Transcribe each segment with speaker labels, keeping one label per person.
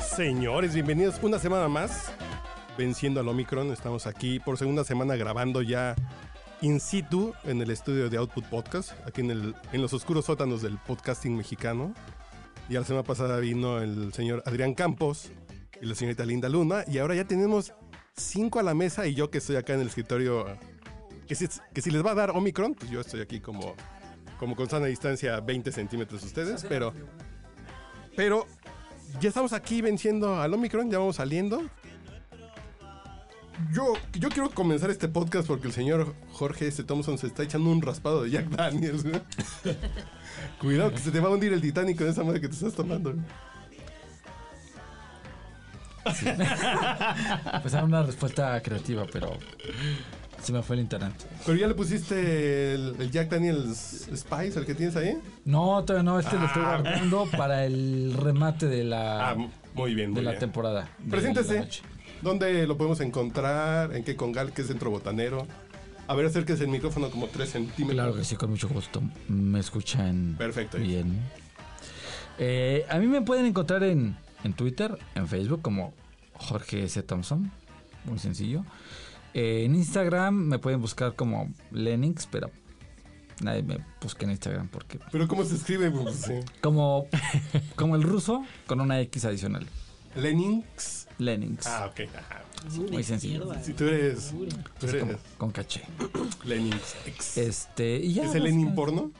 Speaker 1: señores, bienvenidos una semana más. Venciendo al Omicron, estamos aquí por segunda semana grabando ya in situ en el estudio de Output Podcast, aquí en, el, en los oscuros sótanos del podcasting mexicano. Ya la semana pasada vino el señor Adrián Campos y la señorita Linda Luna, y ahora ya tenemos cinco a la mesa y yo que estoy acá en el escritorio, que si, que si les va a dar Omicron, pues yo estoy aquí como, como con sana distancia 20 centímetros de ustedes, pero... Pero ya estamos aquí venciendo al Omicron, ya vamos saliendo. Yo, yo quiero comenzar este podcast porque el señor Jorge S. Thompson se está echando un raspado de Jack Daniels. güey. Cuidado que se te va a hundir el Titanic con esa madre que te estás tomando. güey.
Speaker 2: Pues era una respuesta creativa, pero se me fue el internet.
Speaker 1: Pero ya le pusiste el, el Jack Daniels Spice, el que tienes ahí.
Speaker 2: No, todavía no, este lo estoy
Speaker 1: Ah.
Speaker 2: guardando para el remate de la,
Speaker 1: Ah, muy bien, muy
Speaker 2: de la
Speaker 1: bien.
Speaker 2: temporada. de la
Speaker 1: Preséntese.
Speaker 2: noche.
Speaker 1: ¿Dónde lo podemos encontrar? ¿En qué congal? ¿Qué centro botanero? A ver, acérquese el micrófono como 3 centímetros.
Speaker 2: Claro que sí, con mucho gusto. Me escuchan
Speaker 1: Perfecto.
Speaker 2: bien. Eh, a mí me pueden encontrar en, en Twitter, en Facebook, como Jorge S. Thompson. Muy sencillo. Eh, en Instagram me pueden buscar como Lennox, pero nadie me busca en Instagram porque
Speaker 1: Pero ¿cómo se escribe? Pues, sí.
Speaker 2: Como, como el ruso con una X adicional.
Speaker 1: Leninx.
Speaker 2: Lennox.
Speaker 1: Ah, ok. Ajá.
Speaker 2: muy sencillo.
Speaker 1: Si tú eres, tú
Speaker 2: Es
Speaker 1: eres
Speaker 2: como con caché.
Speaker 1: Leninx ex.
Speaker 2: Este, y ya.
Speaker 1: ¿Es el Lenin porno?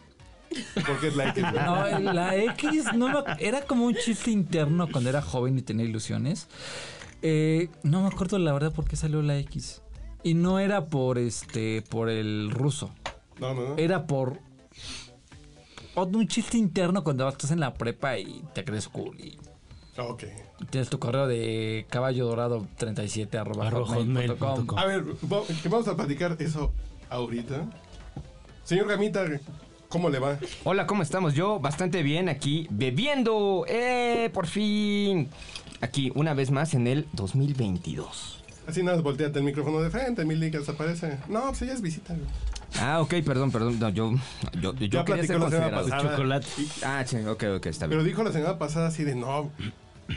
Speaker 1: Porque es la X. ¿verdad?
Speaker 2: No, la X no me ac- era como un chiste interno cuando era joven y tenía ilusiones. Eh, no me acuerdo la verdad por qué salió la X. Y no era por este por el ruso.
Speaker 1: No, no, no.
Speaker 2: Era por otro- un chiste interno cuando estás en la prepa y te crees cool y
Speaker 1: Ah, Ok.
Speaker 2: Tienes tu correo de caballo dorado 37 arroba
Speaker 3: Arroba
Speaker 2: hotmail punto com.
Speaker 3: hotmail.com.
Speaker 1: A ver, va- que vamos a platicar eso ahorita. Señor Gamita, ¿cómo le va?
Speaker 4: Hola, ¿cómo estamos? Yo bastante bien aquí bebiendo. ¡Eh! Por fin. Aquí, una vez más en el 2022.
Speaker 1: Así nada, volteate el micrófono de frente, mil ligas aparece. No, pues ella es visita. güey.
Speaker 4: Ah, ok, perdón, perdón. No, yo, yo, yo
Speaker 1: Ya
Speaker 4: quería
Speaker 1: platicó
Speaker 4: ser
Speaker 1: la semana
Speaker 4: considerado.
Speaker 1: pasada.
Speaker 3: Chocolate.
Speaker 4: Ah, sí, ok, ok, está bien.
Speaker 1: Pero dijo la semana pasada así de no.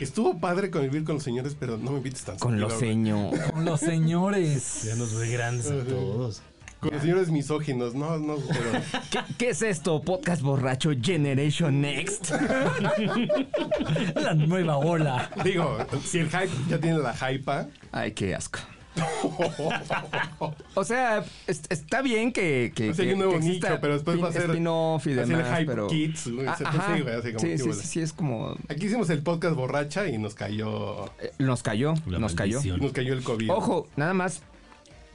Speaker 1: Estuvo padre convivir con los señores, pero no me invites tan
Speaker 4: Con
Speaker 1: seguido,
Speaker 4: los
Speaker 1: güey.
Speaker 4: señores.
Speaker 2: Con los señores.
Speaker 3: Ya nos ve grandes a todos.
Speaker 1: Con los señores misóginos. No, no, pero.
Speaker 4: ¿Qué, qué es esto? Podcast borracho Generation Next.
Speaker 2: La nueva ola.
Speaker 1: Digo, si el hype ya tiene la hypa.
Speaker 4: Ay, qué asco. O sea, es- está bien que, que,
Speaker 1: O sea,
Speaker 4: que-
Speaker 1: hay un nuevo
Speaker 4: que exista
Speaker 1: nicho, pero después va a ser-
Speaker 4: spin-off y
Speaker 1: va a ser
Speaker 4: demás,
Speaker 1: Hype
Speaker 4: pero...
Speaker 1: Kids, güey,
Speaker 4: Ah,
Speaker 1: o sea, pues
Speaker 4: ajá.
Speaker 1: sí, güey, así como que
Speaker 4: sí, sí,
Speaker 1: huele.
Speaker 4: sí, sí, es como...
Speaker 1: Aquí hicimos el podcast borracha y nos cayó.
Speaker 4: eh, Nos cayó,
Speaker 3: La
Speaker 4: nos cayó.
Speaker 3: maldición.
Speaker 1: Nos cayó el COVID.
Speaker 4: Ojo, nada más.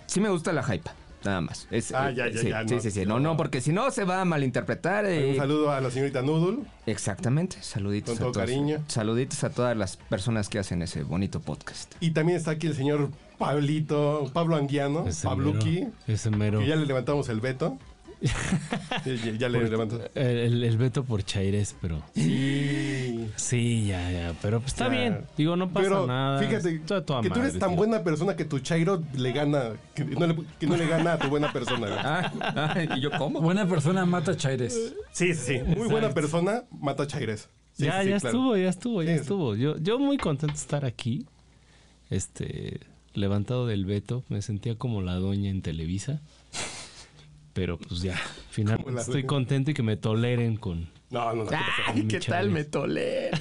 Speaker 4: Sí me gusta la hype. Nada más. Es-
Speaker 1: Ah,
Speaker 4: eh,
Speaker 1: ya, ya,
Speaker 4: sí,
Speaker 1: ya,
Speaker 4: Sí,
Speaker 1: no.
Speaker 4: sí, sí. No, no, porque si no se va a malinterpretar. eh,
Speaker 1: Un saludo a la señorita Noodle.
Speaker 4: Exacamente. Saluditos
Speaker 1: Con todo
Speaker 4: a todos.
Speaker 1: cariño.
Speaker 4: Saluditos a todas las personas que hacen ese bonito podcast.
Speaker 1: Y también está aquí el señor Pablito, Pablo Anguiano,
Speaker 3: Ese
Speaker 1: Pabluki.
Speaker 3: mero, Ese mero.
Speaker 1: Que ya le levantamos el veto. ya, ya- ya le levantamos.
Speaker 3: El, el- el veto por Chaires, pero.
Speaker 1: Sí.
Speaker 3: Sí, ya, ya. Pero pues, está
Speaker 1: Ya.
Speaker 3: bien. Digo, no pasa
Speaker 1: Pero
Speaker 3: nada.
Speaker 1: fíjate
Speaker 3: Está a toda
Speaker 1: que tú eres
Speaker 3: madre,
Speaker 1: tan
Speaker 3: tío.
Speaker 1: buena persona que tu Chairo le gana, que no le, que no le gana a tu buena persona. güey.
Speaker 4: Ah, ¿y yo cómo?
Speaker 2: Buena persona mata chaires.
Speaker 1: Sí, sí, sí. Muy buena persona, mata Chaires. Sí,
Speaker 3: ya,
Speaker 1: sí, sí,
Speaker 3: ya
Speaker 1: claro.
Speaker 3: estuvo, ya estuvo, ya
Speaker 1: Sí, sí.
Speaker 3: estuvo. Yo, yo muy contento de estar aquí. Este. Levantado del veto. Me sentía como la doña en Televisa. Pero pues ya.
Speaker 1: Como la
Speaker 3: Finalmente estoy
Speaker 1: doña.
Speaker 3: contento y que me toleren con.
Speaker 1: No, no, no.
Speaker 3: Ah.
Speaker 4: Ay, ¿qué tal me tolé?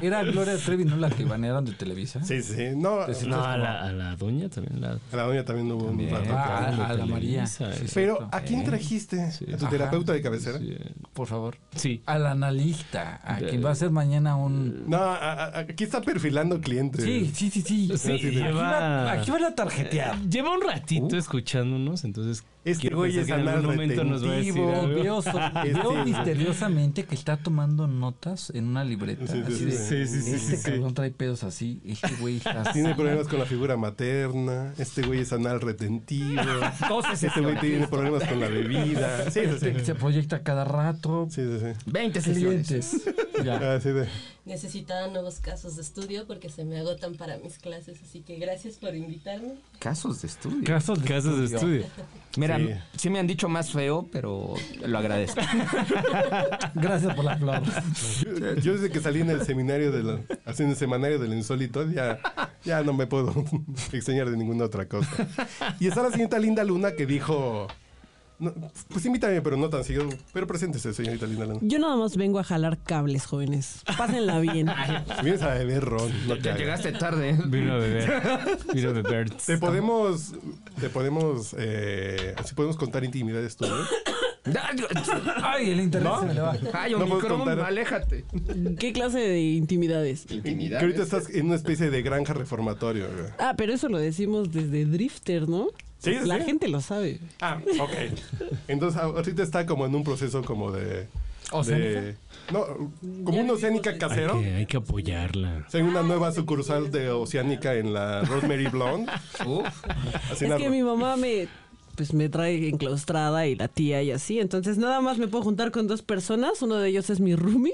Speaker 2: Era Gloria Trevi, no la que banearon de Televisa.
Speaker 1: Sí, sí. No,
Speaker 3: No, a la, a la doña también la.
Speaker 1: A la doña también hubo un rato.
Speaker 2: Ah,
Speaker 3: de
Speaker 2: a, a la María.
Speaker 3: Televisa,
Speaker 2: Sí,
Speaker 3: eh.
Speaker 1: Pero
Speaker 2: cierto.
Speaker 1: ¿a quién trajiste? ¿A tu
Speaker 2: Ajá.
Speaker 1: terapeuta de cabecera?
Speaker 2: ah, Por favor.
Speaker 3: Sí.
Speaker 2: Al analista, a quien va a ser mañana un.
Speaker 1: No, a- a- aquí está perfilando clientes.
Speaker 2: Sí, sí, sí, sí.
Speaker 3: Sí,
Speaker 2: aquí, va,
Speaker 3: lleva-
Speaker 2: aquí van a tarjetear.
Speaker 1: Eh,
Speaker 3: Lleva un ratito escuchándonos, entonces.
Speaker 1: Uh. Este
Speaker 3: quiero
Speaker 1: güey es
Speaker 3: pensar que en algún
Speaker 1: anal
Speaker 3: momento nos va a decir
Speaker 2: Vivo,
Speaker 3: algo.
Speaker 2: veo, so- veo
Speaker 1: sí.
Speaker 2: misteriosamente que está tomando notas en una libreta.
Speaker 1: Sí, sí,
Speaker 2: así de,
Speaker 1: sí, sí, sí, sí,
Speaker 2: este
Speaker 1: sí.
Speaker 2: cabrón trae pedos así. Este güey está así.
Speaker 1: Tiene problemas con la figura materna. Este güey es anal retentivo. este güey tiene problemas con la bebida. Sí, sí, sí.
Speaker 2: Se proyecta cada rato.
Speaker 1: Sí, sí, sí.
Speaker 4: 20 sesiones.
Speaker 2: Clientes. Ya.
Speaker 1: Así de.
Speaker 5: Necesitaba nuevos casos de estudio porque se me agotan para mis clases, así que gracias por invitarme.
Speaker 4: Casos de estudio.
Speaker 2: Casos de
Speaker 3: Casas de estudio.
Speaker 4: Mira, sea,
Speaker 1: Sí.
Speaker 4: sí me han dicho más feo, pero lo agradezco.
Speaker 2: Gracias por la flor.
Speaker 1: Yo- Yo desde que salí en el seminario de la, así en el semanario del insólito, ya, ya no me puedo extrañar de ninguna otra cosa. Y está la señorita Linda Luna que dijo. "No, pues invítame, pero no tan seguido. Pero preséntese, señorita Linda Luna.
Speaker 6: Yo nada más vengo a jalar cables, jóvenes. Pásenla bien.
Speaker 1: Si vienes a beber ron, no te
Speaker 4: Ya
Speaker 1: hagas.
Speaker 4: llegaste tarde. ¿eh?
Speaker 3: Vino a beber. Vino a beber.
Speaker 1: Te podemos. Te podemos. Eh, así podemos contar intimidades tú, ¿no?
Speaker 2: Ay, el internet se me le va.
Speaker 4: Ay,
Speaker 1: No puedo
Speaker 4: Omicron,
Speaker 1: contar.
Speaker 4: aléjate.
Speaker 6: ¿Qué clase de intimidades?
Speaker 1: Que ahorita estás en una especie de granja reformatorio. güey.
Speaker 6: Ah, pero eso lo decimos desde Drifter, ¿no?
Speaker 1: Sí, sí,
Speaker 6: La
Speaker 1: sí.
Speaker 6: gente lo sabe.
Speaker 1: Ah, ok. Entonces ahorita está como en un proceso como de. de- no, Ah, como una oceánica
Speaker 3: Hay
Speaker 1: casero.
Speaker 3: que, hay que apoyarla.
Speaker 1: O sea, hay una nueva sucursal de Oceánica en la Rosemary Blonde.
Speaker 4: Uf.
Speaker 1: Así
Speaker 6: Es
Speaker 1: una-
Speaker 6: que mi mamá me pues me trae enclaustrada y la tía y así. Entonces nada más me puedo juntar con dos personas. Uno de ellos es mi roomie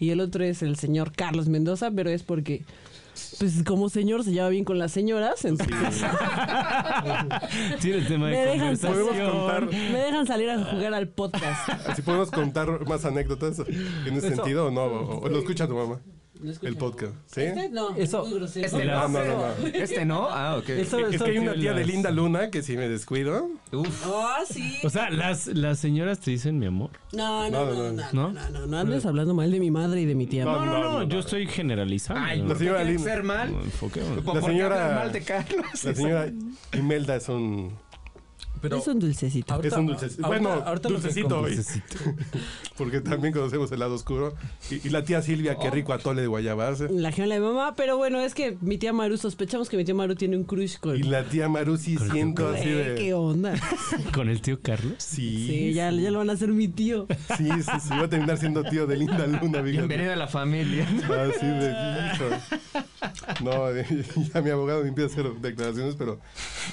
Speaker 6: y el otro es el señor Carlos Mendoza, pero es porque pues como señor se lleva bien con las señoras, entonces
Speaker 3: Tiene el tema
Speaker 6: me
Speaker 3: de
Speaker 6: dejan salir,
Speaker 1: Podemos contar.
Speaker 6: me dejan salir a jugar al podcast.
Speaker 1: Así podemos contar más anécdotas en ese sentido o no. O, o lo escucha tu mamá. El podcast. ¿Sí?
Speaker 6: No,
Speaker 2: Eso-
Speaker 6: es muy grosero.
Speaker 4: Este
Speaker 1: No,
Speaker 4: no.
Speaker 1: no, no, no.
Speaker 4: Este no. Ah, ok.
Speaker 2: Eso-
Speaker 1: Es que hay una tía de
Speaker 3: las-
Speaker 1: Linda Luna que si me descuido.
Speaker 4: Uf.
Speaker 6: Ah, sí.
Speaker 3: O sea, las, las señoras te dicen mi amor.
Speaker 6: No,
Speaker 1: No,
Speaker 6: no,
Speaker 1: no,
Speaker 6: no,
Speaker 1: no.
Speaker 6: no,
Speaker 3: ¿No?
Speaker 6: no, no, no, no andes hablando mal de mi madre y de mi tía.
Speaker 1: No,
Speaker 3: No, no, no,
Speaker 1: no, no.
Speaker 3: yo estoy generalizando.
Speaker 4: Ay,
Speaker 1: La
Speaker 4: no
Speaker 1: señora
Speaker 4: señora
Speaker 1: Linda-
Speaker 4: ser mal.
Speaker 3: Enfoquémonos.
Speaker 1: La
Speaker 4: ¿Por qué
Speaker 1: señora-
Speaker 4: hablan mal de Carlos?
Speaker 1: La señora Imelda es un.
Speaker 2: Pero
Speaker 6: es un dulcecito.
Speaker 1: Es un dulcecito. Bueno,
Speaker 2: lo que
Speaker 1: dulcecito,
Speaker 2: compro-
Speaker 1: güey. Porque también conocemos el lado oscuro. Y, y la tía Silvia, qué
Speaker 6: Oh.
Speaker 1: rico atole de guayabarse.
Speaker 6: La geola de mamá, pero bueno, es que mi tía Maru, sospechamos que mi tía Maru tiene un crush con...
Speaker 1: Y la tía Marusi siento así
Speaker 6: Eh, ¿Qué
Speaker 1: de.
Speaker 6: onda?
Speaker 3: Con el tío Carlos.
Speaker 1: Sí,
Speaker 6: Sí, ya, ya lo van a hacer mi tío.
Speaker 1: sí, sí, sí, va a terminar siendo tío de Linda Luna, fíjate.
Speaker 4: Bienvenido a la familia.
Speaker 1: Así de hijo. No, eh, ya mi abogado me empieza a hacer declaraciones, pero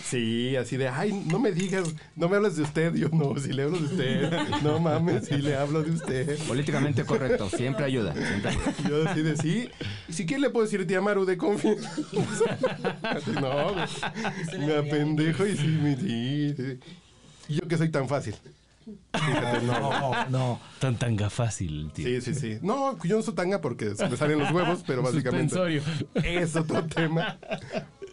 Speaker 1: sí, así de, ay, no me digas, no me hablas de usted. Yo, no, si le hablo de usted, no mames, si le hablo de usted.
Speaker 4: Políticamente correcto. Siempre ayuda. Siempre ayuda.
Speaker 1: Yo así de sí. ¿Y si quiere le puedo decir tía Maru de confianza? Así, no, güey. me apendejo y sí, me sí, sí. Y yo que soy tan fácil. Fíjate, no.
Speaker 2: No, no.
Speaker 3: Tan tanga fácil, el tío.
Speaker 1: Sí, sí, sí. No, yo no soy tanga porque se me salen los huevos, pero básicamente
Speaker 3: Suspensorio.
Speaker 1: es otro tema.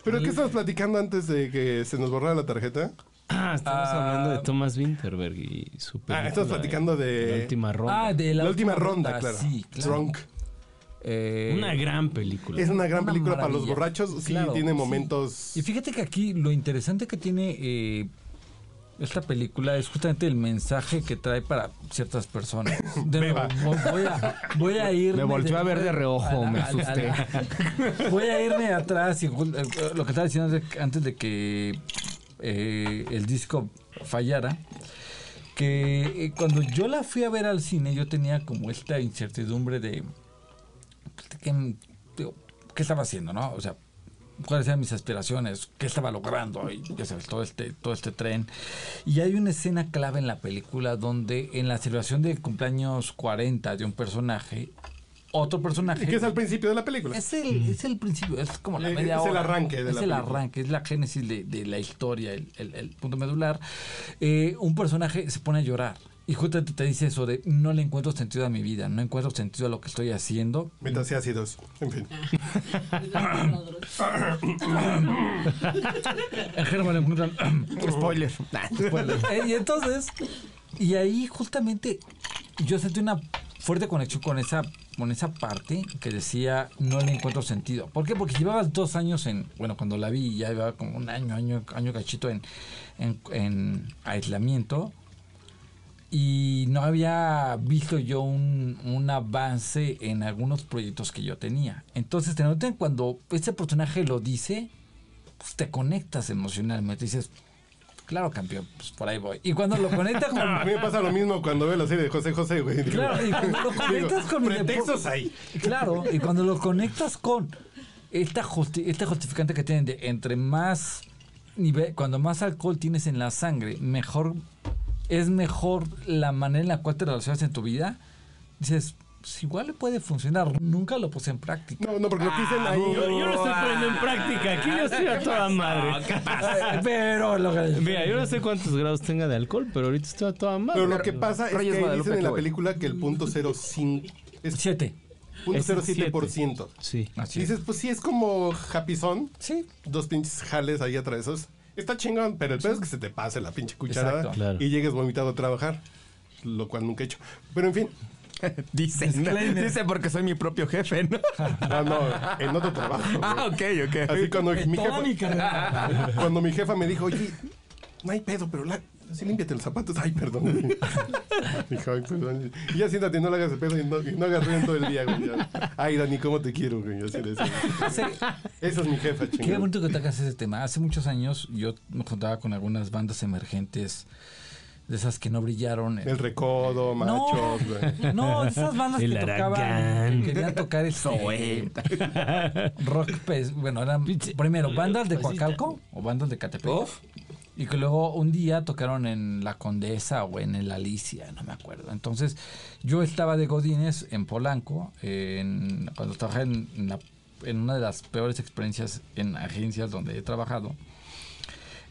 Speaker 1: ¿Pero qué estabas platicando antes de que se nos borrara la tarjeta?
Speaker 3: Ah, estamos
Speaker 2: Ah.
Speaker 3: hablando de Thomas Winterberg y su película.
Speaker 1: Ah, estamos platicando de-
Speaker 3: La última ronda.
Speaker 2: Ah, de
Speaker 1: La,
Speaker 2: la,
Speaker 1: última ronda, claro.
Speaker 2: Sí, claro.
Speaker 1: Drunk.
Speaker 2: Eh,
Speaker 3: Una gran película.
Speaker 1: Es una gran
Speaker 2: Una
Speaker 1: película para los
Speaker 2: maravilla.
Speaker 1: borrachos. Sí,
Speaker 2: Claro,
Speaker 1: tiene
Speaker 2: sí.
Speaker 1: momentos.
Speaker 2: Y fíjate que aquí lo interesante que tiene eh, esta película es justamente el mensaje que trae para ciertas personas. De nuevo, vo- voy a, voy a irme.
Speaker 4: Me volteó a ver de reojo, me asusté.
Speaker 2: voy a irme atrás. Y, ju- eh, lo que estaba diciendo de- antes de que eh, el disco fallara. Que eh, cuando yo la fui a ver al cine, yo tenía como esta incertidumbre de. ¿qué, digo, qué estaba haciendo, no? O sea, cuáles eran mis aspiraciones, qué estaba logrando, y ya sabes, todo este, todo este tren. Y hay una escena clave en la película donde en la celebración del cumpleaños 40 de un personaje, otro personaje...
Speaker 1: que es al principio de la película.
Speaker 2: Es el, es el principio, es como la
Speaker 1: Es-
Speaker 2: media
Speaker 1: es el
Speaker 2: hora.
Speaker 1: arranque de
Speaker 2: Es
Speaker 1: la
Speaker 2: el
Speaker 1: película.
Speaker 2: arranque, es la génesis de, de la historia, el, el- el punto medular. Eh, un personaje se pone a llorar. Y justamente te dice eso de no le encuentro sentido a mi vida, no encuentro sentido a lo que estoy haciendo,
Speaker 1: Métanse ácidos. En fin.
Speaker 2: En Germán le encuentran.
Speaker 4: Spoiler.
Speaker 2: Eh, y entonces, y ahí justamente yo sentí una fuerte conexión con esa, con esa parte que decía no le encuentro sentido. ¿Por qué? Porque llevabas dos años en, bueno, cuando la vi ya llevaba como un año, año, año cachito en, en, en aislamiento. Y no había visto yo un, un avance en algunos proyectos que yo tenía. Entonces, te notan cuando este personaje lo dice, pues, te conectas emocionalmente. Dices, claro, campeón, pues por ahí voy. Y cuando lo conectas con.
Speaker 7: Ah.
Speaker 1: A mí me pasa lo mismo cuando veo la serie de José José, güey. Digo,
Speaker 2: Claro, y cuando lo conectas con mi depo-
Speaker 1: pretextos ahí.
Speaker 2: Claro, y cuando lo conectas con esta, justi- esta justificante que tienen de entre más nivel, cuando más alcohol tienes en la sangre, mejor es mejor la manera en la cual te relacionas en tu vida. Dices, pues igual le puede funcionar. Nunca lo puse en práctica.
Speaker 1: No, no, porque lo que dicen ahí.
Speaker 7: Yo, yo lo estoy poniendo en práctica. Aquí yo estoy a toda madre.
Speaker 2: Pero lo que-
Speaker 3: Mira, yo no sé cuántos grados tenga de alcohol, pero ahorita estoy a toda madre.
Speaker 1: Pero lo que pasa es
Speaker 4: Reyes
Speaker 1: que
Speaker 4: Guadalupe
Speaker 1: dicen en la
Speaker 4: Cowboy.
Speaker 1: película que el punto 05 es
Speaker 2: Siete.
Speaker 1: punto
Speaker 3: Es
Speaker 1: 07%.
Speaker 3: Sí.
Speaker 2: Así es.
Speaker 1: Dices, pues sí, es como Japizón,
Speaker 2: Sí.
Speaker 1: dos pinches jales ahí atravesados. Está chingón, pero el peor es que se te pase la pinche cucharada
Speaker 2: Exacto.
Speaker 3: Claro.
Speaker 1: y llegues vomitado a trabajar, lo cual nunca he hecho. Pero en fin,
Speaker 4: Dice, dice porque soy mi propio jefe, ¿no?
Speaker 1: ah, no, en otro trabajo. güey.
Speaker 4: ah, ok, ok.
Speaker 1: Así cuando mi
Speaker 2: eh, Toda
Speaker 1: jefa,
Speaker 2: mi carrera.
Speaker 1: cuando mi jefa me dijo, oye, no hay pedo, pero la, sí límpiate los zapatos. Ay, perdón. Dijo, "Ay, perdón. Y ya siéntate, no le hagas de pedo y no, y no hagas ruido en todo el día, güey. Ya. Ay, Dani, ¿cómo te quiero, güey? Así de eso. Esa es mi jefa,
Speaker 2: Qué
Speaker 1: chingada.
Speaker 2: bonito que tocas ese tema. Hace muchos años yo me juntaba con algunas bandas emergentes de esas que no brillaron. en-
Speaker 1: El recodo, machos, güey.
Speaker 2: No, de esas bandas
Speaker 7: El
Speaker 2: que tocaban,
Speaker 7: Aragán.
Speaker 2: que querían tocar este, el
Speaker 4: Soeta.
Speaker 2: rock, pues, bueno, eran primero bandas de Coacalco o bandas de Catepec. Y que luego un día tocaron en La Condesa o en el Alicia, no me acuerdo. Entonces yo estaba de Godines en Polanco, en- cuando trabajé en, en la- en una de las peores experiencias en agencias donde he trabajado.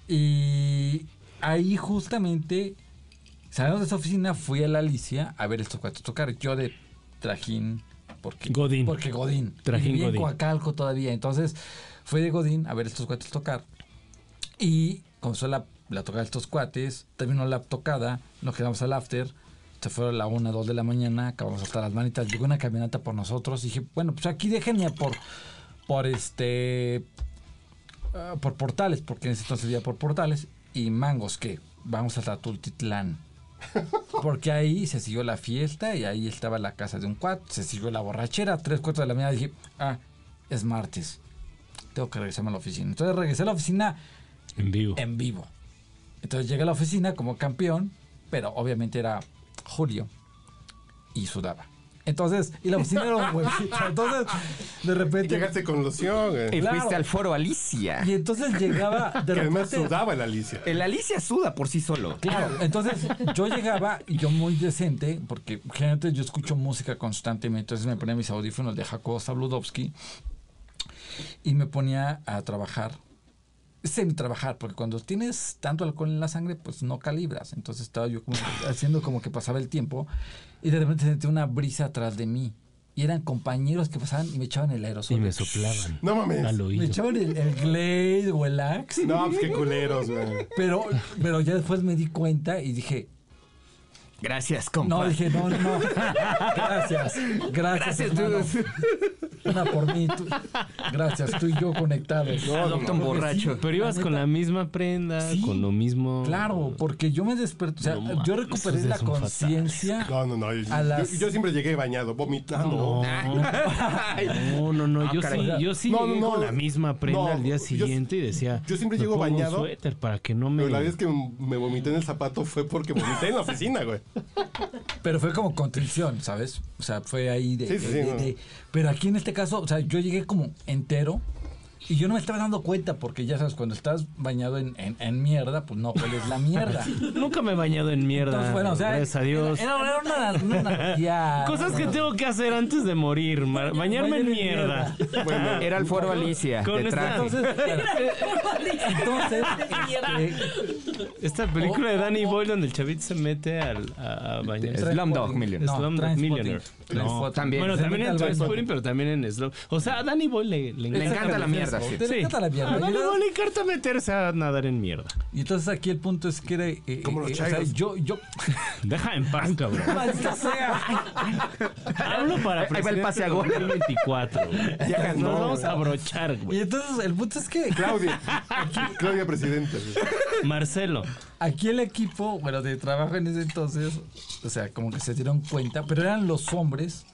Speaker 2: Y ahí justamente, saliendo de esa oficina, fui a la Alicia a ver estos cuatro tocar. Yo de trajín, porque
Speaker 7: Godín.
Speaker 2: Porque Godín.
Speaker 7: Trajín
Speaker 2: Y vivía en
Speaker 7: Godín.
Speaker 2: Coacalco todavía. Entonces fui de Godín a ver estos cuates tocar. Y comenzó la, la tocada de estos cuates, terminó la tocada, nos quedamos al after. Se fueron a la 1, 2 de la mañana, acabamos hasta las manitas. Llegó una camioneta por nosotros. Y dije, bueno, pues aquí déjenme por, por este Ah, por portales, porque en ese entonces vivía por portales, y mangos que vamos hasta Tultitlán. Porque ahí se siguió la fiesta y ahí estaba la casa de un cuat, se siguió la borrachera, tres cuartos de la mañana dije, ah, es martes, tengo que regresarme a la oficina. Entonces regresé a la oficina
Speaker 3: En vivo.
Speaker 2: en vivo. Entonces llegué a la oficina como campeón, pero obviamente era julio y sudaba. Entonces, y la oficina era un huevito. Entonces, de
Speaker 1: Y
Speaker 2: repente...
Speaker 1: Llegaste con loción, güey.
Speaker 4: Y
Speaker 2: Claro.
Speaker 4: fuiste al foro Alicia.
Speaker 2: Y entonces llegaba... De
Speaker 1: Que además
Speaker 2: repente-
Speaker 1: sudaba la Alicia.
Speaker 4: El Alicia suda por sí solo.
Speaker 2: Claro, entonces yo llegaba y yo muy decente, porque generalmente yo escucho música constantemente, entonces me ponía mis audífonos de Jacobo Zabludovsky y me ponía a trabajar, semi trabajar, porque cuando tienes tanto alcohol en la sangre, pues no calibras. Entonces estaba yo como que haciendo como que pasaba el tiempo y de repente sentí una brisa atrás de mí y eran compañeros que pasaban y me echaban el
Speaker 3: Y
Speaker 2: aerosol.
Speaker 3: me soplaban.
Speaker 1: No
Speaker 3: Al
Speaker 1: mames.
Speaker 2: Me
Speaker 3: oído.
Speaker 2: echaban el, el Glade o el Axe.
Speaker 1: No, pues qué culeros, güey.
Speaker 2: Pero, pero ya después me di cuenta y dije,
Speaker 4: Gracias, compa.
Speaker 2: No, dije, no, no. Gracias. Gracias,
Speaker 4: Gracias,
Speaker 2: hermano.
Speaker 4: dudes.
Speaker 2: Una por mí. tú- Gracias, tú y yo conectados.
Speaker 4: Adopta un borracho.
Speaker 3: Pero ibas con la misma prenda,
Speaker 2: Sí.
Speaker 3: con lo mismo.
Speaker 2: Claro, porque yo me desperté. O sea,
Speaker 3: No
Speaker 2: yo
Speaker 3: mames,
Speaker 2: recuperé
Speaker 3: ustedes
Speaker 2: la
Speaker 3: son
Speaker 2: conciencia.
Speaker 1: No, no, no. Yo,
Speaker 2: A las-
Speaker 1: yo- yo siempre llegué bañado, vomitando.
Speaker 3: No, no, no, no, yo, sí, yo sí
Speaker 1: No,
Speaker 3: llegué
Speaker 1: no,
Speaker 3: con
Speaker 1: no.
Speaker 3: la misma prenda
Speaker 1: No,
Speaker 3: al día
Speaker 1: yo-
Speaker 3: siguiente y decía,
Speaker 1: yo siempre
Speaker 3: me
Speaker 1: llego
Speaker 3: pongo un
Speaker 1: bañado,
Speaker 3: suéter para que no me
Speaker 1: Pero la vez que me vomité en el zapato fue porque vomité en la oficina, güey.
Speaker 2: Pero fue como contención, ¿sabes? O sea, fue ahí de...
Speaker 1: Sí,
Speaker 2: de-
Speaker 1: sí,
Speaker 2: de-
Speaker 1: sí, no.
Speaker 2: de- pero aquí en este caso, o sea, yo llegué como entero y yo no me estaba dando cuenta porque ya sabes, cuando estás bañado en, en- en mierda, pues no hueles la mierda.
Speaker 3: Nunca me he bañado en mierda.
Speaker 2: Entonces, bueno, o sea,
Speaker 3: gracias a Dios.
Speaker 2: Era, era una, una analogía.
Speaker 3: Cosas que
Speaker 2: Una-
Speaker 3: tengo que hacer antes de morir, ma- bañarme en
Speaker 2: Bañarme en
Speaker 3: mierda.
Speaker 1: Bueno,
Speaker 4: Era el foro Alicia.
Speaker 3: Con
Speaker 4: de
Speaker 3: esta-
Speaker 4: traje.
Speaker 2: Entonces, claro, entonces, este,
Speaker 3: Esta película de Danny Boyle donde el chavito se mete al, a, a bañarse.
Speaker 4: Slumdog Millionaire.
Speaker 2: No,
Speaker 3: Slumdog
Speaker 2: Transpotting.
Speaker 3: Millionaire.
Speaker 2: Transpotting.
Speaker 4: también.
Speaker 3: Bueno,
Speaker 2: Se
Speaker 3: también
Speaker 2: mete
Speaker 3: en
Speaker 2: al baño.
Speaker 3: Transporting, pero también en Slow. O sea, a Danny Boyle le,
Speaker 4: Le encanta la mierda, sí.
Speaker 2: Te encanta la mierda.
Speaker 3: A Danny
Speaker 2: Llegas-
Speaker 3: Boyle le encanta meterse a nadar en mierda.
Speaker 2: Y entonces aquí el punto es que era... eh, eh,
Speaker 1: Como los
Speaker 2: eh, o sea,
Speaker 1: chairos.
Speaker 2: yo, yo...
Speaker 3: Deja en paz, cabrón.
Speaker 2: Maldita sea.
Speaker 3: Hablo para
Speaker 4: Ahí va el pase a gol.
Speaker 3: presidente 2024. güey.
Speaker 1: Ya ganó,
Speaker 3: Nos vamos
Speaker 1: güey.
Speaker 3: a abrochar, güey.
Speaker 2: Y entonces el punto es que
Speaker 1: Claudia. Claudia Presidente. güey.
Speaker 3: Marcelo.
Speaker 2: aquí el equipo, bueno, de trabajo en ese entonces, o sea, como que se dieron cuenta, pero eran los hombres,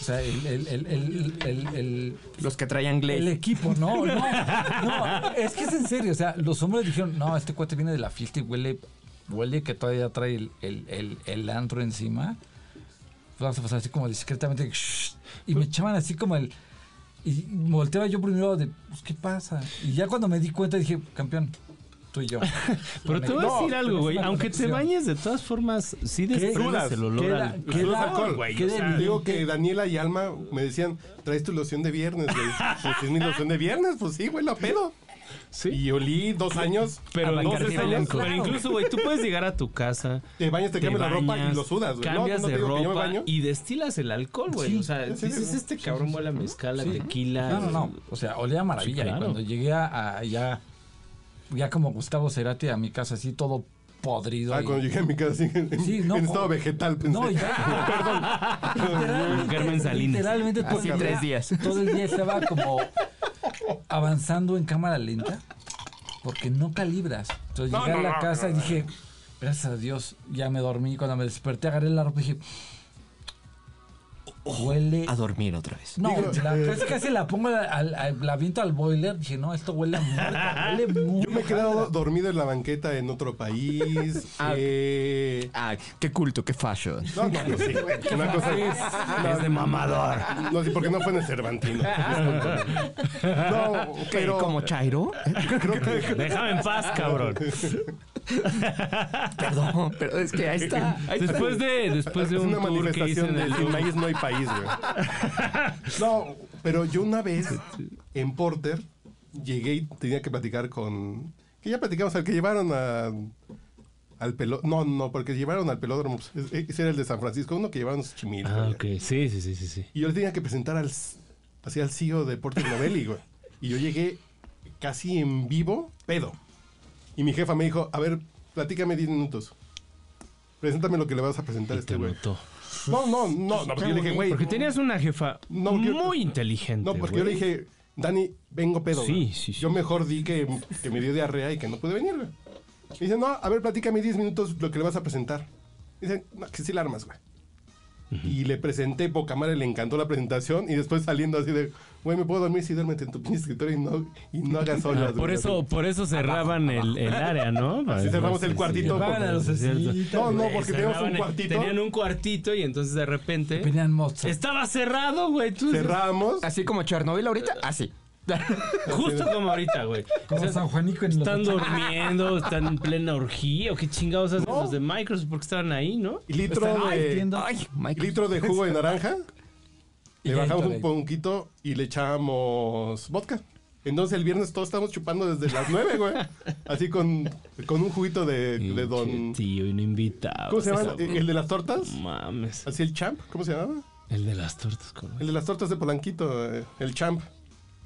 Speaker 2: o sea, el, el, el, el, el- el-
Speaker 4: Los que traían
Speaker 2: el
Speaker 4: Glade.
Speaker 2: equipo, no, no, no, es que es en serio, o sea, los hombres dijeron, no, este cuate viene de la fiesta y huele, huele que todavía trae el, el, el, el antro encima. Pues Vamos a pasar así como discretamente, shh, y me echaban así como el... Y volteaba yo primero de, pues, ¿qué pasa? Y ya cuando me di cuenta dije, campeón, tú y yo.
Speaker 3: Pero te voy a decir algo, güey. Aunque te bañes, de todas formas, sí
Speaker 1: Dudas.
Speaker 3: desprendes el olor
Speaker 2: ¿Qué
Speaker 3: al...
Speaker 2: da- qué
Speaker 1: Saludos,
Speaker 2: da-
Speaker 1: alcohol.
Speaker 2: güey,
Speaker 1: Qué
Speaker 2: o sea,
Speaker 1: debil- Digo que Daniela y Alma me decían, traes tu loción de viernes, güey. Pues es mi loción de viernes, pues sí, güey, la pedo.
Speaker 3: Sí.
Speaker 1: Y olí dos años,
Speaker 3: Pero,
Speaker 1: dos,
Speaker 3: pero
Speaker 1: tres años.
Speaker 3: incluso, güey, tú puedes llegar a tu casa.
Speaker 1: Te bañas, te cambias la ropa y
Speaker 3: bañas,
Speaker 1: lo sudas, güey. No,
Speaker 3: Cambias
Speaker 1: no te
Speaker 3: de
Speaker 1: digo que yo me
Speaker 3: ropa
Speaker 1: baño.
Speaker 3: y destilas el alcohol, güey. o sea,
Speaker 1: sí,
Speaker 3: dices,
Speaker 1: sí.
Speaker 3: este cabrón vuela mezcal, a tequila.
Speaker 2: No, no, no. O sea, olía a maravilla.
Speaker 3: Sí, claro.
Speaker 2: Y cuando llegué a, a- ya, ya como Gustavo Cerati a mi casa, así todo podrido.
Speaker 1: Ah,
Speaker 2: y-
Speaker 1: cuando llegué a mi casa, sí, en,
Speaker 2: Sí, no,
Speaker 1: en estado
Speaker 2: co-
Speaker 1: vegetal, pensé.
Speaker 2: No, y ya. Perdón.
Speaker 3: Carmen Salinas.
Speaker 2: Literalmente todo
Speaker 4: Hace
Speaker 2: el
Speaker 4: tres
Speaker 2: día-
Speaker 4: días.
Speaker 2: Todo el día estaba como avanzando en cámara lenta porque no calibras. Entonces llegué a la casa y dije, gracias a Dios, ya me dormí. Cuando me desperté, agarré la ropa y dije, huele
Speaker 4: A dormir otra vez.
Speaker 2: no, la,
Speaker 1: eh,
Speaker 2: pues casi la pongo, al, al- al- la aviento al boiler. Dije, no, esto huele a muerte, huele muy
Speaker 1: Yo me he quedado dormido en la banqueta en otro país. eh,
Speaker 4: Ah, qué culto, qué fashion.
Speaker 1: No, no, no, Ah, sí, güey. Una cosa
Speaker 4: Es de mamador.
Speaker 1: No, sí, porque no fue en el Cervantino. No,
Speaker 4: ¿Qué,
Speaker 1: pero
Speaker 4: ¿Como Chairo? Eh,
Speaker 1: creo que
Speaker 7: Déjame en paz, cabrón.
Speaker 4: Perdón, pero es que ahí está. Ahí está.
Speaker 3: Después de, después de
Speaker 1: es
Speaker 3: un
Speaker 1: una
Speaker 3: tour que hice
Speaker 1: manifestación
Speaker 3: en
Speaker 1: de
Speaker 3: el
Speaker 1: sin maíz no hay país, güey. No, pero yo una vez en Porter llegué y tenía que platicar con... Que ya platicamos, al que llevaron a... Al pelo, no, no, porque llevaron al pelódromo. pues, Ese era el de San Francisco, uno que llevaron a Xochimilco.
Speaker 3: Ah,
Speaker 1: güey.
Speaker 3: ok. Sí, sí, sí, sí, sí.
Speaker 1: Y yo le tenía que presentar al, así al CEO de Porter Novelli, güey. Y yo llegué casi en vivo, pedo. Y mi jefa me dijo, a ver, platícame 10 minutos. Preséntame lo que le vas a presentar a
Speaker 3: Te
Speaker 1: este güey.
Speaker 3: notó.
Speaker 1: No, no, no, no, porque yo le dije, güey.
Speaker 3: Porque tenías una jefa
Speaker 1: No, porque yo-
Speaker 3: muy inteligente.
Speaker 1: No, porque yo le
Speaker 3: güey.
Speaker 1: dije, Dani, vengo pedo.
Speaker 3: Sí,
Speaker 1: güey.
Speaker 3: sí, sí.
Speaker 1: Yo mejor di que, que me dio diarrea y que no pude venir, güey. Me dice, no, a ver, platícame 10 minutos lo que le vas a presentar. Dice, no, que sí la armas, güey. Y le presenté, poca madre, le encantó la presentación y después saliendo así de, güey, me puedo dormir si duérmete en tu pinche escritorio y no, y no hagas olas.
Speaker 3: Ah, por
Speaker 1: güey".
Speaker 3: eso, por eso cerraban el, el área, ¿no?
Speaker 1: Así cerramos el cuartito.
Speaker 2: Pagan a los asesinos.
Speaker 1: No, no,
Speaker 3: Güey,
Speaker 1: porque teníamos
Speaker 3: cerraban
Speaker 1: un
Speaker 3: el-
Speaker 1: cuartito,
Speaker 3: Eh, Tenían un cuartito y entonces de repente
Speaker 2: Venían Mozart.
Speaker 3: estaba cerrado, güey. Tú dices,
Speaker 1: cerramos.
Speaker 4: Así como Chernobyl ahorita, así.
Speaker 3: Justo como ahorita, güey.
Speaker 2: Como
Speaker 3: O sea,
Speaker 2: San Juanico en los
Speaker 3: Están
Speaker 2: ochenta.
Speaker 3: durmiendo, están en plena orgía o qué chingados hacen los de Microsoft porque estaban ahí, ¿no?
Speaker 1: Y litro
Speaker 2: Están- Ay,
Speaker 1: de,
Speaker 2: entiendo.
Speaker 4: Ay, Michael.
Speaker 1: litro de jugo de naranja.
Speaker 2: Y
Speaker 1: Le bajamos
Speaker 2: Gatorade.
Speaker 1: un poquito y le echamos vodka. Entonces el viernes todos estamos chupando desde las 9, güey. Así con, con un juguito de, de don...
Speaker 3: Mm, Qué Tío, y no invitaba.
Speaker 1: ¿Cómo se llama? Eh, ¿El el de las tortas?
Speaker 3: Mames.
Speaker 1: Así el champ, ¿cómo se llamaba?
Speaker 3: El de las tortas, ¿cómo?
Speaker 1: El de las tortas de Polanquito, eh, el champ.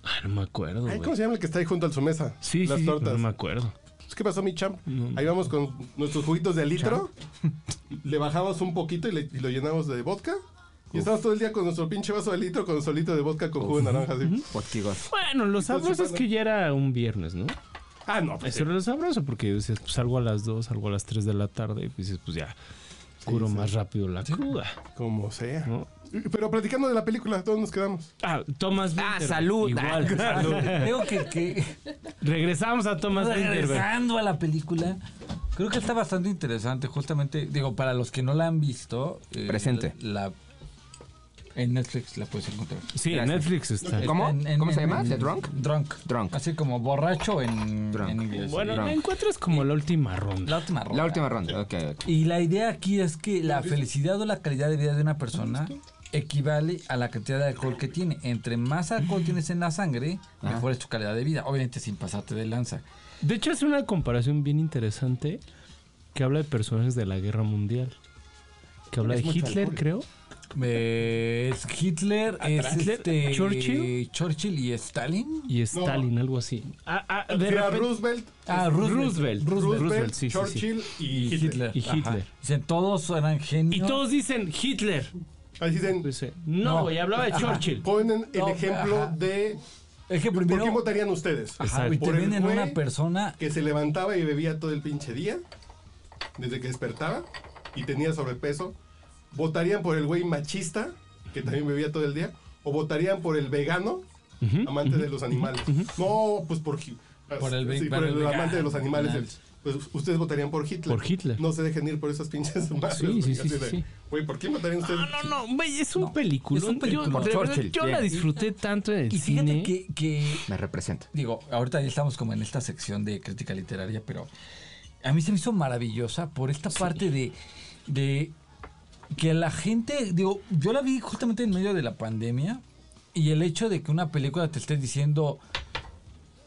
Speaker 3: Ah, no me acuerdo,
Speaker 1: Ay,
Speaker 3: güey.
Speaker 1: ¿Cómo se llama el que está ahí junto a su mesa?
Speaker 3: Sí,
Speaker 1: las
Speaker 3: sí, sí, pero
Speaker 1: tortas.
Speaker 3: no me acuerdo.
Speaker 1: Pues, ¿Qué pasó, mi champ? Ahí vamos con nuestros juguitos de litro. le bajamos un poquito y, le- y lo llenamos de vodka. Y estamos todo el día con nuestro pinche vaso de litro, con nuestro litro de vodka con jugo de naranja. así.
Speaker 4: Potigos.
Speaker 3: Bueno, lo sabroso es que ya era un viernes, ¿no?
Speaker 1: Ah, no. pues,
Speaker 3: Eso era lo sabroso porque decías, pues salgo a las 2, salgo a las 3 de la tarde y pues dices, pues ya curo más rápido la cruda.
Speaker 1: eh, Como sea.
Speaker 3: ¿no?
Speaker 1: Pero platicando de la película, todos nos quedamos.
Speaker 3: Ah, Thomas
Speaker 4: Ah,
Speaker 3: Winterberg,
Speaker 4: salud.
Speaker 3: Igual, salud.
Speaker 2: Creo que, que
Speaker 3: Regresamos a Thomas Winterberg.
Speaker 2: regresando a la película, creo que está bastante interesante. Justamente, digo, para los que no la han visto. eh,
Speaker 4: Presente.
Speaker 2: La, en Netflix la puedes encontrar.
Speaker 3: Sí, en
Speaker 4: Gracias.
Speaker 3: Netflix está.
Speaker 4: ¿Cómo? ¿Cómo se llama? ¿The Drunk?
Speaker 2: Drunk.
Speaker 4: Drunk.
Speaker 2: Así como borracho en,
Speaker 4: Drunk.
Speaker 2: en inglés.
Speaker 3: Bueno,
Speaker 4: Drunk.
Speaker 3: la encuentras como la última ronda.
Speaker 2: la última ronda.
Speaker 4: La última ronda, ok. ok.
Speaker 2: Y la idea aquí es que la felicidad o la calidad de vida de una persona equivale a la cantidad de alcohol que tiene. Entre más alcohol tienes en la sangre, mejor es tu calidad de vida. Obviamente sin pasarte de lanza.
Speaker 3: De hecho, hace una comparación bien interesante que habla de personajes de la guerra mundial. Que habla de Hitler, creo.
Speaker 2: Eh, Es Hitler, es
Speaker 3: Ah, Hitler,
Speaker 2: este,
Speaker 3: Churchill.
Speaker 2: Churchill y Stalin.
Speaker 3: Y Stalin, algo así. Ah, ah, de
Speaker 1: Era
Speaker 3: repente-
Speaker 1: Roosevelt,
Speaker 2: Ah,
Speaker 3: Roosevelt.
Speaker 2: Roosevelt.
Speaker 1: Roosevelt,
Speaker 3: Roosevelt, sí, sí, sí.
Speaker 1: Churchill y
Speaker 2: Y Hitler.
Speaker 3: Y Hitler.
Speaker 2: Ajá. Dicen, todos eran genios.
Speaker 3: Y todos dicen Hitler.
Speaker 1: Ahí dicen,
Speaker 3: Dice, no,
Speaker 2: No.
Speaker 3: güey, hablaba de Churchill.
Speaker 1: ponen el
Speaker 2: No,
Speaker 1: ejemplo
Speaker 2: ajá.
Speaker 1: de
Speaker 2: Es que
Speaker 1: por qué
Speaker 2: primero...
Speaker 1: votarían ustedes.
Speaker 2: Ajá, y te
Speaker 1: Por el
Speaker 2: venden
Speaker 1: güey
Speaker 2: una persona
Speaker 1: que se levantaba y bebía todo el pinche día, desde que despertaba y tenía sobrepeso. ¿Votarían por el güey machista, que también bebía todo el día? ¿O votarían por el vegano, amante de los animales? No, pues por, Hi-
Speaker 2: Por el ve-
Speaker 1: sí,
Speaker 2: por
Speaker 1: por
Speaker 2: el
Speaker 1: el amante
Speaker 2: vegano,
Speaker 1: de los animales.
Speaker 2: animales.
Speaker 1: el- pues ustedes votarían por Hitler.
Speaker 3: Por Hitler.
Speaker 1: No se dejen ir por esas pinches madres,
Speaker 3: sí,
Speaker 1: güey,
Speaker 3: sí,
Speaker 1: así
Speaker 3: sí,
Speaker 1: de,
Speaker 3: sí. Ah,
Speaker 1: Güey, ¿por qué votarían ustedes?
Speaker 3: No, no, no, güey, es un peliculón.
Speaker 2: es un peliculón.
Speaker 3: Yo, de verdad,
Speaker 4: Churchill,
Speaker 3: yo la
Speaker 4: bien.
Speaker 3: disfruté tanto en el
Speaker 2: Y fíjate
Speaker 3: cine.
Speaker 2: que, que
Speaker 4: Me representa.
Speaker 2: digo, ahorita ya estamos como en esta sección de crítica literaria, pero a mí se me hizo maravillosa por esta parte de, de que la gente, digo, yo la vi justamente en medio de la pandemia y el hecho de que una película te esté diciendo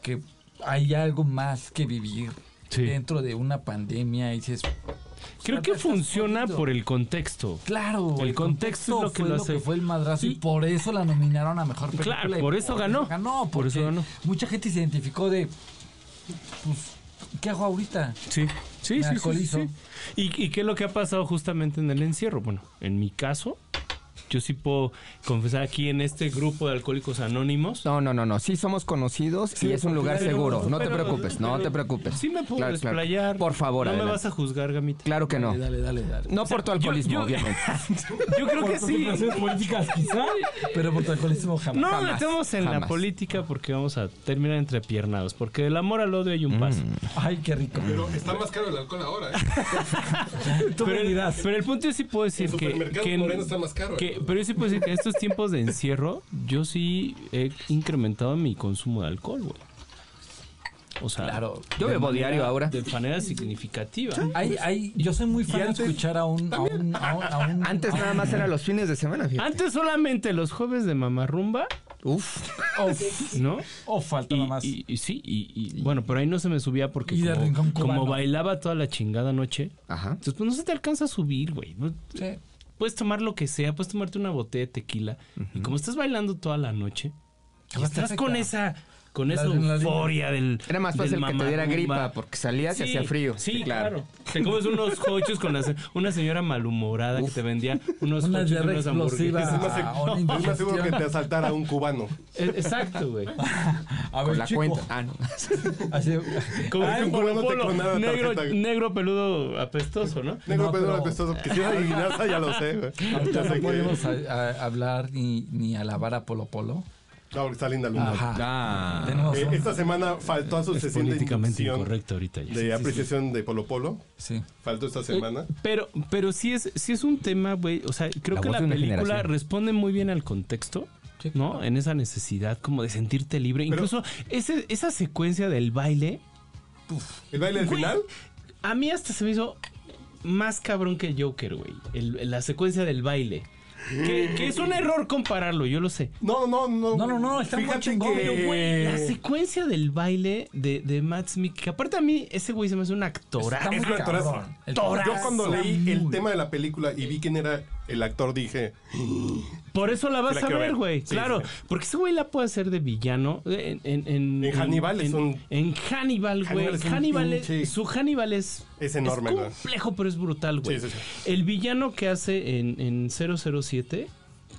Speaker 2: que hay algo más que vivir
Speaker 3: Sí.
Speaker 2: dentro de una pandemia y dices,
Speaker 4: Ah,
Speaker 3: Creo que funciona por el contexto.
Speaker 2: Claro,
Speaker 3: El contexto es lo que
Speaker 2: fue
Speaker 3: lo hace.
Speaker 2: fue el madrazo y,
Speaker 3: Y-
Speaker 2: por eso la nominaron a mejor película.
Speaker 3: Claro,
Speaker 2: y
Speaker 3: por eso ganó.
Speaker 2: ganó,
Speaker 3: Por eso
Speaker 2: porque
Speaker 3: ganó.
Speaker 2: Mucha gente se identificó de pues ¿qué hago ahorita?
Speaker 3: Sí, sí,
Speaker 2: Me
Speaker 3: sí. sí, sí,
Speaker 2: alcoholizo.
Speaker 3: sí. ¿Y, y qué es lo que ha pasado justamente en el encierro? Bueno, en mi caso, yo sí puedo confesar aquí en este grupo de alcohólicos anónimos.
Speaker 4: No, no, no, no. Sí somos conocidos y es un lugar
Speaker 3: Pero-
Speaker 4: seguro. No te
Speaker 3: pero-
Speaker 4: preocupes, no
Speaker 3: pero
Speaker 4: te preocupes.
Speaker 3: Sí me puedo
Speaker 4: Claro, claro.
Speaker 3: desplayar.
Speaker 4: Por favor,
Speaker 3: No me
Speaker 4: adelante.
Speaker 3: vas a juzgar, gamita.
Speaker 4: Claro que no.
Speaker 2: Dale, dale, dale.
Speaker 4: No por tu alcoholismo,
Speaker 3: yo-
Speaker 4: obviamente.
Speaker 3: Yo creo que sí.
Speaker 2: políticas quizá, pero por tu alcoholismo jamás.
Speaker 3: No
Speaker 4: Jamás,
Speaker 3: metemos en la
Speaker 4: jamás.
Speaker 3: política porque vamos a terminar entrepiernados. Porque del amor al odio hay un paso.
Speaker 4: Mm.
Speaker 2: Ay, qué rico.
Speaker 1: Pero está más caro el alcohol ahora, ¿eh?
Speaker 2: Tú me
Speaker 3: Pero, el-
Speaker 2: dirás.
Speaker 3: pero el punto yo sí puedo decir
Speaker 1: En
Speaker 3: que,
Speaker 1: supermercados
Speaker 3: que en-
Speaker 1: Moreno está más caro, ¿eh?
Speaker 3: que-
Speaker 1: ¿no?
Speaker 3: pero yo sí puedo decir que en estos tiempos de encierro yo sí he incrementado mi consumo de alcohol, güey. O sea,
Speaker 2: Claro.
Speaker 4: Yo
Speaker 3: de
Speaker 4: bebo
Speaker 3: manera-
Speaker 4: diario ahora.
Speaker 3: De manera significativa.
Speaker 2: Ay, ay, yo soy muy fan de escuchar a un, a un, a un, a un-
Speaker 4: Antes nada más era los fines de semana, fíjate.
Speaker 3: Antes solamente los jueves de mamarrumba,
Speaker 4: Ah. Uf.
Speaker 2: o,
Speaker 3: ¿no?
Speaker 2: o falta
Speaker 3: Y,
Speaker 2: nada más.
Speaker 3: y- y sí, y, y- bueno, pero ahí no se me subía porque
Speaker 2: Y de rincón
Speaker 3: como, como
Speaker 2: cubano.
Speaker 3: bailaba toda la chingada noche,
Speaker 4: Ajá.
Speaker 3: entonces pues no se te alcanza a subir, güey. No-
Speaker 2: Sí.
Speaker 3: Puedes tomar lo que sea, puedes tomarte una botella de tequila. Y como estás bailando toda la noche, y
Speaker 2: Te
Speaker 3: estás
Speaker 2: afecta.
Speaker 3: con esa, con
Speaker 2: La
Speaker 3: esa
Speaker 2: adrenalina.
Speaker 3: euforia del.
Speaker 4: Era más
Speaker 3: del
Speaker 4: fácil que te diera
Speaker 3: mamarrumba.
Speaker 4: gripa porque salías y hacía frío.
Speaker 3: Sí, claro. Te comes unos hochos con la se- una señora malhumorada que te vendía unos
Speaker 2: Una
Speaker 3: hochos y
Speaker 2: diarrea
Speaker 3: unas
Speaker 2: explosiva.
Speaker 3: hamburguesas.
Speaker 1: Es más,
Speaker 2: Ah, una
Speaker 1: seg- es más seguro que
Speaker 2: indigestión.
Speaker 1: te asaltara un cubano.
Speaker 3: Eh, Exacto, güey.
Speaker 2: A
Speaker 4: Con
Speaker 2: ver,
Speaker 4: la
Speaker 2: chico.
Speaker 4: cuenta. Ah, no.
Speaker 2: Así-
Speaker 3: Como
Speaker 1: Ay,
Speaker 3: un polo,
Speaker 1: no te con nada,
Speaker 3: negro,
Speaker 1: tarjeta.
Speaker 3: negro peludo apestoso, ¿no?
Speaker 1: Negro
Speaker 2: No,
Speaker 1: Pedro
Speaker 2: pero-
Speaker 1: Apestoso, que si era adivinanza, ya lo sé, güey.
Speaker 2: Ahorita
Speaker 1: Ya sé
Speaker 2: no
Speaker 1: que-
Speaker 2: podemos a- a- hablar ni, ni alabar a Polo Polo.
Speaker 1: No, porque está linda Luna.
Speaker 2: Ajá.
Speaker 4: Ah.
Speaker 2: Tenemos
Speaker 1: Eh,
Speaker 2: un-
Speaker 1: esta semana faltó a su
Speaker 3: Es
Speaker 1: sesión de
Speaker 3: políticamente
Speaker 1: inducción
Speaker 3: incorrecto ahorita ya.
Speaker 1: de apreciación de Polo Polo.
Speaker 2: sí.
Speaker 1: Faltó
Speaker 2: Eh,
Speaker 1: esta semana.
Speaker 3: Pero, pero sí es, sí es un tema, güey. O sea, creo
Speaker 4: La
Speaker 3: que
Speaker 4: voz
Speaker 3: la
Speaker 4: de una
Speaker 3: película
Speaker 4: generación.
Speaker 3: responde muy bien al contexto,
Speaker 2: Sí,
Speaker 3: ¿no? En esa necesidad como de sentirte libre.
Speaker 1: Pero-
Speaker 3: Incluso ese- esa secuencia del baile,
Speaker 1: El baile del
Speaker 3: Güey.
Speaker 1: final.
Speaker 3: a mí hasta se me hizo más cabrón que Joker, güey. El- La secuencia del baile. Que, que es un error compararlo, yo lo sé.
Speaker 1: No, no, no.
Speaker 2: No, no, no, está muy
Speaker 1: Fíjate
Speaker 2: chingón,
Speaker 1: que...
Speaker 2: pero, güey,
Speaker 1: Eh.
Speaker 3: La secuencia del baile de, de Matt Smith, que aparte a mí ese güey se me hace un actorazo.
Speaker 2: Está
Speaker 1: Es
Speaker 2: muy
Speaker 1: un actorazo.
Speaker 2: cabrón. El-
Speaker 1: Yo cuando leí el tema de la película y vi quién era el actor, dije...
Speaker 3: Por eso la vas
Speaker 1: la
Speaker 3: a
Speaker 1: quiero
Speaker 3: ver,
Speaker 1: ver.
Speaker 3: güey.
Speaker 1: Sí,
Speaker 3: claro.
Speaker 1: sí, sí.
Speaker 3: Porque ese güey la puede hacer de villano. En, en, en,
Speaker 1: En Hannibal es un-
Speaker 3: En Hannibal, güey.
Speaker 1: Hannibal es un
Speaker 3: Hannibal es-
Speaker 1: pinche-
Speaker 3: su Hannibal es.
Speaker 1: Es enorme, güey.
Speaker 3: complejo, pero es brutal, güey.
Speaker 1: Sí, sí,
Speaker 3: El villano que hace en, en 007.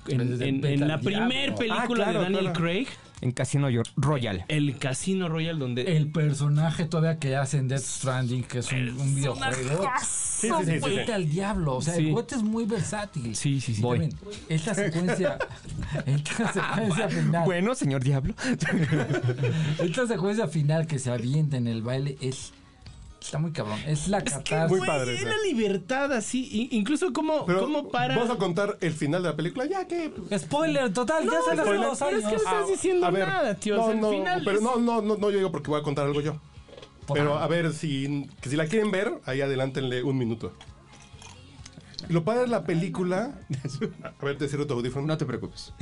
Speaker 2: El
Speaker 3: En,
Speaker 2: Pues de
Speaker 3: en-
Speaker 2: Vete
Speaker 3: en
Speaker 2: al
Speaker 3: la
Speaker 2: diablo.
Speaker 3: primer
Speaker 2: Ah,
Speaker 3: película
Speaker 4: claro,
Speaker 3: de Daniel
Speaker 4: claro.
Speaker 3: Craig,
Speaker 4: En Casino Yor- Royal.
Speaker 3: el Casino Royal,
Speaker 1: Eh,
Speaker 3: donde.
Speaker 2: El personaje todavía que hace en Death Stranding, que es un, un videojuego.
Speaker 1: Sí, sí, sí, sí, sí.
Speaker 2: Vete al diablo. O sea,
Speaker 3: Sí.
Speaker 2: el bote es muy versátil.
Speaker 3: Sí, sí, sí.
Speaker 2: Miren, Esta secuencia. esta secuencia final.
Speaker 4: Bueno, señor Diablo.
Speaker 2: Esta secuencia final que se avienta en el baile es. Está muy cabrón. Es la
Speaker 3: Es que,
Speaker 2: catarsis.
Speaker 1: Muy
Speaker 3: güey,
Speaker 1: padre,
Speaker 3: es
Speaker 1: sí.
Speaker 3: la libertad así. i- Incluso como,
Speaker 1: Pero
Speaker 3: como para.
Speaker 1: ¿Vas a contar el final de la película? Ya que...
Speaker 2: Spoiler, total, ya salió hace
Speaker 1: spoiler.
Speaker 2: dos
Speaker 3: Pero
Speaker 2: años.
Speaker 3: es que no estás diciendo nada, tío.
Speaker 1: Ah, No,
Speaker 3: O sea, al
Speaker 1: no,
Speaker 3: final
Speaker 1: pero
Speaker 3: es-
Speaker 1: no, no, no, no, yo digo porque voy a contar algo yo. Pero a ver, si, que si la quieren ver, ahí adelántenle un minuto. Lo padre de la película. A ver, te cierro tu audífono.
Speaker 4: No te preocupes.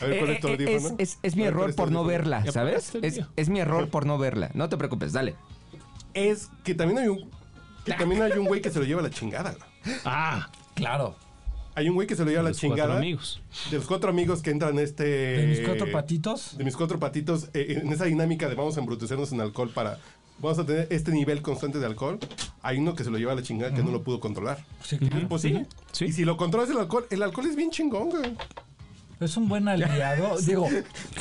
Speaker 1: A ver, ¿cuál es tu
Speaker 4: Eh, eh,
Speaker 1: audífono?
Speaker 4: es- es- es mi
Speaker 1: A ver, ¿cuál
Speaker 4: error
Speaker 1: es tu
Speaker 4: por no
Speaker 1: audífono?
Speaker 4: verla,
Speaker 3: Ya
Speaker 4: ¿sabes?
Speaker 3: apagaste el
Speaker 4: Es,
Speaker 3: mío.
Speaker 4: es mi error por no verla. No te preocupes, dale.
Speaker 1: Es que también hay un. Que también hay un güey que se lo lleva a la chingada. güey.
Speaker 3: Ah,
Speaker 2: Claro.
Speaker 1: Hay un güey que se lo lleva a la
Speaker 3: los
Speaker 1: chingada.
Speaker 3: cuatro amigos.
Speaker 1: De los cuatro amigos que entran este.
Speaker 2: De mis cuatro patitos.
Speaker 1: De mis cuatro patitos, eh, en esa dinámica de vamos a embrutecernos en alcohol para. Vamos a tener este nivel constante de alcohol. Hay uno que se lo lleva a la chingada que no lo pudo controlar.
Speaker 2: Sí, claro.
Speaker 1: Pues sí.
Speaker 3: Sí.
Speaker 1: Y si lo controlas el alcohol, el alcohol es bien chingón, güey.
Speaker 2: Es un buen aliado. Digo,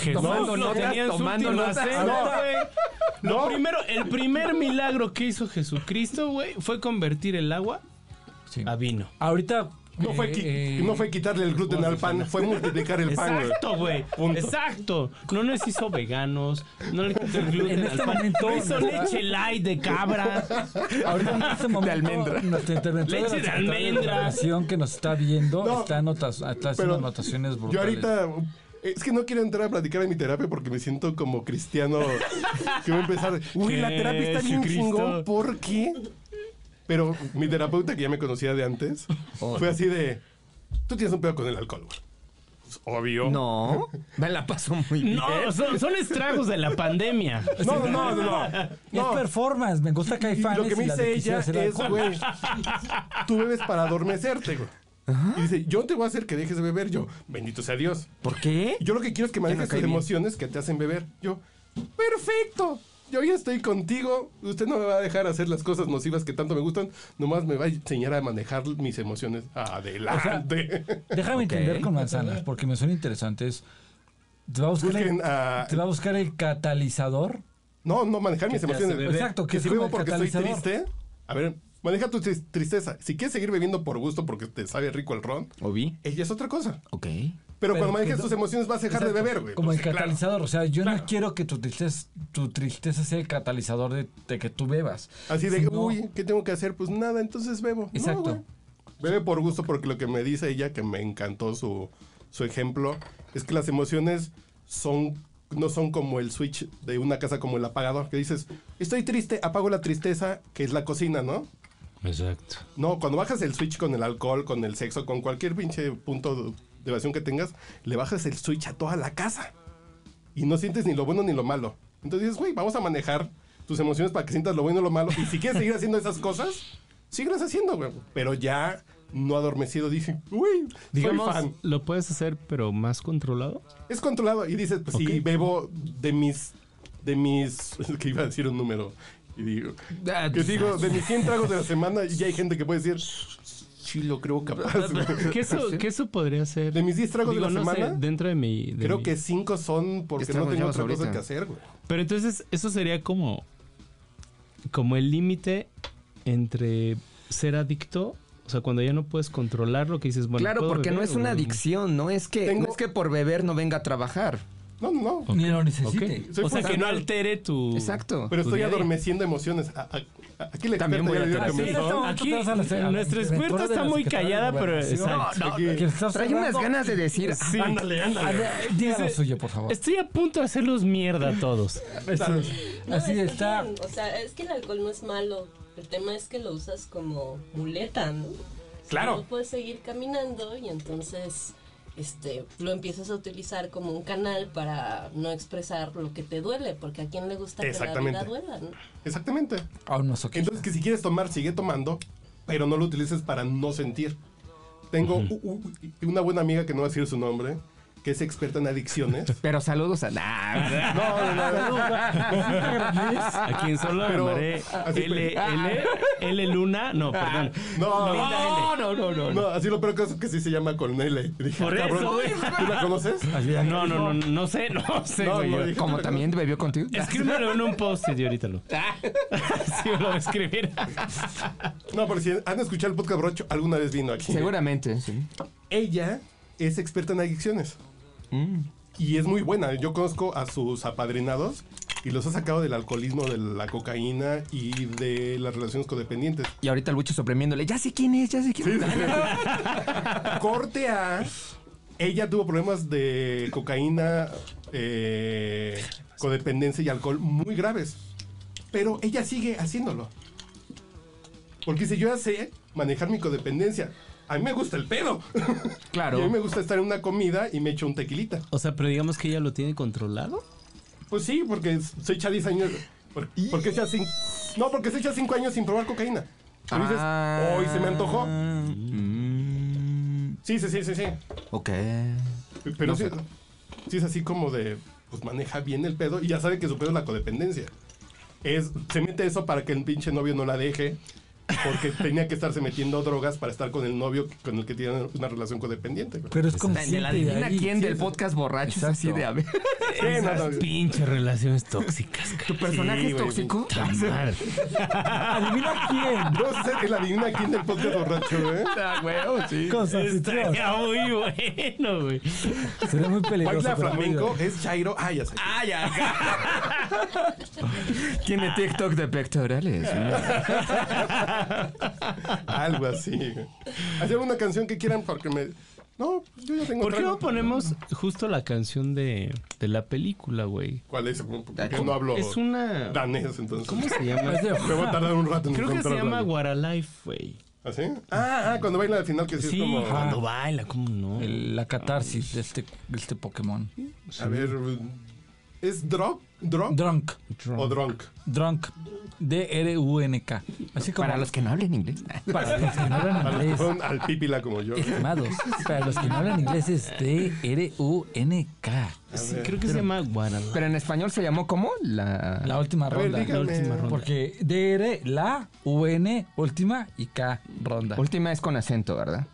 Speaker 3: Jesús lo
Speaker 4: notas,
Speaker 3: tenía en su
Speaker 4: tomando
Speaker 3: última
Speaker 4: notas.
Speaker 3: cena,
Speaker 1: No.
Speaker 3: güey. Lo primero, el primer milagro que hizo Jesucristo, güey, fue convertir el agua
Speaker 2: sí.
Speaker 3: a vino.
Speaker 2: ahorita
Speaker 1: No fue, qui-
Speaker 2: Eh, eh.
Speaker 1: no fue quitarle el gluten al pan, fue multiplicar el pan, güey.
Speaker 3: Exacto, güey.
Speaker 1: Punto.
Speaker 3: Exacto. No nos hizo veganos. No le quitó el gluten
Speaker 2: En
Speaker 3: al
Speaker 2: este
Speaker 3: pan.
Speaker 2: momento,
Speaker 3: No hizo
Speaker 2: ¿verdad?
Speaker 3: leche light de cabra.
Speaker 2: Ahorita en este momento,
Speaker 4: almendra.
Speaker 2: nuestra interventora
Speaker 3: Leche
Speaker 2: la
Speaker 3: de
Speaker 2: secretaria
Speaker 3: almendra.
Speaker 2: Gobernación que nos está viendo
Speaker 1: No,
Speaker 2: está, anotas- está
Speaker 1: Pero
Speaker 2: haciendo anotaciones brutales.
Speaker 1: Yo ahorita. Es que no quiero entrar a platicar de mi terapia porque me siento como cristiano. que voy a empezar. Uy, la terapia está bien
Speaker 3: Jesucristo.
Speaker 1: chingón. ¿Por qué? Pero mi terapeuta, que ya me conocía de antes, fue así de. Tú tienes un pedo con el alcohol, güey. Es obvio.
Speaker 4: No, me la paso muy bien.
Speaker 2: ¿Eh?
Speaker 3: No, son, son estragos de la pandemia.
Speaker 1: No, no, no, no. no.
Speaker 2: Es performance, me gusta que hay fans.
Speaker 1: lo que me dice ella es, güey, tú bebes para adormecerte, güey. Y dice, yo te voy a hacer que dejes de beber. Yo, bendito sea Dios.
Speaker 4: ¿Por qué?
Speaker 1: Yo lo que quiero es que
Speaker 4: Ya
Speaker 1: manejes
Speaker 4: me caí
Speaker 1: tus
Speaker 4: bien.
Speaker 1: emociones que te hacen beber. Yo, perfecto. Yo ya estoy contigo. Usted no me va a dejar hacer las cosas nocivas que tanto me gustan. Nomás me va a enseñar a manejar mis emociones. Adelante.
Speaker 2: Déjame
Speaker 4: Ok.
Speaker 2: entender con manzanas, porque me suena interesante. Es, te va a buscar,
Speaker 1: Busquen ah,
Speaker 2: el,
Speaker 1: a...
Speaker 2: te va a buscar el catalizador.
Speaker 1: No, no manejar mis
Speaker 2: te hace
Speaker 1: emociones.
Speaker 2: beber. Exacto, que
Speaker 1: que
Speaker 2: es
Speaker 1: si
Speaker 2: como
Speaker 1: bebo
Speaker 2: el
Speaker 1: porque estoy
Speaker 2: catalizador.
Speaker 1: triste. A ver, maneja tu tris- tristeza. Si quieres seguir bebiendo por gusto porque te sabe rico el ron,
Speaker 4: ¿O vi?
Speaker 1: ella es otra cosa.
Speaker 4: Ok.
Speaker 1: Pero,
Speaker 2: Pero
Speaker 1: cuando manejes
Speaker 2: que no-
Speaker 1: tus emociones vas a dejar de
Speaker 2: Exacto,
Speaker 1: beber, güey.
Speaker 2: Como
Speaker 1: Pues,
Speaker 2: el
Speaker 1: claro.
Speaker 2: catalizador. O sea, yo no quiero que tu tristeza, tu tristeza sea el catalizador de, de que tú bebas.
Speaker 1: Así de,
Speaker 2: Si no-
Speaker 1: uy, ¿qué tengo que hacer? Pues nada, entonces bebo. No,
Speaker 2: Exacto.
Speaker 1: güey. Bebe por gusto porque lo que me dice ella, que me encantó su, su ejemplo, es que las emociones son no son como el switch de una casa como el apagador, que dices, estoy triste, apago la tristeza, que es la cocina, ¿no?
Speaker 3: Exacto.
Speaker 1: No, cuando bajas el switch con el alcohol, con el sexo, con cualquier pinche punto de de evasión que tengas, le bajas el switch a toda la casa. Y no sientes ni lo bueno ni lo malo. Entonces dices, güey, vamos a manejar tus emociones para que sientas lo bueno y lo malo. Y si quieres seguir haciendo esas cosas, síguelas haciendo, güey. Pero ya no adormecido, dije, güey, digamos.
Speaker 3: Digamos, lo puedes hacer, pero más controlado.
Speaker 1: Es controlado. Y dices, pues si
Speaker 3: Ok.
Speaker 1: bebo de mis. De mis. Es que iba a decir un número. Y digo.
Speaker 4: Ah,
Speaker 1: Que digo, de mis 100 tragos de la semana, y ya hay gente que puede decir. Sí, lo creo capaz. güey".
Speaker 3: Que eso, que eso podría ser.
Speaker 1: De mis 10 tragos
Speaker 3: Digo,
Speaker 1: de la
Speaker 3: no sé,
Speaker 1: semana,
Speaker 3: dentro de mi. de
Speaker 1: creo
Speaker 3: mi- Este
Speaker 1: que 5 son porque
Speaker 4: ¿Qué
Speaker 1: no
Speaker 4: tragos
Speaker 1: tengo
Speaker 4: llevas
Speaker 1: otra cosa
Speaker 4: ahorita?
Speaker 1: que hacer, güey.
Speaker 3: Pero entonces, eso sería como. Como el límite entre ser adicto. O sea, cuando ya no puedes controlar lo que dices. Bueno,
Speaker 4: claro,
Speaker 3: ¿puedo
Speaker 4: porque no
Speaker 3: beber
Speaker 4: es una
Speaker 3: o-
Speaker 4: adicción, no es que
Speaker 1: Tengo-
Speaker 4: no es que por beber no venga a trabajar.
Speaker 1: No, no, no.
Speaker 2: Ni lo
Speaker 3: Ok.
Speaker 2: necesite.
Speaker 1: Soy
Speaker 3: O sea, que no
Speaker 1: funcional.
Speaker 3: altere tu.
Speaker 4: Exacto.
Speaker 1: Pero
Speaker 3: tu
Speaker 1: estoy
Speaker 3: día a día.
Speaker 1: adormeciendo emociones. A- a- a- Aquí le
Speaker 4: También voy a
Speaker 2: Ah, sí, en este momento
Speaker 3: Aquí,
Speaker 2: te vas a la- a la interventora
Speaker 3: nuestra experta
Speaker 2: de
Speaker 3: está
Speaker 2: la
Speaker 3: muy
Speaker 2: Secretaría de
Speaker 3: callada, pero-
Speaker 2: Gobernación,
Speaker 3: exacto.
Speaker 1: No, no, no.
Speaker 2: que está
Speaker 4: Trae unas
Speaker 2: cerrando.
Speaker 4: ganas de decir, "Ah,
Speaker 3: Sí.
Speaker 1: Ándale,
Speaker 2: A
Speaker 1: ándale.
Speaker 2: ver, Diga lo
Speaker 3: Dice-
Speaker 2: suyo, por favor.
Speaker 3: Estoy a punto de hacerlos mierda a todos.
Speaker 5: No,
Speaker 2: Así
Speaker 5: está
Speaker 2: está.
Speaker 5: bien, O sea, es que el alcohol no es malo. El tema es que lo usas como muleta, ¿no? O sea,
Speaker 1: Claro.
Speaker 5: No puedes seguir caminando y entonces este, lo empiezas a utilizar como un canal para no expresar lo que te duele, porque a quién le gusta que la vida
Speaker 1: Exactamente.
Speaker 5: duela, ¿no?
Speaker 1: Exactamente.
Speaker 2: Aún no soy
Speaker 1: Entonces, que si quieres tomar, sigue tomando, pero no lo utilices para no sentir. Tengo u- u- una buena amiga que no va a decir su nombre, que es experta en adicciones.
Speaker 4: Pero saludos a nah,
Speaker 1: No, no, no, no.
Speaker 3: A quien solo
Speaker 1: Pero-
Speaker 3: llamaré
Speaker 1: así,
Speaker 3: L,
Speaker 1: pero-
Speaker 3: L, L Luna. No, perdón.
Speaker 2: Ah.
Speaker 1: No,
Speaker 3: No, no, no, no.
Speaker 1: No, así lo peor que es que sí se llama Cornele. Dije,
Speaker 3: Por
Speaker 1: "Ah,
Speaker 3: eso, güey.
Speaker 1: ¿Tú la conoces?
Speaker 3: No, no, no, no, no sé, no sé,
Speaker 1: No,
Speaker 3: güey.
Speaker 1: no,
Speaker 3: yo.
Speaker 1: dije-
Speaker 4: como también bebió contigo.
Speaker 3: Escríbelo en un post y ahorita lo. Sí, lo voy a escribir.
Speaker 1: No, pero si han escuchado el podcast brocho, alguna vez vino aquí.
Speaker 4: Seguramente, sí.
Speaker 1: Ella es experta en adicciones. Y es muy buena. Yo conozco a sus apadrinados y los ha sacado del alcoholismo, de la cocaína y de las relaciones codependientes.
Speaker 4: Y ahorita el bucho sorprendiéndole, ya sé quién es, ya sé quién es.
Speaker 1: Corte A. Ella tuvo problemas de cocaína, eh, codependencia y alcohol muy graves. Pero ella sigue haciéndolo. Porque dice, yo ya sé manejar mi codependencia. A mí me gusta el pedo.
Speaker 4: Claro.
Speaker 1: Y a mí me gusta estar en una comida y me echo un tequilita.
Speaker 3: O sea, pero digamos que ella lo tiene controlado.
Speaker 1: Pues sí, porque se echa 10 años. por- Porque se echa cin- No, porque se echa 5 años sin probar cocaína. Y dices,
Speaker 4: Ah.
Speaker 1: hoy se me antojó.
Speaker 4: Mm,
Speaker 1: Sí, sí, sí, sí, sí.
Speaker 4: ok.
Speaker 1: Pero sí, sí es así como de, pues maneja bien el pedo y ya sabe que su pedo es la codependencia. Es, se mete eso para que el pinche novio no la deje, porque tenía que estarse metiendo drogas para estar con el novio con el que tiene una relación codependiente. güey.
Speaker 2: Pero es como.
Speaker 4: De la adivina quién del podcast borracho es así
Speaker 2: Exacto.
Speaker 4: de a ver.
Speaker 1: Sí, no, no,
Speaker 3: Pinches relaciones tóxicas,
Speaker 4: ¿Tu personaje
Speaker 1: Sí,
Speaker 4: es
Speaker 1: güey,
Speaker 4: tóxico?
Speaker 3: cabrón.
Speaker 2: Adivina quién.
Speaker 1: no sé, el adivina quién del podcast borracho, ¿eh?
Speaker 4: Ah, güey, oh, sí.
Speaker 2: Cosa
Speaker 7: Estaría muy bueno, güey.
Speaker 2: Sería muy peligroso.
Speaker 1: Baila
Speaker 2: pero
Speaker 1: flamenco, es Chairo. Ah, ya sé.
Speaker 4: Ah, ya. Tiene TikTok de pectorales.
Speaker 1: Algo así. güey. Hacer una canción que quieran porque me. No, pues yo ya tengo.
Speaker 3: ¿Por qué
Speaker 1: otra.
Speaker 3: no ponemos justo la canción de, de la película, güey?
Speaker 1: ¿Cuál es? ¿Por qué no hablo
Speaker 3: Ah, Es una...
Speaker 1: danés entonces?
Speaker 3: ¿Cómo se
Speaker 2: No
Speaker 3: llama?
Speaker 2: es de
Speaker 1: Me voy a tardar un rato en
Speaker 3: Creo que se
Speaker 1: encontrarla.
Speaker 3: llama Guaralife, güey.
Speaker 1: ¿Ah, sí? Ah, ah, cuando baila al final que sí,
Speaker 3: Sí,
Speaker 1: es como.
Speaker 3: cuando baila, ¿cómo no?
Speaker 2: el- la catarsis de este, de este Pokémon.
Speaker 1: A ver. ¿Es drop? ¿Drop?
Speaker 2: Drunk.
Speaker 1: ¿O drunk?
Speaker 2: Drunk. D-R-U-N-K. Así como.
Speaker 4: Para los que no hablen inglés.
Speaker 2: para los que no hablan
Speaker 1: Al,
Speaker 2: inglés.
Speaker 1: al pípila como yo.
Speaker 2: Estimados, para los que no hablan inglés es D-R-U-N-K.
Speaker 3: Sí, creo que se llama Guaralife.
Speaker 4: Pero en español se llamó ¿cómo? La.
Speaker 2: La última
Speaker 1: A ver,
Speaker 2: ronda.
Speaker 1: díganme. La última ronda.
Speaker 2: Porque DR, la, UN, última y K, ronda.
Speaker 4: Última es con acento, ¿verdad?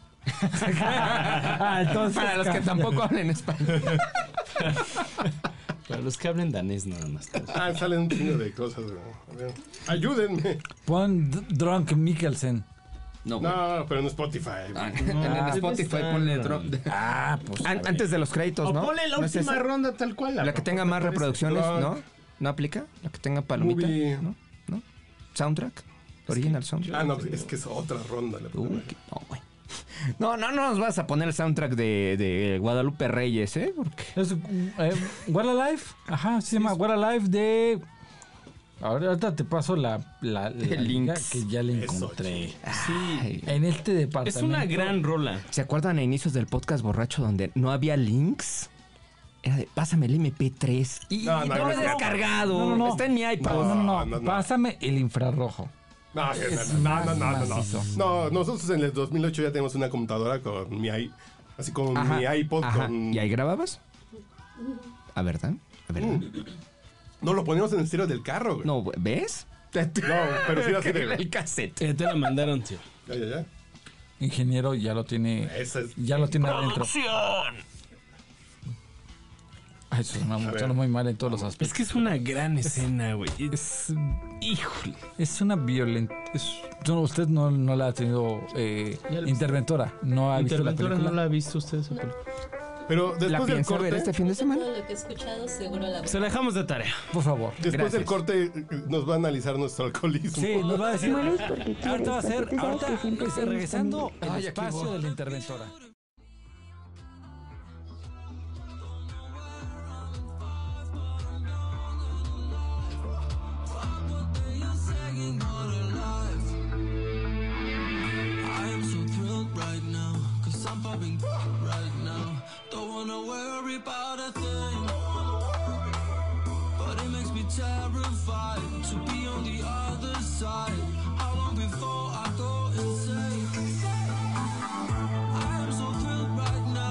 Speaker 2: Ah, entonces
Speaker 4: Para los que
Speaker 2: cambia.
Speaker 4: tampoco hablen español.
Speaker 3: Para los que hablen danés nada más.
Speaker 1: Ah, salen un chingo de cosas, güey. A ver. Ayúdenme.
Speaker 2: Pon D- Drunk Mikkelsen.
Speaker 4: No, güey.
Speaker 1: No, pero en Spotify. güey.
Speaker 4: en el
Speaker 2: Ah,
Speaker 4: Spotify ponle drop.
Speaker 2: Ah, pues.
Speaker 4: An- antes de los créditos,
Speaker 3: O
Speaker 4: ¿no?
Speaker 3: ponle la
Speaker 4: ¿No es
Speaker 3: última
Speaker 4: esa?
Speaker 3: ronda tal cual.
Speaker 4: La que tenga más reproducciones, ¿no? ¿No aplica? La que tenga palomita,
Speaker 1: Movie.
Speaker 4: ¿no? ¿No? ¿Soundtrack? ¿Original soundtrack?
Speaker 1: Ah, no, es que es otra ronda. La
Speaker 4: Uy, qué- no, güey. No, no, no nos vas a poner el soundtrack de, de Guadalupe Reyes, ¿eh? Porque...
Speaker 2: Es, eh, What Alive. Ajá, se llama What Alive de. Ahora, ahorita te paso la, la, la
Speaker 4: El
Speaker 2: liga
Speaker 4: links.
Speaker 2: que ya le
Speaker 1: Eso,
Speaker 2: encontré.
Speaker 4: Ay.
Speaker 2: En este departamento.
Speaker 3: Es una gran rola.
Speaker 4: ¿Se acuerdan a inicios del podcast borracho donde no había links? Era de, pásame el MP3. Y
Speaker 1: No,
Speaker 4: y
Speaker 1: no,
Speaker 4: no, lo he
Speaker 1: no, no.
Speaker 4: descargado.
Speaker 2: No, no, no.
Speaker 4: Está en mi iPod.
Speaker 2: No, no, no,
Speaker 1: No, no, no.
Speaker 2: Pásame el infrarrojo.
Speaker 1: No, no, no, no, no, no, no. No, nosotros en el 2008 ya tenemos una computadora con mi i- así como
Speaker 4: Ajá,
Speaker 1: mi iPod
Speaker 4: ajá.
Speaker 1: con- Uh,
Speaker 4: ¿Y ahí grababas? A ver, Dan. A ver, Dan.
Speaker 1: No, lo poníamos en el estéreo del carro, güey.
Speaker 4: No, ¿ves?
Speaker 1: No, pero sí era así de-
Speaker 4: el cassette.
Speaker 3: Eh, te la mandaron, tío.
Speaker 1: Ya, ya, ya.
Speaker 2: Ingeniero ya lo tiene.
Speaker 1: Esa es-
Speaker 2: Ya lo tiene adentro. Ay, Eso suena
Speaker 1: ver.
Speaker 2: suena muy mal en todos los
Speaker 3: Es
Speaker 2: aspectos.
Speaker 3: que es una gran escena, güey. Es... Híjole.
Speaker 2: Es una violenta. es- no, usted no, no la ha tenido eh,
Speaker 3: Ya la-
Speaker 2: interventora. No ha visto la
Speaker 3: Interventora,
Speaker 2: película.
Speaker 3: ¿no la ha visto usted esa película?
Speaker 1: Pero
Speaker 4: ¿La
Speaker 1: después del
Speaker 4: pienso ver
Speaker 1: corte,
Speaker 4: este fin de semana?
Speaker 5: Todo lo que he escuchado, seguro la
Speaker 3: Se
Speaker 5: voy
Speaker 3: la dejamos de tarea.
Speaker 2: Por favor.
Speaker 1: después del
Speaker 4: Gracias.
Speaker 1: corte eh, nos va a analizar nuestro alcoholismo.
Speaker 2: Sí, nos va a decir.
Speaker 8: Mueres porque quieres,
Speaker 2: Ahorita va a ser.
Speaker 8: porque tú sabes
Speaker 2: Ahorita
Speaker 8: que siempre
Speaker 2: es-
Speaker 8: te gustan.
Speaker 2: regresando el
Speaker 4: Ay, aquí
Speaker 2: espacio
Speaker 4: voy.
Speaker 2: de la interventora.
Speaker 9: I'm so thrilled right now, cause I'm popping right now. Don't wanna worry about a thing. But it makes me terrified to be on the other side. How long before I go insane? I'm so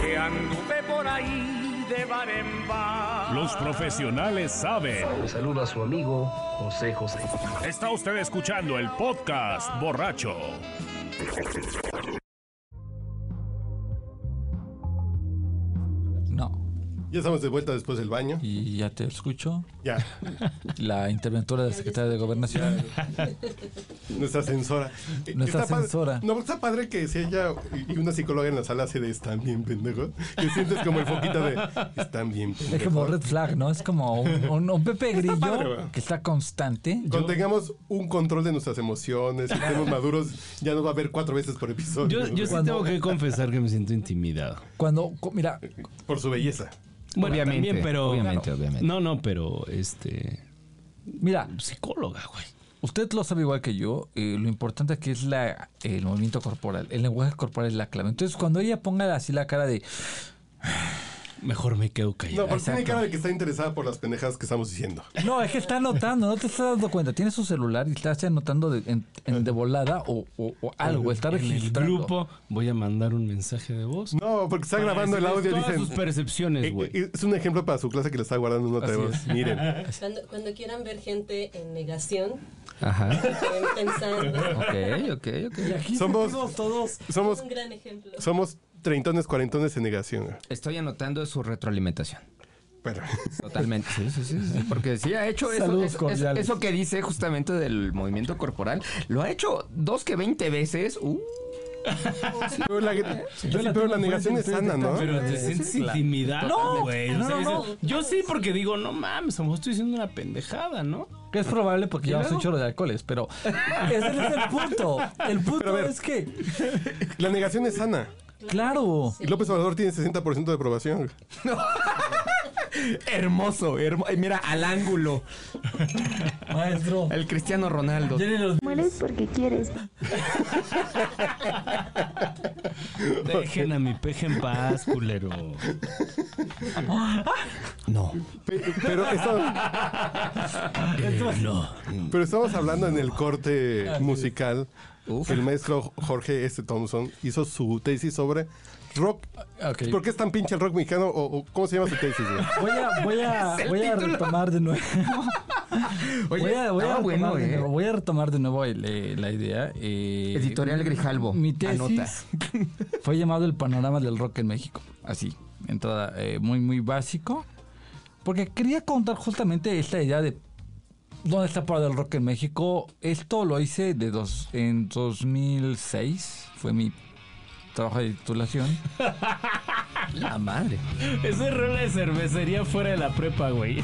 Speaker 8: que anduve por ahí de bar en bar.
Speaker 10: Los profesionales saben.
Speaker 11: Saluda a su amigo José José.
Speaker 10: Está usted escuchando el podcast borracho.
Speaker 2: No.
Speaker 1: Ya estamos de vuelta después del baño.
Speaker 2: Y ya te escucho.
Speaker 1: Ya,
Speaker 2: La interventora de la Secretaría de Gobernación.
Speaker 1: nuestra censora. Eh,
Speaker 2: Nuestra
Speaker 1: padre-
Speaker 2: censora.
Speaker 1: no, está padre que si ella y una psicóloga en la sala se de están bien pendejos. Que sientes como el foquito de están bien
Speaker 2: Es como
Speaker 1: pendejos.
Speaker 2: red flag, ¿no? Es como un, un- un Pepe Grillo
Speaker 1: padre, güey.
Speaker 2: que está constante.
Speaker 1: Cuando tengamos un control de nuestras emociones, que estemos maduros, ya nos va a ver cuatro veces por episodio.
Speaker 3: Yo, yo sí
Speaker 2: Cuando-
Speaker 3: tengo que confesar que me siento intimidado.
Speaker 2: Cuando, cu- mira,
Speaker 1: Por su belleza.
Speaker 3: Bueno,
Speaker 4: Obviamente,
Speaker 3: también, pero.
Speaker 4: obviamente, obviamente.
Speaker 3: No, no, pero este.
Speaker 2: mira,
Speaker 3: Psicóloga, güey.
Speaker 2: usted lo sabe igual que yo, eh, lo importante aquí es la, el movimiento corporal, el lenguaje corporal es la clave. Entonces, cuando ella ponga así la cara de,
Speaker 3: Mejor me quedo callado.
Speaker 1: No, porque tiene
Speaker 2: Exacto.
Speaker 1: cara de que está interesada por las pendejadas que estamos diciendo.
Speaker 2: no, es que está anotando, no te estás dando cuenta, tiene su celular y está así anotando de, en- en de volada o, o- o algo, está
Speaker 3: en el
Speaker 2: registrando.
Speaker 3: grupo voy a mandar un mensaje de voz.
Speaker 1: No, porque está
Speaker 3: Para
Speaker 1: grabando el
Speaker 3: decirles
Speaker 1: audio y
Speaker 3: todas
Speaker 1: dicen.
Speaker 3: sus percepciones,
Speaker 1: Eh,
Speaker 3: güey.
Speaker 1: eh, Es un ejemplo para su clase que le está guardando una
Speaker 2: Así
Speaker 1: de voz.
Speaker 2: es.
Speaker 1: Miren.
Speaker 5: Cuando, cuando quieran ver gente en negación,
Speaker 4: Ajá.
Speaker 5: que ven pensando.
Speaker 4: Ok, ok, ok.
Speaker 2: Y aquí
Speaker 1: Somos-
Speaker 2: sentimos todos.
Speaker 1: Somos,
Speaker 5: Es un gran ejemplo.
Speaker 1: somos treintones, cuarentones en negación.
Speaker 4: Estoy anotando su retroalimentación.
Speaker 1: Pero,
Speaker 4: Totalmente. Sí, sí, sí, sí, Porque sí ha hecho eso,
Speaker 2: Saludos
Speaker 4: eso, eso-
Speaker 2: cordiales.
Speaker 4: eso que dice justamente del movimiento corporal. Lo ha hecho dos que 20 veces. Uh,
Speaker 1: pero la, pero la
Speaker 2: tengo
Speaker 1: negación es
Speaker 2: enfrente,
Speaker 1: sana, ¿no?
Speaker 3: Pero te sientes intimidado, güey. O
Speaker 2: no,
Speaker 3: sea,
Speaker 2: no.
Speaker 3: dices, Yo sí, porque digo, no mames, a lo mejor estoy diciendo una pendejada, ¿no?
Speaker 2: Que es probable porque llevamos un chorro de alcoholes, pero ese no es el punto. El punto es que,
Speaker 1: La negación es sana.
Speaker 2: claro,
Speaker 1: Y López Obrador tiene 60% de aprobación.
Speaker 4: hermoso, hermoso. Mira, al ángulo.
Speaker 2: maestro.
Speaker 4: El Cristiano Ronaldo.
Speaker 2: Jenny los-
Speaker 12: Mueres porque quieres.
Speaker 3: Dejen a mi peje en paz, culero.
Speaker 4: No.
Speaker 1: Pe- Pero, eso-
Speaker 3: No.
Speaker 1: pero estamos hablando en el corte musical. El maestro Jorge S. Thompson hizo su tesis sobre rock.
Speaker 2: Ok.
Speaker 1: ¿Por qué es tan pinche el rock mexicano? ¿O, o cómo se llama su tesis? güey?
Speaker 2: Voy a, voy a, voy a retomar de nuevo.
Speaker 4: Oye,
Speaker 2: voy, a, voy, a
Speaker 4: Pues estaba
Speaker 2: retomar
Speaker 4: bueno,
Speaker 2: de
Speaker 4: eh.
Speaker 2: nuevo voy a retomar de nuevo el, eh, la idea. eh,
Speaker 4: Editorial Grijalbo,
Speaker 2: Mi tesis
Speaker 4: anota.
Speaker 2: fue llamado el panorama del rock en México. Así, en toda, eh, muy, muy básico. Porque quería contar justamente esta idea de dónde está parado el rock en México. Esto lo hice de dos, en 2006. Fue mi trabajo de titulación.
Speaker 4: La madre.
Speaker 3: Esa es rola de cervecería fuera de la prepa, güey.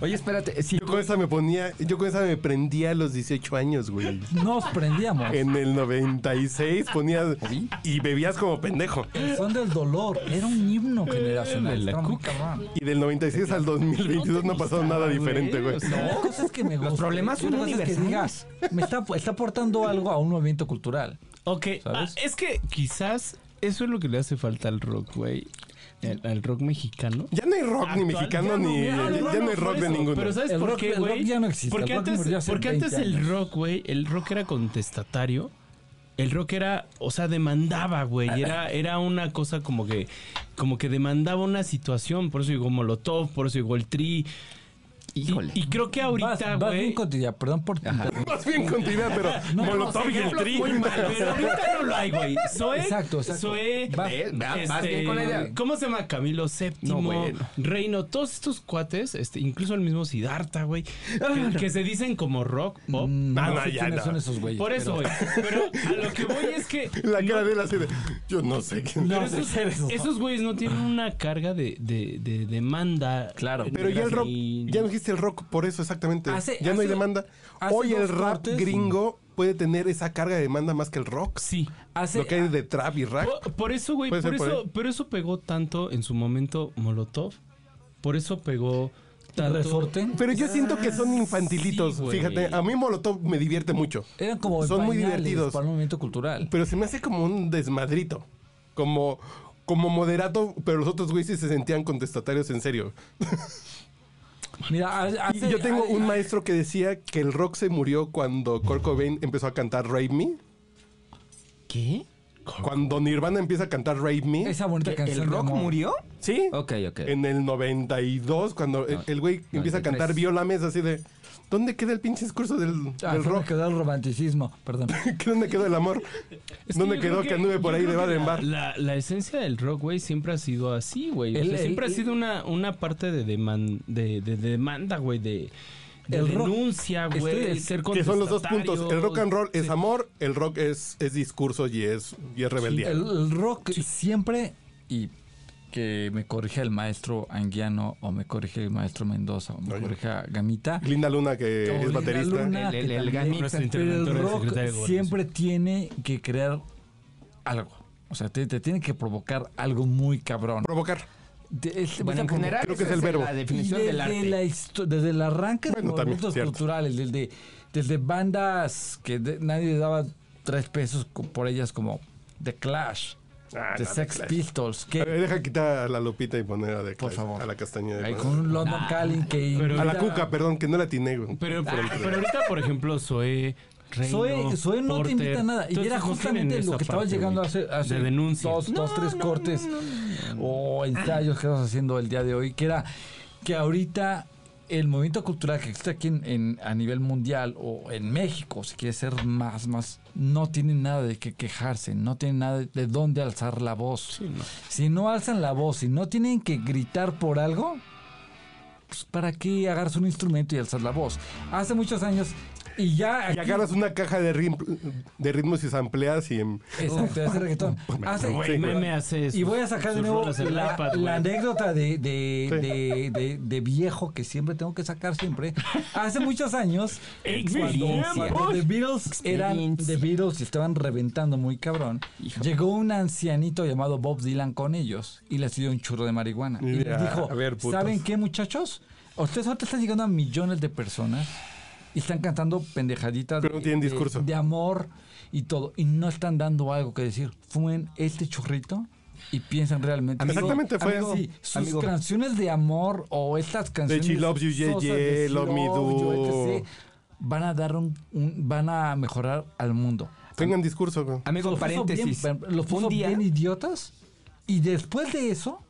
Speaker 4: Oye, espérate. Si
Speaker 1: Yo con esa me ponía, yo con esa me prendía a los 18 años, güey.
Speaker 2: Nos prendíamos.
Speaker 1: En el 96 ponías y bebías como pendejo.
Speaker 2: Son del dolor. Era un himno generacional.
Speaker 3: la
Speaker 2: estaba muy
Speaker 3: cuca.
Speaker 2: cabrón.
Speaker 1: Y del 96 al 2022 no pasó nada diferente, güey.
Speaker 3: O sea,
Speaker 2: Hay cosas que me gustan.
Speaker 4: problemas son
Speaker 2: Hay cosas que
Speaker 4: universales.
Speaker 2: digas, me está, está aportando algo a un movimiento cultural.
Speaker 3: Ok,
Speaker 2: ¿Sabes?
Speaker 3: ah, es que quizás eso es lo que le hace falta al rock, güey. El- Al rock mexicano.
Speaker 1: Ya no hay rock ni mexicano ni ya, ya no hay rock de ninguno.
Speaker 3: Pero ¿sabes
Speaker 2: El
Speaker 3: por
Speaker 2: rock-
Speaker 3: qué,
Speaker 2: el
Speaker 3: güey?
Speaker 2: rock ya no existe,
Speaker 3: Porque
Speaker 2: el rock murió
Speaker 3: antes,
Speaker 2: hace
Speaker 3: porque
Speaker 2: 20
Speaker 3: antes el
Speaker 2: años.
Speaker 3: rock, güey, el rock era contestatario. El rock era, o sea, demandaba, güey. Era, era una cosa como que, como que demandaba una situación. Por eso llegó Molotov, por eso llegó el Tri. Y,
Speaker 4: Híjole.
Speaker 3: y creo que
Speaker 2: Vas-
Speaker 3: ahorita,
Speaker 2: vas, bien
Speaker 3: güey.
Speaker 2: cotidiano, perdón por
Speaker 1: Más bien continúa, pero Molotov y el Tri.
Speaker 3: Muy mal, pero ahorita no lo hay, güey. Zoe.
Speaker 2: Exacto, exacto.
Speaker 3: Zoe. este,
Speaker 2: Va-
Speaker 4: Eh, va- vas bien con la idea.
Speaker 3: ¿Cómo se llama? Camilo VII,
Speaker 4: No, bueno.
Speaker 3: Reino, todos estos cuates, este, incluso el mismo Siddhartha, güey, que, que se dicen como rock pop.
Speaker 1: Ah,
Speaker 2: No
Speaker 1: no,
Speaker 2: sé
Speaker 1: ya,
Speaker 2: quiénes
Speaker 1: no.
Speaker 2: son esos güeyes.
Speaker 3: Por eso,
Speaker 2: pero-
Speaker 3: güey. Pero a lo que voy es que.
Speaker 1: La cara
Speaker 3: no-
Speaker 1: de él así de. Yo no sé quién.
Speaker 3: pero
Speaker 2: No, de
Speaker 3: esos,
Speaker 2: ser esos, no.
Speaker 3: esos güeyes no tienen una carga de, de- de demanda. Eh,
Speaker 2: Claro.
Speaker 1: Pero ya el rock,
Speaker 3: Ni-
Speaker 1: ya no existe el rock por eso exactamente.
Speaker 2: Hace-
Speaker 1: ya no hay
Speaker 2: hace-
Speaker 1: demanda.
Speaker 2: hace
Speaker 1: Hoy el
Speaker 2: dos
Speaker 1: rap
Speaker 2: cortes-
Speaker 1: gringo puede tener esa carga de demanda más que el rock.
Speaker 3: Sí.
Speaker 2: Hace-
Speaker 1: Lo que hay de trap y rap.
Speaker 3: Por, por eso, güey, por
Speaker 1: Puede
Speaker 3: eso,
Speaker 1: ser por ahí.
Speaker 3: pero eso pegó tanto en su momento Molotov. Por eso pegó tanto.
Speaker 2: resorte.
Speaker 1: Pero yo siento que son infantilitos.
Speaker 3: Sí, güey.
Speaker 1: Fíjate, a mí Molotov me divierte mucho.
Speaker 2: Eran como
Speaker 1: Son muy
Speaker 2: pañales
Speaker 1: divertidos.
Speaker 2: para un movimiento cultural.
Speaker 1: Pero se me hace como un desmadrito. Como, como moderato, pero los otros güeyes sí se sentían contestatarios en serio.
Speaker 2: Mira, ha-
Speaker 1: Y
Speaker 2: hace-
Speaker 1: yo tengo
Speaker 2: ha-
Speaker 1: un maestro que decía que el rock se murió cuando Kurt Cobain empezó a cantar Rape Me.
Speaker 3: ¿Qué?
Speaker 1: Cuando Nirvana empieza a cantar Rape Me.
Speaker 2: Esa bonita
Speaker 1: ¿Que el
Speaker 2: canción de
Speaker 1: rock
Speaker 2: amor.
Speaker 4: murió?
Speaker 1: Sí.
Speaker 4: Ok, ok.
Speaker 1: En el 92, cuando el- el güey empieza a
Speaker 2: 93.
Speaker 1: cantar Violame, es así de. ¿Dónde queda el pinche discurso del,
Speaker 2: Ah,
Speaker 1: del
Speaker 2: ¿dónde
Speaker 1: rock?
Speaker 2: quedó el romanticismo? Perdón.
Speaker 1: ¿Dónde quedó el amor? ¿Dónde
Speaker 3: yo
Speaker 1: quedó
Speaker 3: creo
Speaker 1: que anduve por
Speaker 3: yo
Speaker 1: ahí
Speaker 3: creo
Speaker 1: de
Speaker 3: que
Speaker 1: bar en
Speaker 3: la-
Speaker 1: bar?
Speaker 3: La, la esencia del rock, güey, siempre ha sido así, güey. O
Speaker 2: El-
Speaker 3: sea,
Speaker 2: el-
Speaker 3: siempre
Speaker 2: el-
Speaker 3: ha sido una, una parte de, deman- de, de demanda, güey, de, de
Speaker 2: El rock-
Speaker 3: denuncia, güey. ser
Speaker 1: Que son los dos puntos. El rock and roll es
Speaker 3: Sí.
Speaker 1: amor, el rock es, es discurso y es, y es rebeldía.
Speaker 2: El, el rock siempre, y que me corrija el maestro Anguiano, o me corrige el maestro Mendoza, o me corrija Gamita.
Speaker 1: Linda Luna, que
Speaker 2: o
Speaker 1: es
Speaker 2: Linda
Speaker 1: baterista.
Speaker 2: Luna,
Speaker 4: El- el-
Speaker 2: que
Speaker 4: el
Speaker 2: también-
Speaker 4: Gamita.
Speaker 2: Pero el
Speaker 3: Interventor del
Speaker 2: rock
Speaker 3: secretario de Gobernación.
Speaker 2: siempre tiene que crear algo. O sea, te, te tiene que provocar algo muy cabrón.
Speaker 1: Provocar.
Speaker 2: De- es-
Speaker 4: Bueno,
Speaker 2: o sea,
Speaker 4: en
Speaker 2: provocar-
Speaker 4: general,
Speaker 1: creo que es el
Speaker 4: esa
Speaker 1: verbo.
Speaker 4: la definición
Speaker 2: y
Speaker 4: del arte.
Speaker 2: desde la histo- desde el arranque
Speaker 1: Bueno,
Speaker 2: de
Speaker 1: también,
Speaker 2: productos
Speaker 1: cierto.
Speaker 2: culturales, desde, desde bandas que de- nadie daba tres pesos co- por ellas como The Clash,
Speaker 1: Ah,
Speaker 2: The
Speaker 1: no,
Speaker 2: Sex
Speaker 1: Clash.
Speaker 2: Pistols,
Speaker 1: A ver,
Speaker 2: que
Speaker 1: deja quitar a la lupita y poner a, de
Speaker 2: Por
Speaker 1: Clash,
Speaker 2: favor.
Speaker 1: a la castaña de
Speaker 2: Ay,
Speaker 1: Clash.
Speaker 2: con un London Calling que
Speaker 3: Pero-
Speaker 1: A la
Speaker 2: invita-
Speaker 1: cuca, perdón, que no la tiene, güey.
Speaker 3: Pero, pero, pero ahorita, por ejemplo, Zoé. Reino,
Speaker 2: Zoe, Zoe no
Speaker 3: Porter,
Speaker 2: te invita a nada. Y
Speaker 3: todos
Speaker 2: era
Speaker 3: esos no tienen
Speaker 2: justamente lo
Speaker 3: esa
Speaker 2: que estabas
Speaker 3: parte,
Speaker 2: llegando a
Speaker 3: güey,
Speaker 2: hacer hace
Speaker 3: De denuncia.
Speaker 2: dos, dos, tres cortes o ensayos que estamos haciendo el día de hoy, que era que ahorita el movimiento cultural que existe aquí en, en- a nivel mundial o en México, si quiere ser más, más, no tiene nada de qué quejarse, no tiene nada de dónde alzar la voz. Si no alzan la voz, si no tienen que gritar por algo, pues, ¿para qué agarras un instrumento y alzar la voz? Hace muchos años y ya...
Speaker 1: Y agarras una caja de, rim- de ritmos y sampleas y... em,
Speaker 2: Exacto, hace reggaetón. Hace-
Speaker 3: Este Güey,
Speaker 1: Sí.
Speaker 3: meme hace
Speaker 2: y voy a sacar de
Speaker 3: sus
Speaker 2: nuevo
Speaker 3: rolas en el
Speaker 2: la,
Speaker 3: iPad,
Speaker 2: la
Speaker 3: güey.
Speaker 2: anécdota de, de-
Speaker 1: Sí.
Speaker 2: de- de- de viejo que siempre tengo que sacar siempre. Hace muchos años, cuando,
Speaker 4: Experiencia.
Speaker 2: cuando The Beatles eran
Speaker 4: Experiencia.
Speaker 2: The Beatles y estaban reventando muy cabrón, llegó un ancianito llamado Bob Dylan con ellos y les dio un churro de marihuana. Y les
Speaker 1: Ya,
Speaker 2: dijo,
Speaker 1: a ver, putos.
Speaker 2: ¿saben qué muchachos? Ustedes ahorita están llegando a millones de personas y están cantando pendejaditas
Speaker 1: Pero no tienen
Speaker 2: de-
Speaker 1: discurso.
Speaker 2: de amor y todo. Y no están dando algo que decir. Fumen este churrito y piensan realmente.
Speaker 1: Amigo, Exactamente, fue-
Speaker 2: Amigo, sí, sus
Speaker 4: amigo.
Speaker 2: canciones de amor o estas canciones.
Speaker 1: She Loves You, Yeah,
Speaker 2: sosas
Speaker 1: Yeah,
Speaker 2: de She
Speaker 1: Love Me
Speaker 2: You,
Speaker 1: Do.
Speaker 2: etc., Van a dar un, un- van a mejorar al mundo.
Speaker 1: Tengan discurso, güey.
Speaker 4: Amigo,
Speaker 2: Los puso
Speaker 4: paréntesis.
Speaker 2: bien- los puso
Speaker 4: un día,
Speaker 2: bien idiotas. Y después de eso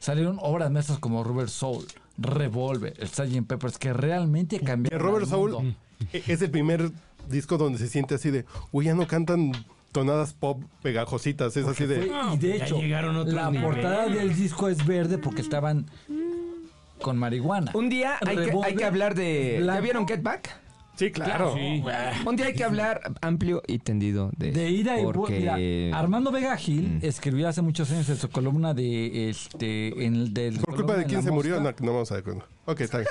Speaker 2: salieron obras maestras como Rubber Soul, Revolver, el Sgt. Peppers que realmente
Speaker 1: Que
Speaker 2: cambiaron.
Speaker 1: Eh, Robert
Speaker 2: al
Speaker 1: Saul
Speaker 2: mundo.
Speaker 1: e- es el primer disco donde se siente así de, güey, ya no cantan tonadas pop pegajositas, es así de...
Speaker 2: Fue- y de
Speaker 3: pues ya
Speaker 2: hecho,
Speaker 3: llegaron otros
Speaker 2: la
Speaker 3: niveles.
Speaker 2: portada del disco es verde porque estaban con marihuana.
Speaker 4: un día hay que, hay que hablar de. ¿Ya
Speaker 2: Blanco.
Speaker 4: vieron Get Back?
Speaker 1: Sí, claro.
Speaker 4: Un día hay que hablar amplio y tendido de.
Speaker 2: De ida y
Speaker 4: porque...
Speaker 2: vuelta. Mira, Armando Vega Gil
Speaker 3: Mm.
Speaker 2: escribió hace muchos años en su columna de este en el del
Speaker 1: Por culpa de quién
Speaker 2: quién
Speaker 1: se murió, no, no vamos a decirlo. Ok, está bien.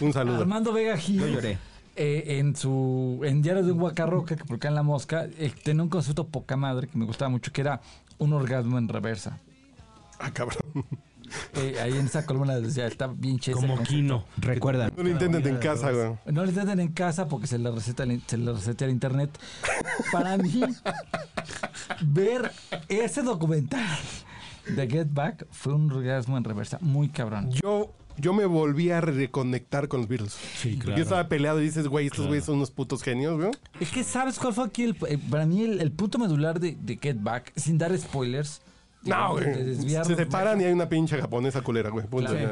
Speaker 1: Un saludo.
Speaker 2: Armando Vega Gil.
Speaker 4: Yo lloré.
Speaker 2: eh, en su en Diario de un Guacarroca que publicaba en La Mosca, eh, tenía un concepto poca madre que me gustaba mucho, que era un orgasmo en reversa.
Speaker 1: Ah, cabrón.
Speaker 2: Eh, ahí en esa columna decía, está bien chévere.
Speaker 3: Como Kino.
Speaker 4: Recuerda.
Speaker 1: No lo intenten en casa, güey.
Speaker 2: No lo intenten en casa porque se le receta el- se le resetea el internet. Para mí, ver ese documental de Get Back fue un orgasmo en reversa muy cabrón.
Speaker 1: Yo, yo me volví a reconectar con los Beatles.
Speaker 3: Sí,
Speaker 1: Porque Yo estaba peleado y dices, güey, estos
Speaker 3: Claro.
Speaker 1: güeyes son unos putos genios, güey.
Speaker 2: Es que sabes cuál fue aquí el, eh, para mí el, el punto medular de, de Get Back, sin dar spoilers.
Speaker 1: No,
Speaker 2: de- de
Speaker 1: güey.
Speaker 2: desviarnos,
Speaker 1: Se separan y hay una pinche japonesa culera, güey. Punto.
Speaker 2: Claro.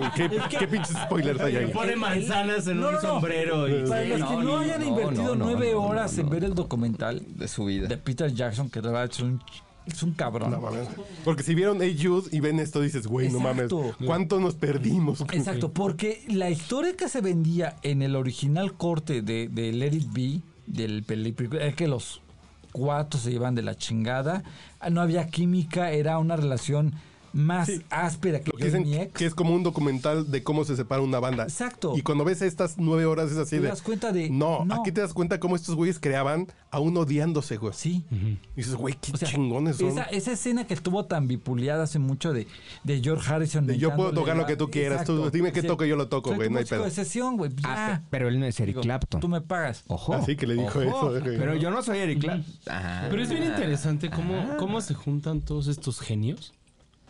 Speaker 1: Ya. ¿Qué, qué pinches spoilers hay ahí?
Speaker 3: Pone manzanas en
Speaker 2: No,
Speaker 3: un
Speaker 2: no, no.
Speaker 3: sombrero. y-
Speaker 2: Para los que no,
Speaker 4: no,
Speaker 2: hayan
Speaker 4: no,
Speaker 2: invertido
Speaker 4: no, no,
Speaker 2: nueve
Speaker 4: no, no,
Speaker 2: horas en
Speaker 4: no.
Speaker 2: ver el documental
Speaker 4: De su vida.
Speaker 2: de Peter Jackson, que de verdad es un, es un cabrón.
Speaker 1: No mames. Porque si vieron Hey Jude y ven esto, dices, güey, no mames.
Speaker 2: Exacto.
Speaker 1: ¿Cuánto nos perdimos?
Speaker 2: Exacto, porque la historia que se vendía en el original corte de, de Let It Be, del película, es que los cuatro se iban de la chingada, ah, no había química, era una relación más áspera que
Speaker 1: Lo que
Speaker 2: yo y mi
Speaker 1: dicen
Speaker 2: ex.
Speaker 1: que es como un documental de cómo se separa una banda.
Speaker 2: Exacto.
Speaker 1: Y cuando ves estas nueve horas es así
Speaker 2: Te
Speaker 1: de.
Speaker 2: das cuenta de-
Speaker 1: No,
Speaker 2: no.
Speaker 1: aquí te das cuenta cómo estos güeyes creaban aún odiándose, güey.
Speaker 2: Sí.
Speaker 1: Y dices, güey, qué
Speaker 2: O sea,
Speaker 1: chingones son.
Speaker 2: Esa, esa escena que estuvo tan bipuleada hace mucho de, de George Harrison.
Speaker 1: De yo puedo
Speaker 2: mentándole
Speaker 1: tocar lo
Speaker 2: la-
Speaker 1: que tú quieras, tú dime qué
Speaker 2: Dice,
Speaker 1: toco, yo lo toco,
Speaker 2: soy
Speaker 1: güey,
Speaker 2: tu
Speaker 1: no hay
Speaker 2: músico
Speaker 1: pedo.
Speaker 2: de sesión, güey,
Speaker 4: Ah,
Speaker 2: ya.
Speaker 4: pero él no es Eric Clapton.
Speaker 2: Tú me pagas.
Speaker 4: Ojo.
Speaker 1: Así Ah, que le dijo eso, eh, güey.
Speaker 4: Pero yo no soy Eric Clapton. Ah. Ajá.
Speaker 3: Ah. Pero es bien interesante cómo, cómo se juntan todos estos genios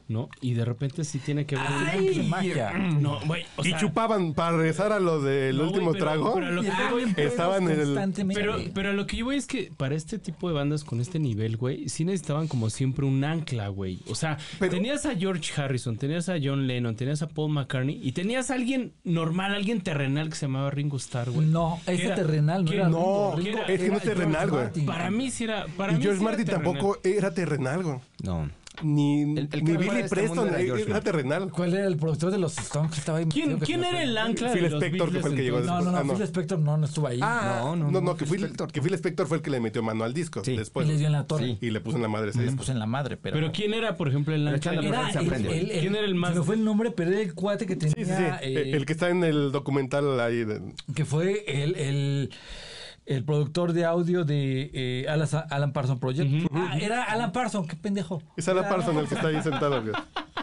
Speaker 3: ¿no? Y de repente sí tiene que ver
Speaker 1: Ay,
Speaker 3: una
Speaker 1: magia.
Speaker 3: mm, No, güey, o
Speaker 1: y
Speaker 3: sea,
Speaker 1: chupaban para rezar a lo del
Speaker 3: no, güey,
Speaker 1: último
Speaker 3: pero-
Speaker 1: trago.
Speaker 3: pero a lo que
Speaker 1: Ah,
Speaker 3: voy-
Speaker 1: estaban en el.
Speaker 3: Pero,
Speaker 2: eh,
Speaker 3: pero a lo que yo voy es que para este tipo de bandas con este nivel, güey, sí necesitaban como siempre un ancla, güey. O sea, tenías a George Harrison, tenías a John Lennon, tenías a Paul McCartney y tenías a alguien normal, alguien terrenal que se llamaba Ringo Starr, güey.
Speaker 2: No,
Speaker 3: Que
Speaker 2: ese
Speaker 3: era-
Speaker 2: terrenal no
Speaker 3: que
Speaker 2: era Ringo,
Speaker 1: Ringo es que no es
Speaker 3: era
Speaker 1: terrenal,
Speaker 3: George
Speaker 1: güey.
Speaker 3: Martin. Para mí sí era. Para
Speaker 1: y
Speaker 3: mí
Speaker 1: George
Speaker 3: sí era
Speaker 1: Martin
Speaker 3: terrenal.
Speaker 1: tampoco era terrenal, güey.
Speaker 4: No.
Speaker 1: Ni,
Speaker 4: que
Speaker 1: ni
Speaker 4: era
Speaker 1: Billy
Speaker 4: de este
Speaker 1: Preston
Speaker 4: mundo era
Speaker 1: eh,
Speaker 4: George
Speaker 1: era,
Speaker 4: Martin.
Speaker 1: terrenal.
Speaker 2: ¿Cuál era el productor de los Stones que estaba ahí?
Speaker 3: ¿Quién,
Speaker 2: metido que
Speaker 3: quién
Speaker 2: no
Speaker 3: era
Speaker 2: fue?
Speaker 3: el ancla
Speaker 1: Phil
Speaker 3: de los
Speaker 1: Spector, que fue el que llegó
Speaker 3: entonces?
Speaker 2: No, no, no,
Speaker 1: Ah, no.
Speaker 2: Phil Spector no, no estuvo ahí.
Speaker 1: Ah, no, no, que Phil, que Phil Spector fue el que le metió mano al disco después.
Speaker 2: Y les dio en la torre.
Speaker 1: Y le puso en la madre ese
Speaker 2: No le
Speaker 1: disco.
Speaker 2: puse en la madre, pero...
Speaker 3: Pero ¿quién era, por ejemplo, el ancla?
Speaker 4: echando
Speaker 3: de-
Speaker 4: para
Speaker 2: era
Speaker 4: se
Speaker 2: el,
Speaker 4: aprende.
Speaker 2: el- el-
Speaker 3: ¿Quién era el más?
Speaker 2: se me fue el nombre, pero era el cuate que tenía...
Speaker 1: Sí, sí, sí.
Speaker 2: eh,
Speaker 1: el que está en el documental ahí. de-
Speaker 2: que fue el, el, el productor de audio de eh, Alan, Alan Parson Project. Ah, era Alan Parson, qué pendejo.
Speaker 1: Es Alan
Speaker 2: Era-
Speaker 1: Parson el que está ahí sentado, güey,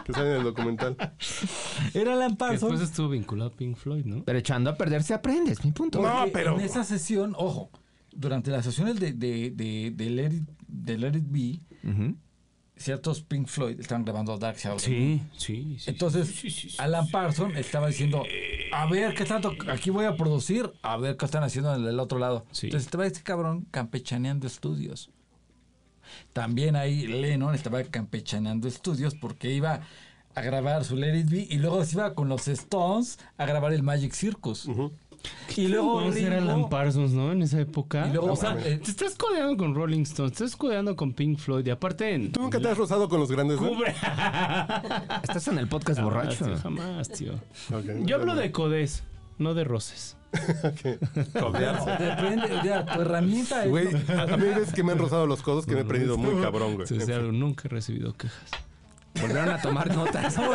Speaker 1: que sale en el documental.
Speaker 2: Era Alan Parson.
Speaker 3: Después estuvo vinculado a Pink Floyd, ¿no?
Speaker 4: Pero echando a perder se aprende, es mi punto.
Speaker 1: No,
Speaker 2: que
Speaker 1: pero.
Speaker 2: Eh, En esa sesión, ojo, durante las sesiones de, de, de, de Let, It, de Let It Be,
Speaker 4: Ujú.
Speaker 2: ciertos Pink Floyd estaban grabando Dark Shadows.
Speaker 3: Sí, sí, sí.
Speaker 2: Entonces, Alan Parson estaba diciendo, a ver qué tanto aquí voy a producir, a ver qué están haciendo en el otro lado.
Speaker 3: Sí.
Speaker 2: Entonces estaba este cabrón campechaneando estudios. También ahí Lennon estaba campechaneando estudios porque iba a grabar su Let It Be y luego se iba con los Stones a grabar el Magic Circus. Y luego
Speaker 3: Ese era
Speaker 2: Ringo-
Speaker 3: Alan Parsons, ¿no? En esa época.
Speaker 2: Y luego-
Speaker 3: o sea,
Speaker 2: Ah, bueno.
Speaker 3: te estás codeando con Rolling Stones, te estás codeando con Pink Floyd. Y aparte en.
Speaker 1: ¿Tú nunca te has rozado con los grandes, güey?
Speaker 3: Cubre.
Speaker 4: Estás en el
Speaker 2: Ah,
Speaker 4: podcast borracho.
Speaker 3: Jamás, tío, Ah, jamás, tío.
Speaker 1: Ok.
Speaker 3: Yo hablo de codes, no de roces.
Speaker 1: Codearse.
Speaker 2: Depende, ya, tu herramienta es...
Speaker 1: Güey, a mí ves que me han rozado los codos que me he prendido muy cabrón, güey.
Speaker 3: Desde algo, Este nunca he recibido quejas.
Speaker 4: Volvieron a tomar notas.
Speaker 1: ¿Por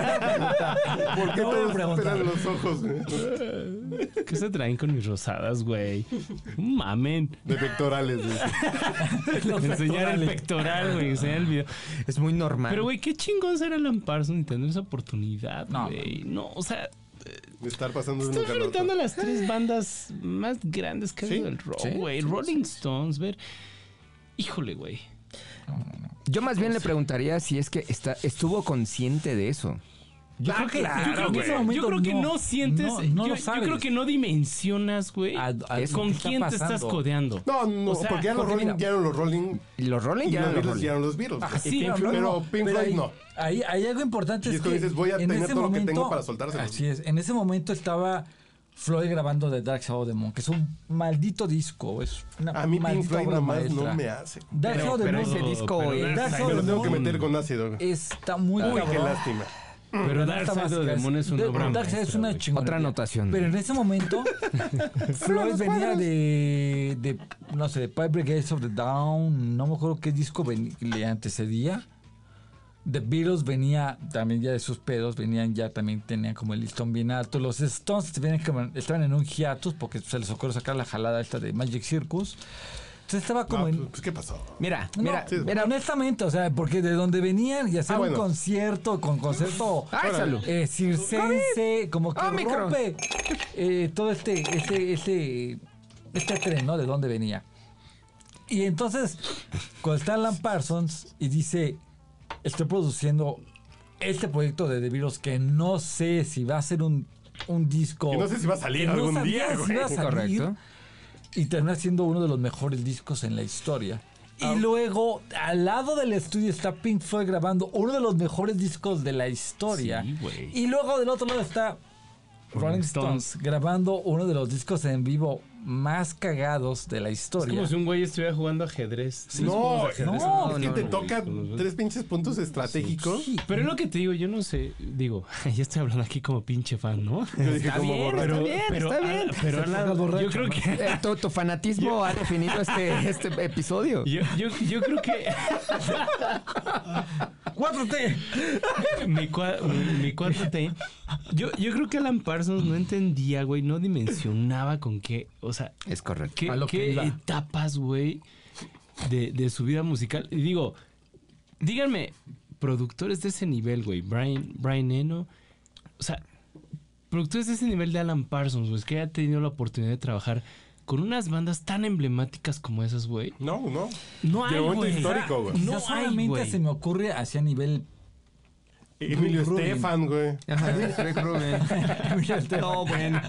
Speaker 1: qué
Speaker 2: No voy a
Speaker 1: todos
Speaker 2: preguntar.
Speaker 1: pelan los ojos, güey?
Speaker 3: ¿Qué se traen con mis rosadas, güey? Mamen.
Speaker 1: De pectorales, güey.
Speaker 3: Enseñar el pectoral, güey. Enseñar el video.
Speaker 4: Es muy normal.
Speaker 3: Pero, güey, qué chingón ser Alan Parsons y tener esa oportunidad,
Speaker 2: No,
Speaker 3: güey. No, o sea,
Speaker 1: De estar pasando de un
Speaker 3: Estoy
Speaker 1: lugar a otro.
Speaker 3: enfrentando a las tres bandas más grandes que ha habido el rock, güey. Rolling Stones, ver. Híjole, güey.
Speaker 4: Yo más bien le preguntaría si es que está, estuvo consciente de eso.
Speaker 2: Yo
Speaker 1: Ah,
Speaker 2: creo que,
Speaker 3: yo creo que,
Speaker 2: en ese
Speaker 3: Ah, yo creo
Speaker 2: momento
Speaker 3: que no, sientes.
Speaker 2: No, no
Speaker 3: yo,
Speaker 2: lo
Speaker 3: yo
Speaker 2: sabes.
Speaker 3: creo que no dimensionas, güey.
Speaker 2: A- a-
Speaker 3: es con
Speaker 2: lo que está
Speaker 3: quién te estás
Speaker 2: pasando.
Speaker 3: codeando.
Speaker 1: No, no,
Speaker 3: O sea,
Speaker 1: porque ya los
Speaker 3: porque
Speaker 1: Rolling,
Speaker 3: mira-
Speaker 1: ya eran los Rolling.
Speaker 4: Y los Rolling
Speaker 1: Y
Speaker 4: ya
Speaker 1: los
Speaker 4: eran los
Speaker 1: Beatles
Speaker 4: Rolling.
Speaker 1: ya eran los Beatles.
Speaker 2: Ah,
Speaker 1: güey.
Speaker 2: sí,
Speaker 1: Pink Floyd no. Pero
Speaker 2: ahí-
Speaker 1: Pink Floyd no.
Speaker 2: Ahí hay algo importante.
Speaker 1: Y es
Speaker 2: es
Speaker 1: como
Speaker 2: que
Speaker 1: dices, voy a
Speaker 2: en
Speaker 1: tener
Speaker 2: ese
Speaker 1: todo lo que
Speaker 2: momento-
Speaker 1: tengo para soltárselo.
Speaker 2: Así es. En ese momento estaba Floyd grabando The Dark Shadow of the Moon, que es un maldito disco. Es una
Speaker 1: A mí Pink
Speaker 2: maldita
Speaker 1: Floyd
Speaker 2: obra
Speaker 1: nomás no
Speaker 2: maestra.
Speaker 1: me hace.
Speaker 2: Dark Shadow of the
Speaker 4: Pero
Speaker 2: Moon
Speaker 4: ese disco
Speaker 3: pero
Speaker 4: eh,
Speaker 3: Dark
Speaker 1: Me
Speaker 3: Side
Speaker 1: lo
Speaker 3: of
Speaker 1: tengo
Speaker 3: the
Speaker 1: que
Speaker 3: Moon.
Speaker 1: meter con ácido. güey.
Speaker 2: está muy
Speaker 1: Uy, qué
Speaker 2: Eh, cabrón.
Speaker 1: lástima.
Speaker 3: Pero Dark
Speaker 2: Nada más
Speaker 3: Side of the
Speaker 2: que
Speaker 3: Moon es un
Speaker 2: The-
Speaker 3: obra
Speaker 2: Dark Side es
Speaker 3: maestra,
Speaker 2: una
Speaker 3: güey.
Speaker 2: chingonería.
Speaker 4: Otra anotación.
Speaker 2: Pero en ese momento, Floyd venía de, de, no sé, de Pipe Brigades of the Down, no me acuerdo qué disco ven- le antecedía. The Beatles venía también ya de sus pedos, venían ya también, tenían como el listón bien alto. Los Stones venían como- estaban en un hiatus porque se les ocurrió sacar la jalada esta de Magic Circus. Entonces estaba como
Speaker 1: Ah,
Speaker 2: en...
Speaker 1: pues, ¿qué pasó?
Speaker 4: Mira,
Speaker 2: No,
Speaker 4: mira,
Speaker 1: sí.
Speaker 4: mira.
Speaker 2: honestamente, o sea, porque de donde venían y hacer
Speaker 1: Ah, bueno. Ah,
Speaker 2: un concierto con concierto
Speaker 4: Ay, salud.
Speaker 2: eh, circense, como que
Speaker 4: Omicron.
Speaker 2: rompe eh, todo este, este, este, este tren, ¿no? De dónde venía. Y entonces, cuando está Alan Parsons y dice, estoy produciendo este proyecto de The Virus que no sé si va a ser un, un disco.
Speaker 1: Que no sé si va a salir
Speaker 2: que no
Speaker 1: algún
Speaker 2: sabía
Speaker 1: día,
Speaker 2: si
Speaker 1: güey.
Speaker 2: iba a salir,
Speaker 4: Correcto.
Speaker 2: y termina siendo uno de los mejores discos en la historia. Y luego, al lado del estudio está Pink Floyd grabando uno de los mejores discos de la historia.
Speaker 3: Sí, güey.
Speaker 2: y luego del otro lado está Rolling
Speaker 3: Rolling
Speaker 2: Stones,
Speaker 3: Stones.
Speaker 2: grabando uno de los discos en vivo más cagados de la
Speaker 3: Es
Speaker 2: historia.
Speaker 3: como si un güey estuviera jugando ajedrez.
Speaker 1: No, es que
Speaker 2: No,
Speaker 1: te
Speaker 3: no,
Speaker 1: toca
Speaker 3: no.
Speaker 1: tres pinches puntos estratégicos.
Speaker 3: Pero es lo que te digo, yo no sé. Digo, ya estoy hablando aquí como pinche fan, ¿no?
Speaker 1: Yo dije, como borracho?
Speaker 3: pero,
Speaker 4: está bien.
Speaker 3: ah, pero Alan, yo creo que.
Speaker 4: Eh, tu, tu fanatismo ha definido este, este episodio.
Speaker 3: Yo, yo, yo creo que.
Speaker 2: ¡4T!
Speaker 3: mi, cua- mi, mi 4T. Yo, yo creo que Alan Parsons no entendía, güey. No dimensionaba con qué. O sea,
Speaker 4: Es correcto.
Speaker 3: qué,
Speaker 2: A lo que
Speaker 3: qué
Speaker 2: iba.
Speaker 3: etapas, güey, de, de su vida musical. Y digo, díganme, productores de ese nivel, güey. Brian, Brian Eno. O sea, productores de ese nivel de Alan Parsons, güey. es Que ha tenido la oportunidad de trabajar con unas bandas tan emblemáticas como esas, güey.
Speaker 1: No, no.
Speaker 3: No
Speaker 1: De
Speaker 3: hay,
Speaker 1: momento
Speaker 3: güey.
Speaker 1: histórico, güey.
Speaker 3: No
Speaker 2: No
Speaker 3: hay,
Speaker 2: solamente
Speaker 3: güey.
Speaker 2: se me ocurre hacia nivel
Speaker 1: Emilio
Speaker 4: Rick Rubin.
Speaker 1: Estefan, güey.
Speaker 4: Ajá, Rick Rubin. No, bueno.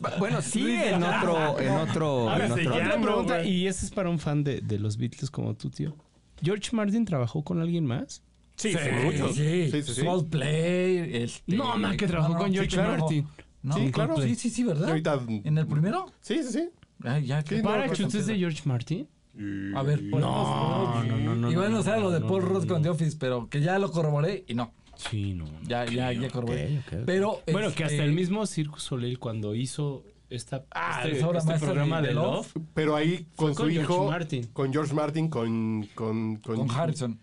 Speaker 4: Ba- Bueno, sí, en otro, en otro,
Speaker 3: Ahora
Speaker 4: en
Speaker 3: se
Speaker 4: otro.
Speaker 3: llama,
Speaker 4: ámbito.
Speaker 3: pregunta, y esa es para un fan de, de los Beatles como tú, tío. ¿George Martin trabajó con alguien más?
Speaker 1: Sí, sí,
Speaker 3: Eh,
Speaker 1: muchos.
Speaker 2: Sí,
Speaker 1: Sí, sí, sí.
Speaker 2: Coldplay, este-
Speaker 3: No, man, que trabajó con
Speaker 2: sí,
Speaker 3: George
Speaker 2: claro.
Speaker 3: Martin.
Speaker 2: No,
Speaker 1: Sí,
Speaker 2: claro,
Speaker 1: Coldplay.
Speaker 2: sí, sí, sí, ¿verdad?
Speaker 1: Y ahorita-
Speaker 2: ¿En el primero?
Speaker 1: Sí, sí, sí.
Speaker 2: Ay, ya, que
Speaker 1: Sí, no,
Speaker 3: ¿Para
Speaker 1: pues,
Speaker 3: chutes de George Martin?
Speaker 2: A ver, pues,
Speaker 3: No, no, no, no.
Speaker 2: Igual
Speaker 3: no,
Speaker 2: no sabe lo de
Speaker 3: no,
Speaker 2: Paul
Speaker 3: no,
Speaker 2: Rudd
Speaker 3: no.
Speaker 2: con The Office, pero que ya lo corroboré y no.
Speaker 3: Sí, no.
Speaker 2: Ya, ya, ya corroboré.
Speaker 3: ok, ok, ok.
Speaker 2: Pero.
Speaker 3: Bueno, que hasta
Speaker 2: este,
Speaker 3: el mismo Circus Soleil cuando hizo esta,
Speaker 2: Ah,
Speaker 3: este,
Speaker 2: esa obra
Speaker 3: este
Speaker 2: maestra
Speaker 3: programa
Speaker 2: de-
Speaker 3: de,
Speaker 2: de
Speaker 3: Love,
Speaker 1: Pero ahí con,
Speaker 3: Fue
Speaker 1: su
Speaker 3: con George
Speaker 1: hijo.
Speaker 3: Martin.
Speaker 1: Con George Martin, con. Con, con,
Speaker 2: Con Harrison.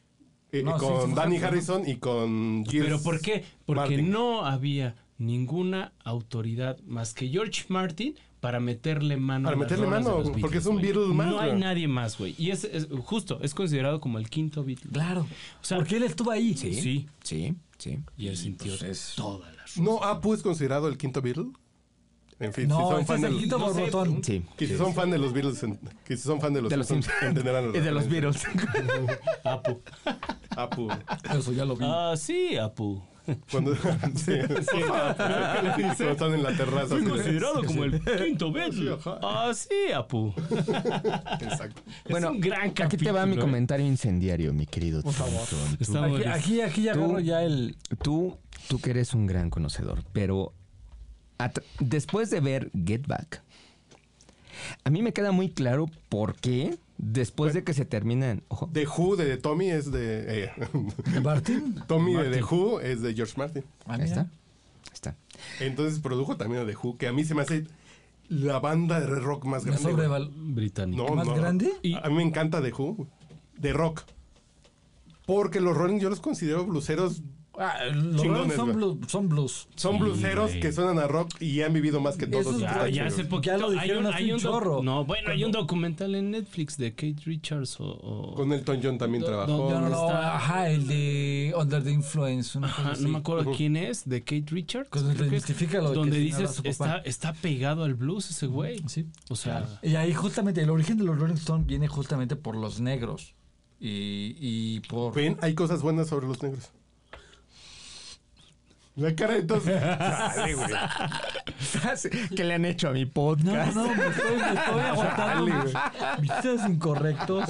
Speaker 1: eh,
Speaker 2: No, sí,
Speaker 1: con
Speaker 2: sí,
Speaker 1: Danny
Speaker 2: Harrison.
Speaker 1: Harrison y con Giles
Speaker 3: ¿Pero por qué? Porque
Speaker 1: Martin.
Speaker 3: no había ninguna autoridad más que George Martin para meterle mano
Speaker 1: Para
Speaker 3: a las
Speaker 1: meterle
Speaker 3: rolas de
Speaker 1: mano,
Speaker 3: los Beatles,
Speaker 1: porque es un
Speaker 3: güey.
Speaker 1: Beatles más,
Speaker 3: No hay
Speaker 1: güey.
Speaker 3: nadie más, güey. Y es, es- justo, es considerado como el quinto Beatle.
Speaker 2: Claro.
Speaker 3: O sea,
Speaker 2: porque él estuvo ahí.
Speaker 3: Sí.
Speaker 4: Sí, sí.
Speaker 3: Y él sintió
Speaker 2: Pues es-
Speaker 3: todas las
Speaker 1: ¿No Apu es considerado el quinto Beatle? En fin, si
Speaker 2: No,
Speaker 1: son
Speaker 2: ese
Speaker 1: fan
Speaker 2: es
Speaker 1: de
Speaker 2: el
Speaker 1: los-
Speaker 2: quinto
Speaker 3: no sé,
Speaker 2: borrotón.
Speaker 4: Sí.
Speaker 1: que si son fan de los Beatles, en- que si son fan de los,
Speaker 4: De los
Speaker 1: Simpsons,
Speaker 4: Simpsons.
Speaker 1: entenderán la
Speaker 4: Es de los
Speaker 1: referencia.
Speaker 4: Beatles.
Speaker 3: Apu.
Speaker 1: Apu.
Speaker 2: Eso ya lo vi.
Speaker 3: Ah, sí, Apu.
Speaker 1: Cuando, sí. Cuando están en la terraza.
Speaker 3: Fue
Speaker 1: así de-
Speaker 3: considerado como el quinto Beatle.
Speaker 1: ajá.
Speaker 3: Ah, sí, Apu.
Speaker 1: Exacto.
Speaker 4: Bueno,
Speaker 3: un gran
Speaker 4: aquí te va
Speaker 3: capítulo,
Speaker 4: mi
Speaker 3: ¿eh?
Speaker 4: comentario incendiario, mi querido. Thompson.
Speaker 3: Está muy
Speaker 2: Aquí, aquí,
Speaker 3: bien.
Speaker 2: aquí ya
Speaker 4: Tú-
Speaker 2: agarro ya el.
Speaker 4: Tú, tú que eres un gran conocedor, pero at- después de ver Get Back, a mí me queda muy claro por qué después de que se terminan, ojo,
Speaker 1: The Who de Tommy es de. eh,
Speaker 2: Martín.
Speaker 1: Tommy de The Who es de George Martin.
Speaker 2: Ah,
Speaker 4: ahí
Speaker 2: mira.
Speaker 4: está, ahí está.
Speaker 1: Entonces produjo también a The Who, que a mí se me hace la banda de rock más
Speaker 2: Me
Speaker 1: grande. güey.
Speaker 2: sobreval-
Speaker 3: Británico.
Speaker 1: No,
Speaker 2: ¿Más
Speaker 1: no.
Speaker 2: grande?
Speaker 1: Y- A mí me encanta The Who. De rock. Porque los Rolling yo los considero bluseros.
Speaker 2: Ah, los
Speaker 1: Chingones,
Speaker 2: Rolling son
Speaker 1: güey.
Speaker 2: blues, son blues.
Speaker 1: Son
Speaker 3: Sí,
Speaker 1: bluseros
Speaker 3: güey.
Speaker 1: que suenan a rock y han vivido más que todos.
Speaker 2: Esos
Speaker 1: Está
Speaker 3: Ah,
Speaker 2: ya
Speaker 1: chido.
Speaker 3: ya hace
Speaker 2: lo
Speaker 3: poquito.
Speaker 2: dijeron hace un
Speaker 3: doc-
Speaker 2: chorro.
Speaker 3: No, bueno, hay un documental en Netflix de Kate Richards o. o-
Speaker 1: Con Elton John también
Speaker 3: Do-
Speaker 1: trabajó.
Speaker 3: do-
Speaker 2: No, no, no,
Speaker 3: está?
Speaker 2: ajá, el de Under the Influence. una cosa
Speaker 3: Ajá,
Speaker 2: así.
Speaker 3: no me acuerdo quién es, de Kate Richards.
Speaker 2: Cuando
Speaker 3: creo que es,
Speaker 2: identifica lo que
Speaker 3: donde
Speaker 2: señaló
Speaker 3: dices,
Speaker 2: su papá.
Speaker 3: está, está pegado al blues ese güey.
Speaker 2: Sí.
Speaker 3: O sea,
Speaker 2: Y ahí justamente, el origen de los Rolling Stones viene justamente por los negros. Y, y por...
Speaker 1: Ven, hay cosas buenas sobre los negros. La cara de todos. Sale, güey.
Speaker 4: ¿Qué le han hecho a mi
Speaker 2: No,
Speaker 4: podcast?
Speaker 2: no, me estoy, me estoy aguantando.
Speaker 1: Chale,
Speaker 2: unos Vistas incorrectos.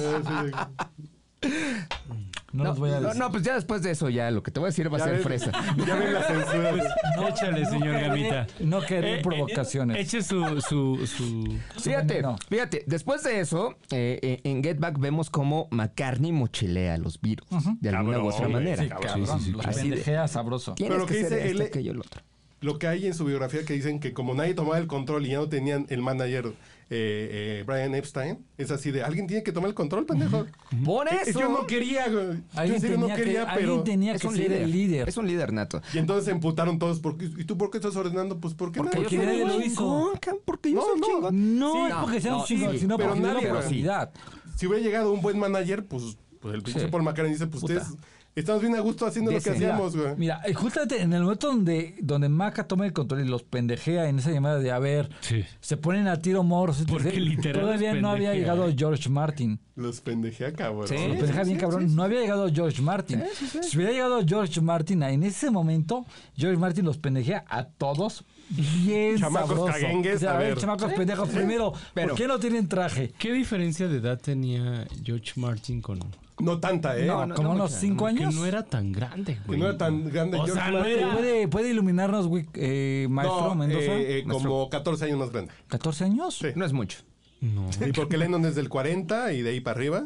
Speaker 2: No, los voy a
Speaker 4: no,
Speaker 2: decir.
Speaker 4: no, pues ya después de eso, ya lo que te voy a decir va
Speaker 1: Ah, Ya
Speaker 4: a ser
Speaker 1: ven-
Speaker 4: fresa.
Speaker 1: Ya ven la censura. güey.
Speaker 3: Pues, échale, señor Gamita.
Speaker 2: No querer
Speaker 3: Eh, eh,
Speaker 2: provocaciones.
Speaker 3: Eche su. su, su-
Speaker 4: Fíjate,
Speaker 2: No.
Speaker 4: fíjate, después de eso, eh, eh, en Get Back vemos cómo McCartney mochilea a los virus, de alguna u otra
Speaker 1: Cabrón,
Speaker 4: manera.
Speaker 2: sí, cabrón,
Speaker 4: eh, sí, sí,
Speaker 2: los
Speaker 4: claro.
Speaker 2: pendejea sabroso.
Speaker 4: Tienes
Speaker 1: Pero
Speaker 4: que
Speaker 1: ¿qué
Speaker 4: ser
Speaker 1: dice
Speaker 4: esto,
Speaker 1: él?
Speaker 4: aquello, el otro.
Speaker 1: Lo que hay en su biografía que dicen que como nadie tomaba el control y ya no tenían el manager eh, eh, Brian Epstein, es así de alguien tiene que tomar el control, pendejo.
Speaker 4: Por
Speaker 1: Eh,
Speaker 4: eso.
Speaker 1: Yo no quería, güey. Yo en
Speaker 2: Alguien
Speaker 1: serio no
Speaker 2: tenía que-
Speaker 1: quería,
Speaker 2: alguien
Speaker 1: pero.
Speaker 2: tenía que ser el líder.
Speaker 4: Es un líder nato.
Speaker 1: Y entonces se emputaron todos. ¿por qué? ¿Y tú por qué estás ordenando? Pues porque
Speaker 4: Porque
Speaker 1: nadie-
Speaker 4: yo soy
Speaker 2: nadie
Speaker 4: el
Speaker 2: lo
Speaker 4: chingón,
Speaker 2: hizo.
Speaker 4: cabrón, porque yo
Speaker 1: No,
Speaker 4: soy el
Speaker 1: no.
Speaker 4: chingón.
Speaker 2: No,
Speaker 4: Sí,
Speaker 2: es porque sea un
Speaker 4: no,
Speaker 2: chingón,
Speaker 4: sí,
Speaker 2: sino
Speaker 1: pero
Speaker 2: porque es una
Speaker 1: nadie, güey.
Speaker 2: oportunidad.
Speaker 1: Si hubiera llegado un buen manager, pues, pues el pinche
Speaker 2: Sí.
Speaker 1: Paul McCartney dice: Pues
Speaker 2: Puta.
Speaker 1: ustedes estamos bien a gusto haciendo lo que
Speaker 4: Dice,
Speaker 1: hacíamos,
Speaker 2: mira,
Speaker 1: güey.
Speaker 2: mira, eh, justamente en el momento donde, donde Maca toma el control y los pendejea en esa llamada de a ver,
Speaker 3: Sí.
Speaker 2: se ponen a tiro moros.
Speaker 3: Porque
Speaker 2: entonces,
Speaker 3: literal
Speaker 2: todavía
Speaker 3: los
Speaker 2: no había
Speaker 3: pendejea,
Speaker 2: llegado
Speaker 3: ¿eh?
Speaker 2: George Martin.
Speaker 1: Los pendejea, cabrón.
Speaker 4: Sí.
Speaker 2: Lo
Speaker 1: Sí.
Speaker 2: pendejea bien cabrón. No había llegado George Martin. Si hubiera llegado George Martin en ese momento, George Martin los pendejea a todos bien
Speaker 1: Chamacos
Speaker 2: sabroso.
Speaker 1: caguengues,
Speaker 2: O sea,
Speaker 1: a
Speaker 2: a ver,
Speaker 1: ver.
Speaker 2: chamacos pendejos primero.
Speaker 4: Pero-
Speaker 2: ¿Por qué no tienen traje?
Speaker 3: ¿Qué diferencia de edad tenía George Martin con.?
Speaker 1: No tanta, ¿eh?
Speaker 4: No, no,
Speaker 2: Como unos
Speaker 4: mucha,
Speaker 2: cinco
Speaker 3: Que
Speaker 2: años.
Speaker 3: no era tan grande,
Speaker 1: Que
Speaker 3: güey.
Speaker 1: no era tan grande.
Speaker 3: O
Speaker 1: George
Speaker 3: sea, no
Speaker 1: Martin.
Speaker 3: era-
Speaker 2: ¿Puede, puede iluminarnos, güey, eh, maestro
Speaker 1: No,
Speaker 2: Mendoza?
Speaker 1: eh, eh, como 14 años más grande.
Speaker 2: ¿14 años?
Speaker 1: Sí.
Speaker 4: No es mucho.
Speaker 3: No.
Speaker 1: Y porque Lennon es del 40 y de ahí para arriba.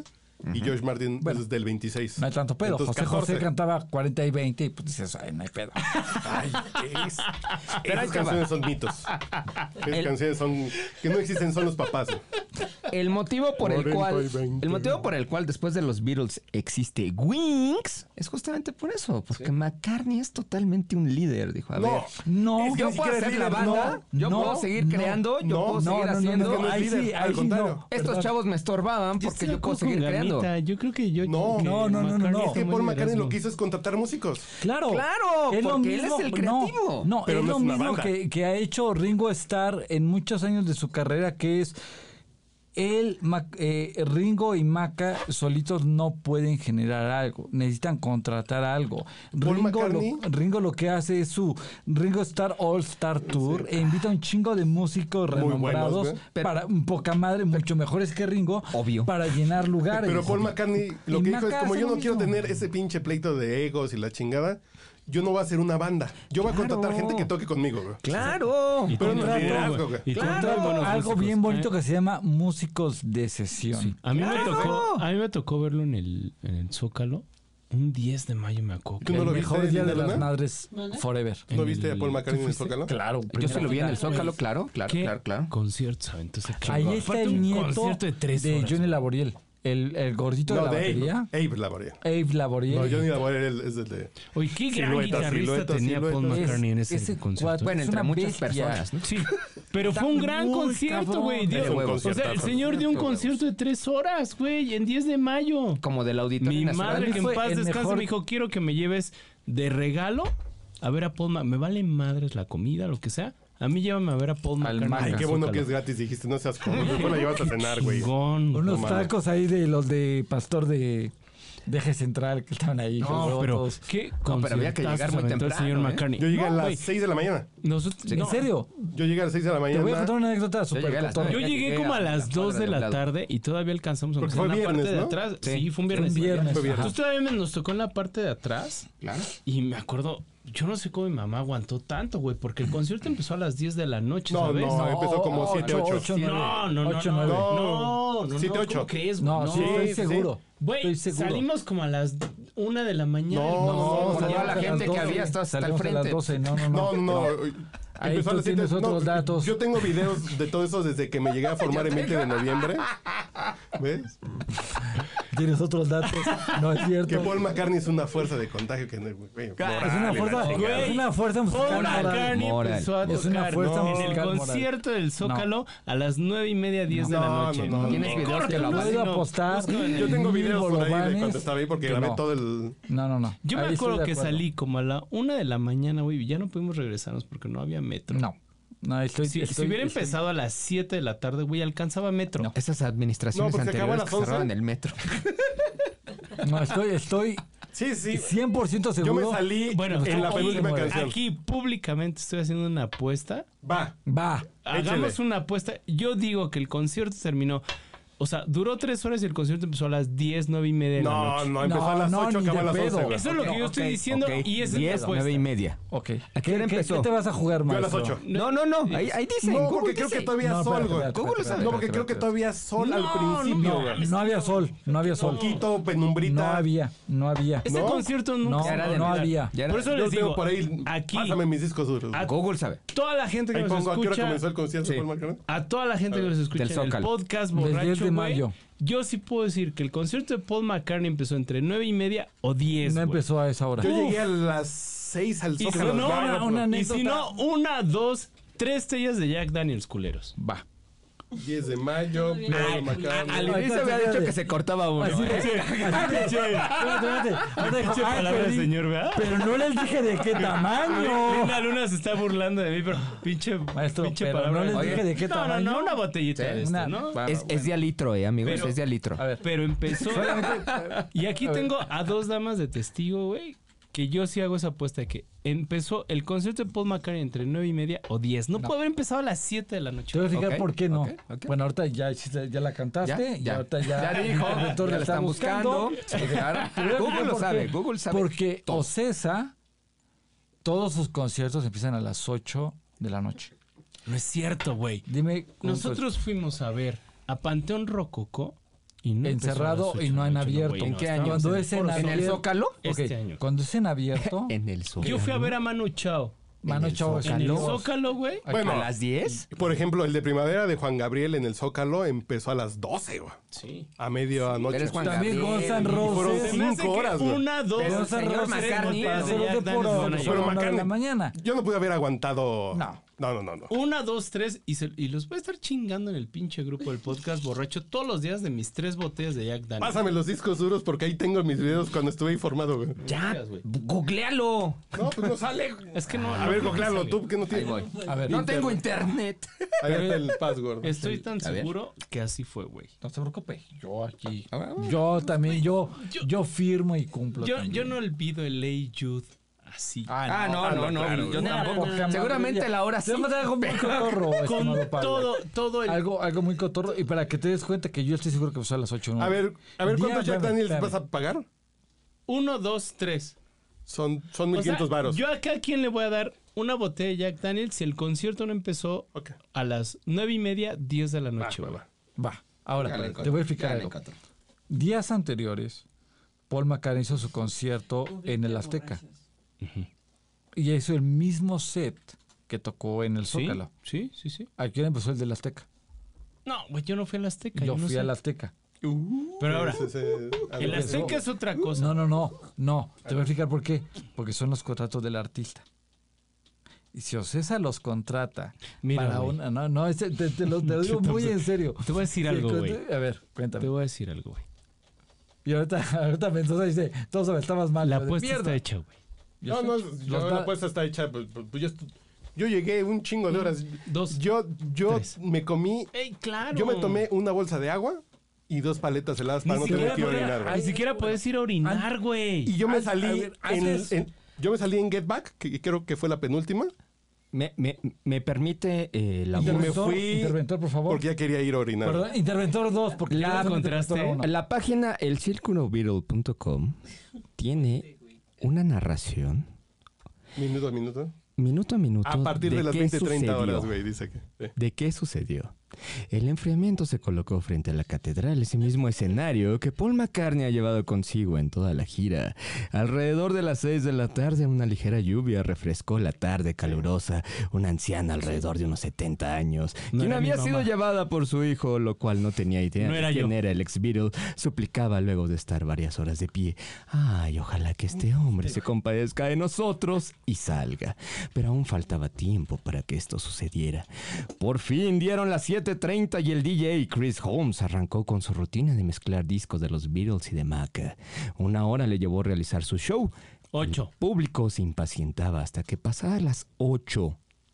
Speaker 1: Y George Martin es del 26.
Speaker 2: No hay tanto pedo.
Speaker 1: Entonces,
Speaker 2: José
Speaker 1: 14.
Speaker 2: José cantaba 40 y 20 y pues dices, ay, no hay pedo.
Speaker 1: Ay, es-
Speaker 4: ahí
Speaker 1: Esas
Speaker 4: te va.
Speaker 1: canciones son mitos. Esas
Speaker 4: El-
Speaker 1: canciones son que no existen, son los papás. güey.
Speaker 4: El motivo por el
Speaker 1: 40 y
Speaker 4: cual
Speaker 1: 20.
Speaker 4: el motivo por el cual después de los Beatles existe Wings es justamente por eso, porque McCartney es totalmente un líder, dijo, a
Speaker 1: No.
Speaker 4: ver.
Speaker 2: No,
Speaker 1: Es que
Speaker 4: Yo
Speaker 1: ni
Speaker 4: puedo
Speaker 1: siquiera
Speaker 4: hacer
Speaker 1: es
Speaker 4: la
Speaker 1: líder,
Speaker 4: banda,
Speaker 2: no,
Speaker 4: yo
Speaker 2: no,
Speaker 4: puedo seguir
Speaker 2: no,
Speaker 4: creando, yo
Speaker 1: no,
Speaker 4: puedo
Speaker 1: no,
Speaker 4: seguir
Speaker 2: no, no,
Speaker 4: haciendo.
Speaker 2: no,
Speaker 1: no es
Speaker 2: ahí
Speaker 1: líder,
Speaker 2: sí,
Speaker 1: al
Speaker 2: ahí sí
Speaker 1: contrario.
Speaker 2: no.
Speaker 4: Estos
Speaker 2: ¿verdad?
Speaker 4: chavos me estorbaban porque yo puedo seguir creando.
Speaker 3: Yo creo que yo.
Speaker 1: No.
Speaker 3: que
Speaker 2: No, no, no, no, no.
Speaker 3: McCartney
Speaker 1: Es que
Speaker 3: tomó
Speaker 1: Paul
Speaker 3: el
Speaker 1: McCartney
Speaker 3: liderazgo.
Speaker 1: lo que hizo es contratar músicos.
Speaker 2: Claro,
Speaker 4: Claro,
Speaker 2: lo
Speaker 4: porque él es el creativo.
Speaker 2: No, no,
Speaker 1: Pero
Speaker 2: es
Speaker 1: no
Speaker 2: lo
Speaker 1: es una
Speaker 2: mismo
Speaker 1: banda.
Speaker 2: que, que ha hecho Ringo Starr en muchos años de su carrera, que es el Ma- eh, Ringo y Maca solitos no pueden generar algo, necesitan contratar algo. Ringo lo,
Speaker 1: McCartney.
Speaker 2: Ringo lo que hace es su Ringo Star All Star Tour e invita a un chingo de músicos
Speaker 1: Muy buenos, ¿eh?
Speaker 2: renombrados
Speaker 1: güey.
Speaker 2: Pero- para poca madre, mucho mejores que Ringo,
Speaker 4: Obvio.
Speaker 2: para llenar lugares.
Speaker 1: Pero Paul McCartney lo
Speaker 2: Y
Speaker 1: que dijo es
Speaker 2: Maca
Speaker 1: como
Speaker 2: hace
Speaker 1: yo
Speaker 2: lo
Speaker 1: no quiero
Speaker 2: mismo.
Speaker 1: tener ese pinche pleito de egos y la chingada, yo no voy a hacer una banda. Yo voy a contratar gente que toque conmigo, güey.
Speaker 4: Claro.
Speaker 3: Y
Speaker 1: Pero no
Speaker 3: contrato,
Speaker 1: es liderazgo,
Speaker 3: güey.
Speaker 1: güey.
Speaker 3: Y
Speaker 4: Claro.
Speaker 3: contrato buenos
Speaker 2: Algo
Speaker 3: músicos,
Speaker 2: bien bonito
Speaker 3: ¿eh?
Speaker 2: que se llama músicos de sesión.
Speaker 3: A mí, me
Speaker 4: Claro.
Speaker 3: tocó, a mí me tocó verlo en el, en el Zócalo. Un 10 de mayo me acuerdo.
Speaker 1: ¿Tú no
Speaker 2: El
Speaker 1: lo
Speaker 2: mejor
Speaker 1: viste,
Speaker 2: día de
Speaker 1: Linda
Speaker 2: las
Speaker 1: Luna?
Speaker 2: madres forever.
Speaker 1: ¿No viste a Paul McCartney en el
Speaker 2: fuiste?
Speaker 1: Zócalo?
Speaker 2: Claro,
Speaker 4: Yo
Speaker 2: primera
Speaker 4: se lo vi en el
Speaker 2: fila.
Speaker 4: Zócalo, claro, claro,
Speaker 3: ¿Qué
Speaker 4: claro, claro.
Speaker 3: conciertos entonces qué
Speaker 2: Ahí
Speaker 3: guapo.
Speaker 2: está el
Speaker 3: Aparte, un
Speaker 2: nieto
Speaker 3: concierto de tres horas.
Speaker 2: Johnny Laboriel. El, el gordito
Speaker 1: No,
Speaker 2: de la
Speaker 1: de Abe.
Speaker 2: batería.
Speaker 1: Abe Laboriel.
Speaker 2: Abe Laboriel.
Speaker 1: pues, No, Johnny Laboriel es el de...
Speaker 3: Oye, qué gran
Speaker 1: Siluetas,
Speaker 3: guitarrista
Speaker 1: siluetas,
Speaker 3: tenía Paul
Speaker 1: siluetas.
Speaker 3: McCartney en ese,
Speaker 2: Ese
Speaker 3: concierto.
Speaker 2: cuate-
Speaker 4: Bueno,
Speaker 2: Es
Speaker 4: entre
Speaker 2: una
Speaker 4: muchas
Speaker 2: bestia.
Speaker 4: personas, ¿no?
Speaker 3: Sí, pero
Speaker 2: Está
Speaker 3: fue un gran
Speaker 2: muy
Speaker 3: concierto,
Speaker 2: cabrón.
Speaker 3: güey.
Speaker 2: Es
Speaker 3: dio-
Speaker 1: un
Speaker 3: O sea,
Speaker 1: conciertazo.
Speaker 3: el señor dio un
Speaker 4: Concierto de
Speaker 3: concierto de tres horas, güey, en 10 de mayo.
Speaker 4: Como del auditorio
Speaker 3: Mi
Speaker 4: nacional.
Speaker 3: madre que en
Speaker 2: Fue
Speaker 3: paz
Speaker 2: el
Speaker 3: descanse
Speaker 2: mejor-
Speaker 3: me dijo, quiero que me lleves de regalo a ver a Paul Ma- Me vale madres la comida, lo que sea. A mí llévame a ver a Paul
Speaker 4: Al
Speaker 3: McCartney.
Speaker 4: Maca.
Speaker 1: Ay,
Speaker 3: en
Speaker 1: qué
Speaker 3: el
Speaker 1: bueno que es
Speaker 3: Zócalo.
Speaker 1: gratis, dijiste. No seas como... ¿Cómo la llevas a cenar, güey?
Speaker 3: Chingón.
Speaker 2: Unos
Speaker 1: No mames.
Speaker 2: tacos ahí de los de Pastor de, de Eje Central que estaban ahí.
Speaker 3: No,
Speaker 2: gordos.
Speaker 3: pero qué
Speaker 4: No, pero había que
Speaker 3: conciertazo
Speaker 4: llegar muy
Speaker 3: se aventó el
Speaker 4: temprano,
Speaker 3: señor
Speaker 4: ¿eh?
Speaker 3: McCartney.
Speaker 1: Yo llegué a
Speaker 3: No,
Speaker 1: las
Speaker 3: güey,
Speaker 1: 6 de la mañana.
Speaker 3: nosotros-
Speaker 2: ¿En
Speaker 3: no,
Speaker 2: serio?
Speaker 1: Yo llegué a las 6 de la
Speaker 2: Te
Speaker 1: mañana.
Speaker 2: voy a contar una anécdota
Speaker 4: Yo llegué a
Speaker 2: súper
Speaker 4: las
Speaker 2: cotorra.
Speaker 3: Yo
Speaker 4: nueve.
Speaker 3: llegué como a las 2 de la tarde y todavía alcanzamos a
Speaker 1: Porque
Speaker 3: cruzar
Speaker 1: fue
Speaker 3: la parte
Speaker 1: viernes,
Speaker 3: de
Speaker 1: ¿no?
Speaker 3: atrás.
Speaker 4: Sí.
Speaker 3: Sí, fue un viernes.
Speaker 2: Un viernes.
Speaker 1: Fue viernes.
Speaker 2: ajá.
Speaker 3: Entonces todavía nos tocó en la parte de atrás
Speaker 4: Claro.
Speaker 3: y me acuerdo, yo no sé cómo mi mamá aguantó tanto, güey, porque el concierto empezó a las 10 de la noche,
Speaker 1: No,
Speaker 3: ¿sabes?
Speaker 1: no, empezó como
Speaker 2: ocho,
Speaker 1: 7, 8.
Speaker 2: ocho, nueve.
Speaker 3: No, no, no.
Speaker 2: Ocho,
Speaker 3: no,
Speaker 2: nueve.
Speaker 3: no, no, no,
Speaker 1: Siete,
Speaker 3: ¿cómo
Speaker 1: ocho.
Speaker 3: crees, güey?
Speaker 2: No, sí,
Speaker 1: sí.
Speaker 2: estoy seguro.
Speaker 3: Güey,
Speaker 2: estoy seguro.
Speaker 3: salimos como a las una de la mañana.
Speaker 1: No,
Speaker 3: y
Speaker 1: no,
Speaker 3: nos
Speaker 1: no,
Speaker 3: volvimos
Speaker 1: no,
Speaker 3: a
Speaker 1: la
Speaker 3: las
Speaker 4: gente que
Speaker 3: doce.
Speaker 4: había hasta- hasta el
Speaker 2: Salimos a
Speaker 4: frente.
Speaker 2: las 12, no, no, no.
Speaker 1: No, no, no.
Speaker 2: Ahí
Speaker 1: Empezó a
Speaker 2: tú
Speaker 1: las siete-
Speaker 2: tienes otros datos.
Speaker 1: Yo tengo videos de todo eso desde que me llegué a formar en 20 de noviembre. ¿Ves?
Speaker 2: Tienes otros datos. No es
Speaker 1: Que
Speaker 2: cierto.
Speaker 1: Paul McCartney es una fuerza de contagio que... güey, moral
Speaker 2: Es una
Speaker 1: y la
Speaker 2: fuerza,
Speaker 1: chingada.
Speaker 2: es una fuerza
Speaker 3: Paul
Speaker 2: musical. moral.
Speaker 3: McCartney
Speaker 4: moral.
Speaker 3: empezó a
Speaker 2: Es una
Speaker 3: tocar
Speaker 2: fuerza
Speaker 3: en el
Speaker 2: musical moral.
Speaker 3: concierto del Zócalo a las nueve y media, diez de la
Speaker 1: No,
Speaker 3: noche.
Speaker 1: no, no.
Speaker 4: Tienes
Speaker 3: Me
Speaker 4: videos que
Speaker 3: cortan,
Speaker 4: lo
Speaker 3: no,
Speaker 2: Puedo
Speaker 3: sino-
Speaker 2: apostar.
Speaker 1: Yo tengo
Speaker 2: mil
Speaker 1: videos por ahí de
Speaker 2: bolovanes
Speaker 1: cuando estaba ahí porque
Speaker 2: que
Speaker 1: grabé
Speaker 2: no.
Speaker 1: todo el...
Speaker 2: No, no, no.
Speaker 3: Yo me
Speaker 2: Ahí estoy
Speaker 3: acuerdo
Speaker 2: de
Speaker 3: que
Speaker 2: acuerdo.
Speaker 3: salí como a la una de la mañana, güey, y ya no pudimos regresarnos porque no había metro.
Speaker 2: No. No, estoy.
Speaker 3: Si, si
Speaker 2: estoy-
Speaker 3: hubiera
Speaker 2: estoy-
Speaker 3: empezado a las 7 de la tarde, güey, alcanzaba metro.
Speaker 4: Esas
Speaker 1: No,
Speaker 4: administraciones
Speaker 1: pues porque acabó a las
Speaker 4: anteriores
Speaker 1: 11.
Speaker 4: que cerraban el metro.
Speaker 2: No, estoy, estoy
Speaker 1: Sí, sí.
Speaker 2: 100% seguro.
Speaker 1: Yo me salí
Speaker 3: Bueno,
Speaker 1: en la
Speaker 3: aquí-
Speaker 1: penúltima canción.
Speaker 3: Aquí públicamente estoy haciendo una apuesta.
Speaker 1: Va.
Speaker 2: Va.
Speaker 3: Hagamos
Speaker 1: Échale.
Speaker 3: una apuesta. Yo digo que el concierto terminó. O sea, duró tres horas y el concierto empezó a las 10, 9 y media de la
Speaker 1: No,
Speaker 3: noche.
Speaker 1: no, empezó a
Speaker 2: No,
Speaker 1: las
Speaker 2: no,
Speaker 1: 8,
Speaker 2: ni
Speaker 1: acabó a
Speaker 2: de
Speaker 1: las 11.
Speaker 2: pedo.
Speaker 1: güey.
Speaker 3: Eso es lo que yo estoy diciendo y esa es mi
Speaker 4: Diez,
Speaker 3: apuesta.
Speaker 4: nueve y media.
Speaker 2: Ok.
Speaker 4: ¿A qué hora empezó?
Speaker 2: ¿Qué te vas a jugar,
Speaker 1: Yo a
Speaker 2: maestro?
Speaker 1: las 8.
Speaker 4: No, no, no. Ahí, ahí dice.
Speaker 1: No,
Speaker 4: Google
Speaker 1: porque creo
Speaker 4: dice.
Speaker 1: que todavía
Speaker 2: No,
Speaker 1: sol,
Speaker 2: espérate,
Speaker 1: güey.
Speaker 2: espérate,
Speaker 1: ¿Cómo lo
Speaker 2: espérate,
Speaker 1: sabes? No, porque creo
Speaker 2: espérate,
Speaker 1: que todavía sol al principio,
Speaker 2: No,
Speaker 1: güey.
Speaker 2: no había sol. No había sol.
Speaker 1: Poquito, penumbrita.
Speaker 2: No había. No había.
Speaker 3: Ese
Speaker 1: ¿No?
Speaker 3: concierto nunca
Speaker 2: No,
Speaker 3: se me va a
Speaker 2: no
Speaker 3: olvidar.
Speaker 2: había.
Speaker 4: Ya era-
Speaker 3: Por eso
Speaker 1: Yo
Speaker 3: les
Speaker 1: tengo
Speaker 3: digo,
Speaker 1: por ahí.
Speaker 3: aquí,
Speaker 1: Pásame mis discos duros.
Speaker 3: a-
Speaker 4: Google sabe.
Speaker 3: toda la gente que
Speaker 1: Ahí
Speaker 3: nos
Speaker 1: pongo a qué hora
Speaker 3: escucha,
Speaker 1: comenzó el concierto
Speaker 4: Sí.
Speaker 1: Paul McCartney.
Speaker 3: a toda la gente que nos escucha
Speaker 4: Del
Speaker 3: en el
Speaker 4: Zócalo.
Speaker 3: podcast
Speaker 2: Del 10
Speaker 3: borracho,
Speaker 2: de
Speaker 3: güey,
Speaker 2: mayo.
Speaker 3: yo sí puedo decir que el concierto de Paul McCartney empezó entre 9 y media o 10,
Speaker 2: No
Speaker 3: güey.
Speaker 2: empezó a esa hora.
Speaker 1: Yo llegué a las 6 al
Speaker 3: Y si
Speaker 1: Zócalo.
Speaker 3: no,
Speaker 1: güey.
Speaker 3: una,
Speaker 2: una
Speaker 3: y si no,
Speaker 2: anécdota.
Speaker 3: una, dos, tres tellas de Jack Daniels culeros.
Speaker 2: Va.
Speaker 1: 10 de mayo,
Speaker 5: bien.
Speaker 1: Paul
Speaker 3: al-
Speaker 1: McCartney.
Speaker 4: Ahí se había dicho que se cortaba uno. eh.
Speaker 2: Así de- así de- Espérate, espérate. Ahora dijo,
Speaker 3: Pinche
Speaker 2: "Ay,
Speaker 3: palabra de
Speaker 2: perdí".
Speaker 3: señor, ¿verdad?
Speaker 2: Pero no les dije de qué tamaño.
Speaker 3: Linda Luna se está burlando de mí, pero pinche,
Speaker 2: Maestro,
Speaker 3: pinche
Speaker 2: pero
Speaker 3: palabra.
Speaker 2: no les
Speaker 3: de-
Speaker 2: dije de qué
Speaker 3: no, no,
Speaker 2: tamaño.
Speaker 3: no, una botellita
Speaker 4: Sí,
Speaker 3: de esto,
Speaker 2: una-
Speaker 3: Este, ¿no?
Speaker 4: Es, es de alitro, eh, amigos.
Speaker 3: Pero-
Speaker 4: es de alitro.
Speaker 2: A ver.
Speaker 3: Pero empezó. y aquí
Speaker 2: a ver.
Speaker 3: tengo a dos damas de testigo, güey. Que yo sí hago esa apuesta de que empezó el concierto de Paul McCartney entre 9 y media o 10. No, puede haber empezado a las 7 de la
Speaker 2: Te
Speaker 3: noche.
Speaker 2: voy a explicar
Speaker 4: Ok,
Speaker 2: por qué no.
Speaker 4: ok, ok.
Speaker 2: Bueno, ahorita ya, hiciste- ya la cantaste.
Speaker 4: Ya,
Speaker 2: y
Speaker 4: ya.
Speaker 2: ahorita ya.
Speaker 4: Ya dijo,
Speaker 2: el productor
Speaker 4: ya la están buscando. Sí, claro.
Speaker 2: Te voy a
Speaker 4: Google
Speaker 2: explicar
Speaker 4: lo
Speaker 2: por
Speaker 4: sabe,
Speaker 2: qué.
Speaker 4: Google sabe
Speaker 2: Porque
Speaker 4: todo.
Speaker 2: Ocesa, todos sus conciertos empiezan a las 8 de la noche.
Speaker 3: No es cierto, güey.
Speaker 2: Dime, pues, ¿cómo
Speaker 3: Nosotros fuimos a ver a Panteón Rococó y no empezó
Speaker 2: encerrado
Speaker 3: a las ocho
Speaker 2: y
Speaker 3: de
Speaker 2: no
Speaker 3: la
Speaker 2: han
Speaker 3: noche, no,
Speaker 2: abierto.
Speaker 3: güey, no, estábamos
Speaker 2: Cuando es en,
Speaker 3: Foro Sol.
Speaker 4: ¿En el
Speaker 2: abierto-
Speaker 4: Zócalo?
Speaker 3: Este
Speaker 2: Ok,
Speaker 3: año.
Speaker 2: Cuando es en abierto,
Speaker 4: En el Zócalo.
Speaker 3: Yo fui a ver a Manu Chao.
Speaker 2: Mano
Speaker 4: en el
Speaker 2: Chao
Speaker 3: En el
Speaker 4: Calor.
Speaker 3: Zócalo, güey.
Speaker 1: Bueno.
Speaker 4: ¿A las 10?
Speaker 1: Por ejemplo, el de primavera de Juan Gabriel en el Zócalo empezó a las 12, güey.
Speaker 3: Sí.
Speaker 1: A medianoche.
Speaker 4: Eres Juan
Speaker 2: También
Speaker 4: Gabriel.
Speaker 2: Guns N'
Speaker 1: Fueron
Speaker 2: Roses.
Speaker 3: Se me hace
Speaker 1: cinco
Speaker 3: que
Speaker 1: horas, güey.
Speaker 3: una, dos,
Speaker 4: Pero,
Speaker 3: tres
Speaker 4: señor
Speaker 3: botellas
Speaker 4: McCartney,
Speaker 3: de
Speaker 4: pero
Speaker 3: Jack
Speaker 2: de
Speaker 3: Daniels
Speaker 2: puro-
Speaker 3: van a
Speaker 2: Pero
Speaker 1: Pero
Speaker 3: llevar.
Speaker 2: una de
Speaker 1: McCartney-
Speaker 2: la mañana.
Speaker 1: Yo no pude haber aguantado.
Speaker 2: No.
Speaker 1: No, no, no. no.
Speaker 3: Una, dos, tres, y, se- y los voy a estar chingando en el pinche grupo del podcast borracho todos los días de mis tres botellas de Jack Daniels.
Speaker 1: Pásame los discos duros porque ahí tengo mis videos cuando estuve informado, güey.
Speaker 4: Ya,
Speaker 3: güey.
Speaker 4: googlealo.
Speaker 1: No, pues no sale.
Speaker 3: Es que no, a
Speaker 1: ver, googlealo tú, que no tienes.
Speaker 2: A ver,
Speaker 4: no tengo internet.
Speaker 1: Ahí está el password.
Speaker 3: Estoy tan
Speaker 4: A ver.
Speaker 3: seguro que así fue, güey.
Speaker 2: No se preocupe. Yo aquí. Yo también, yo, yo firmo y cumplo.
Speaker 3: Ah, Yo,
Speaker 2: también.
Speaker 3: yo no olvido el Ley Jude así.
Speaker 4: Ah, no, no, no,
Speaker 2: claro,
Speaker 4: yo
Speaker 2: no,
Speaker 4: tampoco.
Speaker 2: no, no,
Speaker 4: Seguramente
Speaker 2: no,
Speaker 4: la hora sí.
Speaker 2: Tengo que hacer algo muy cotorro, estimado
Speaker 3: Con
Speaker 2: Pablo.
Speaker 3: todo, todo el...
Speaker 2: Algo, algo muy cotorro. Y para que te des cuenta que yo estoy seguro que fue a las 8 o 9.
Speaker 1: A ver, a ver ¿cuántos Jack Daniels vas a pagar?
Speaker 3: Uno, dos, tres.
Speaker 1: Son, son
Speaker 3: O sea,
Speaker 1: 1500 varos.
Speaker 3: Yo acá, ¿a quién le voy a dar una botella de Jack Daniels si el concierto no empezó
Speaker 1: Ok.
Speaker 3: a las nueve y media, diez de la
Speaker 1: Va,
Speaker 3: noche?
Speaker 1: va,
Speaker 3: güey?
Speaker 1: va.
Speaker 2: Va, ahora te voy a explicar algo.
Speaker 4: cuatro.
Speaker 2: Días anteriores, Paul McCartney hizo su concierto en el Azteca. Y hizo el mismo set que tocó en el
Speaker 3: ¿Sí?
Speaker 2: Zócalo.
Speaker 3: Sí, sí, sí.
Speaker 2: ¿A quién empezó el del Azteca?
Speaker 3: No, güey, yo no fui al Azteca.
Speaker 2: Yo
Speaker 3: no
Speaker 2: fui
Speaker 3: sé.
Speaker 2: al Azteca.
Speaker 3: Pero ahora,
Speaker 1: Ese- ese- a ver,
Speaker 3: el Azteca es otra cosa.
Speaker 2: No, no, no, no. Te voy a explicar por qué. Porque son los contratos del artista. Y si Ocesa los contrata
Speaker 3: Mira,
Speaker 2: para
Speaker 3: güey.
Speaker 2: una... No, no, este- te, te lo, te lo digo muy en serio.
Speaker 3: Te voy a decir algo, güey.
Speaker 2: A ver,
Speaker 3: Te
Speaker 2: cuéntame.
Speaker 3: voy a decir algo, güey.
Speaker 2: Y ahorita, ahorita Mendoza dice, Toso, estabas mal.
Speaker 3: La
Speaker 2: Yo de,
Speaker 3: apuesta
Speaker 2: "Mierda".
Speaker 3: está hecha, güey.
Speaker 1: No, no, yo
Speaker 2: Los
Speaker 1: la
Speaker 2: da-
Speaker 1: apuesta está hecha. pues, pues, pues, yo, estu- yo llegué un chingo de horas.
Speaker 3: dos,
Speaker 1: Yo, yo
Speaker 3: tres.
Speaker 1: me comí.
Speaker 3: ¡Ey, claro!
Speaker 1: Yo me tomé una bolsa de agua y dos paletas heladas para no tener que ir a orinar.
Speaker 3: Ni
Speaker 1: güey.
Speaker 3: siquiera puedes ir a orinar, güey.
Speaker 1: Y yo me
Speaker 2: Haz- a
Speaker 1: salí
Speaker 2: ver, haz
Speaker 1: en,
Speaker 2: eso.
Speaker 1: en- yo me salí en Get Back, que creo que fue la penúltima,
Speaker 4: Me, me, me permite eh, la,
Speaker 1: Yo me
Speaker 2: Interventor,
Speaker 1: fui-
Speaker 2: Interventor, por favor.
Speaker 1: porque ya quería ir a orinar.
Speaker 2: Perdón, Interventor 2, porque
Speaker 4: La
Speaker 2: yo soy
Speaker 3: contraste.
Speaker 2: Interventor uno.
Speaker 4: la página elcirculobeatle.com tiene una narración
Speaker 1: Minuto a minuto.
Speaker 4: minuto a minuto
Speaker 1: A partir de, las
Speaker 4: qué
Speaker 1: 20, 30 horas,
Speaker 4: sucedió.
Speaker 1: güey, dice que. eh, sí.
Speaker 4: ¿De qué sucedió? El enfriamiento se colocó frente a la catedral, ese mismo escenario que Paul McCartney ha llevado consigo en toda la gira. Alrededor de las 6 de la tarde, una ligera lluvia refrescó la tarde calurosa. Una anciana alrededor de unos 70 años,
Speaker 3: No
Speaker 4: quien
Speaker 3: era mi
Speaker 4: había sido
Speaker 3: mamá.
Speaker 4: llevada por su hijo, lo cual no tenía idea
Speaker 3: No
Speaker 4: de
Speaker 3: era
Speaker 4: quién
Speaker 3: yo.
Speaker 4: era el ex Beatle, suplicaba luego de estar varias horas de pie. Ay, ojalá que este hombre se compadezca de nosotros y salga. Pero aún faltaba tiempo para que esto sucediera. Por fin dieron las 7.30 y el DJ Chris Holmes arrancó con su rutina de mezclar discos de los Beatles y de Maca. Una hora le llevó realizar su show.
Speaker 3: Ocho.
Speaker 4: El público se impacientaba hasta que pasadas las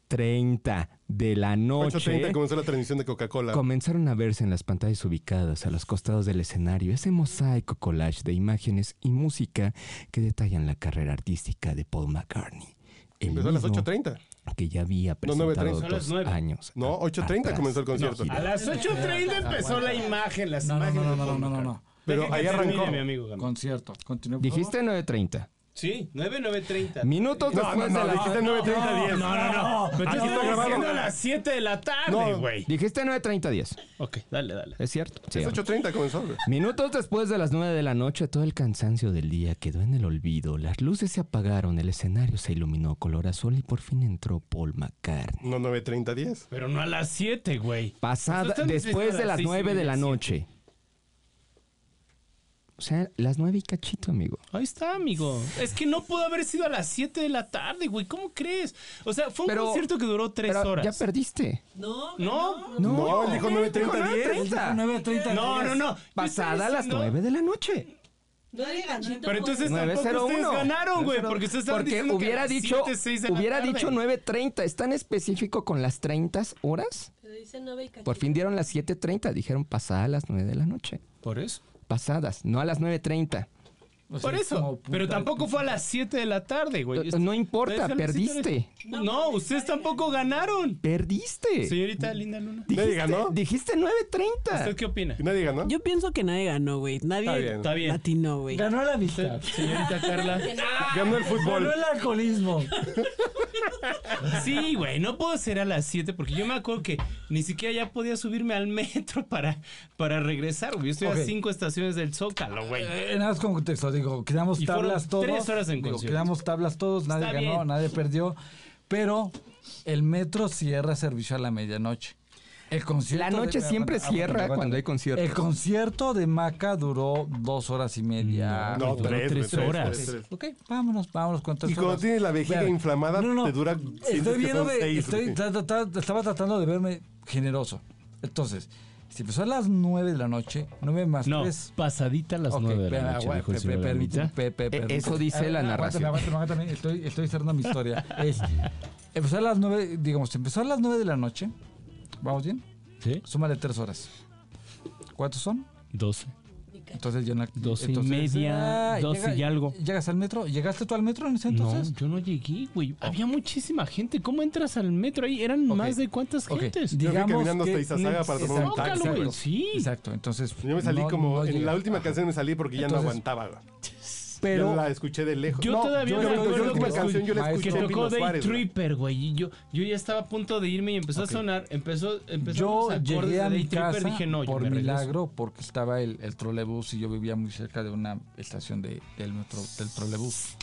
Speaker 4: 8.30 de la noche.
Speaker 1: 8.30 comenzó la transmisión de Coca-Cola.
Speaker 4: Comenzaron a verse en las pantallas ubicadas a los costados del escenario ese mosaico collage de imágenes y música que detallan la carrera artística de Paul McCartney. El
Speaker 1: Empezó a las
Speaker 4: mismo
Speaker 1: 8.30.
Speaker 4: que ya había presentado
Speaker 1: 9:30.
Speaker 4: dos
Speaker 3: Son las 9.
Speaker 4: años.
Speaker 1: No, 8.30
Speaker 4: atrás.
Speaker 1: comenzó el concierto.
Speaker 3: A las 8.30 empezó la imagen, las
Speaker 2: No, no,
Speaker 3: imágenes.
Speaker 2: no, no,
Speaker 3: de
Speaker 2: no,
Speaker 3: Paul
Speaker 2: no, no,
Speaker 3: McCartney.
Speaker 2: no.
Speaker 1: Pero
Speaker 3: Deja que
Speaker 1: ahí
Speaker 3: termine,
Speaker 1: arrancó.
Speaker 3: mi amigo Gama.
Speaker 2: Concierto, continúa. por
Speaker 4: Dijiste 9.30.
Speaker 3: Sí, 9.930.
Speaker 4: Minutos
Speaker 1: No, no,
Speaker 4: después
Speaker 1: no,
Speaker 4: de la...
Speaker 1: dijiste 9.30, 10.
Speaker 3: No, no, no. Me
Speaker 1: Ah, Aquí está grabado.
Speaker 3: a las 7 de la tarde,
Speaker 1: No.
Speaker 3: güey.
Speaker 4: Dijiste 9.30, 10.
Speaker 3: Ok, dale, dale.
Speaker 4: ¿Es cierto? Sí.
Speaker 1: Es 8.30 comenzó, güey.
Speaker 4: Minutos después de las 9 de la noche, todo el cansancio del día quedó en el olvido. Las luces se apagaron, el escenario se iluminó color azul y por fin entró Paul McCartney.
Speaker 1: No, 9.30, 10.
Speaker 3: Pero no a las 7, güey.
Speaker 4: Pasada,
Speaker 3: Nosotros estamos
Speaker 4: después
Speaker 3: diciendo
Speaker 4: de
Speaker 3: a
Speaker 4: las
Speaker 3: seis y
Speaker 4: 9 de
Speaker 3: media,
Speaker 4: la
Speaker 3: siete.
Speaker 4: noche. O sea, las 9 y cachito, amigo.
Speaker 3: Ahí está, amigo. Es que no pudo haber sido a las 7 de la tarde, güey. ¿Cómo crees? O sea, fue un
Speaker 4: Pero-
Speaker 3: concierto que duró 3
Speaker 4: Pero
Speaker 3: horas.
Speaker 4: ya perdiste.
Speaker 5: No,
Speaker 3: no,
Speaker 1: No, él dijo 9.30, 10.
Speaker 2: 9.30.
Speaker 3: no, no, no.
Speaker 4: Pasada las 9 de la noche.
Speaker 5: nadie ganó.
Speaker 3: Pero entonces tampoco
Speaker 4: 901.
Speaker 3: ustedes ganaron, güey. Porque ustedes están
Speaker 4: Porque
Speaker 3: diciendo que a
Speaker 4: hubiera
Speaker 3: las
Speaker 4: dicho,
Speaker 3: 7, 6 de la
Speaker 4: hubiera
Speaker 3: tarde.
Speaker 4: dicho 9.30. ¿Es tan específico con las 30 horas?
Speaker 5: Pero dice nueve y cachito.
Speaker 4: Por fin dieron las 7.30. Dijeron pasada las 9 de la noche.
Speaker 3: Por eso.
Speaker 4: Pasadas, no a las 9.30.
Speaker 2: O sea,
Speaker 3: Por
Speaker 2: es
Speaker 3: eso.
Speaker 2: como puta-
Speaker 3: Pero tampoco fue a las 7 de la tarde, güey.
Speaker 4: No importa,
Speaker 3: Ustedes a las siete de la-
Speaker 4: perdiste.
Speaker 3: No, ustedes tampoco ganaron.
Speaker 4: Perdiste.
Speaker 3: Señorita Linda Luna.
Speaker 1: Nadie ganó.
Speaker 4: Dijiste
Speaker 3: ¿Usted
Speaker 4: 9.30.
Speaker 3: qué opina?
Speaker 1: Y nadie ganó.
Speaker 6: Yo pienso que nadie ganó, güey.
Speaker 1: Está
Speaker 6: Nadie
Speaker 1: bien.
Speaker 3: Está bien.
Speaker 6: latinó, güey.
Speaker 2: Ganó la amistad.
Speaker 3: Señorita Carla.
Speaker 1: Ganó el
Speaker 2: Ganó
Speaker 1: fútbol.
Speaker 2: el alcoholismo.
Speaker 3: Sí, güey, no puedo ser a las 7 porque yo me acuerdo que ni siquiera ya podía subirme al metro para, para regresar, güey. Yo estoy
Speaker 2: Ok.
Speaker 3: a cinco estaciones del Zócalo, güey.
Speaker 2: Eh, nada más con contexto, digo, quedamos
Speaker 3: Y fueron
Speaker 2: tablas todos.
Speaker 3: tres horas en
Speaker 2: digo,
Speaker 3: concierto.
Speaker 2: quedamos tablas todos, nadie
Speaker 3: Está
Speaker 2: ganó,
Speaker 3: bien.
Speaker 2: nadie perdió. Pero el metro cierra servicio a la medianoche. El concierto
Speaker 4: La noche
Speaker 2: de-
Speaker 4: siempre
Speaker 2: aguanta,
Speaker 4: cierra
Speaker 2: aguanta.
Speaker 4: cuando hay conciertos.
Speaker 2: El concierto de Maca duró dos horas y media.
Speaker 1: No, tres,
Speaker 3: tres
Speaker 1: güey,
Speaker 3: horas.
Speaker 1: tres, tres.
Speaker 2: Ok, vámonos, vámonos con tres
Speaker 1: Y cuando
Speaker 2: horas.
Speaker 1: tienes la vejiga
Speaker 2: Vean,
Speaker 1: inflamada, te dura- sientes
Speaker 2: Estoy
Speaker 1: que
Speaker 2: viendo
Speaker 1: son
Speaker 2: de-
Speaker 1: seis,
Speaker 2: estoy
Speaker 1: güey.
Speaker 2: tra- tra- tra- estaba tratando de verme generoso. Entonces, si empezó a las nueve de la noche, nueve más
Speaker 3: No,
Speaker 2: tres.
Speaker 3: pasadita las
Speaker 2: Ok,
Speaker 3: nueve de
Speaker 2: espera,
Speaker 3: la noche,
Speaker 2: agua-
Speaker 3: dijo el
Speaker 2: pe-
Speaker 3: señor
Speaker 2: pe-
Speaker 3: Laguna.
Speaker 2: pe- pe-
Speaker 4: Eh,
Speaker 2: permíteme.
Speaker 4: eso dice
Speaker 2: A ver,
Speaker 4: la
Speaker 2: aguántame,
Speaker 4: narración.
Speaker 2: aguántame, aguántame, Estoy, estoy cerrando mi historia. Es, Empezó a las 9, digamos, empezó a las 9 de la noche. ¿Vamos bien?
Speaker 3: Sí.
Speaker 2: Súmale 3 horas. ¿Cuántos son?
Speaker 3: 12.
Speaker 2: Entonces ya en la,
Speaker 3: 12 y
Speaker 2: entonces,
Speaker 3: media,
Speaker 2: ah,
Speaker 3: 12 y algo.
Speaker 2: ¿Llegas al metro? ¿Llegaste tú al metro en ese entonces?
Speaker 3: No, yo no llegué, güey. Había muchísima gente. ¿Cómo entras al metro ahí? Eran más de cuántas
Speaker 2: Ok,
Speaker 3: gentes.
Speaker 1: Digamos caminando hasta que- Izazaga para tomar un
Speaker 3: Zócalo,
Speaker 1: taxi.
Speaker 3: güey, Sí.
Speaker 2: Exacto, entonces.
Speaker 1: Yo me salí
Speaker 2: no-
Speaker 1: como.
Speaker 2: no
Speaker 1: en la
Speaker 2: llegas.
Speaker 1: última
Speaker 2: Ajá.
Speaker 1: canción me salí porque ya no
Speaker 2: Entonces,
Speaker 1: aguantaba.
Speaker 2: pero-
Speaker 1: Yo la escuché de lejos.
Speaker 3: Yo
Speaker 1: No,
Speaker 3: todavía
Speaker 1: yo,
Speaker 3: me
Speaker 1: yo- yo
Speaker 3: acuerdo
Speaker 1: la última
Speaker 3: que-
Speaker 1: canción yo la
Speaker 3: que
Speaker 1: escuché en
Speaker 3: tocó
Speaker 1: Pino
Speaker 3: Day
Speaker 1: Suárez. güey.
Speaker 3: Tripper, güey. Y yo, yo ya estaba a punto de irme y empezó
Speaker 2: Ok.
Speaker 3: a sonar. Empezó, empezó
Speaker 2: Yo
Speaker 3: los acordes
Speaker 2: llegué a
Speaker 3: de Day
Speaker 2: mi casa
Speaker 3: Tripper. Dije, no, yo
Speaker 2: por
Speaker 3: me regreso.
Speaker 2: milagro porque estaba el, el trolebús y yo vivía muy cerca de una estación de, del, metro, del trolebús.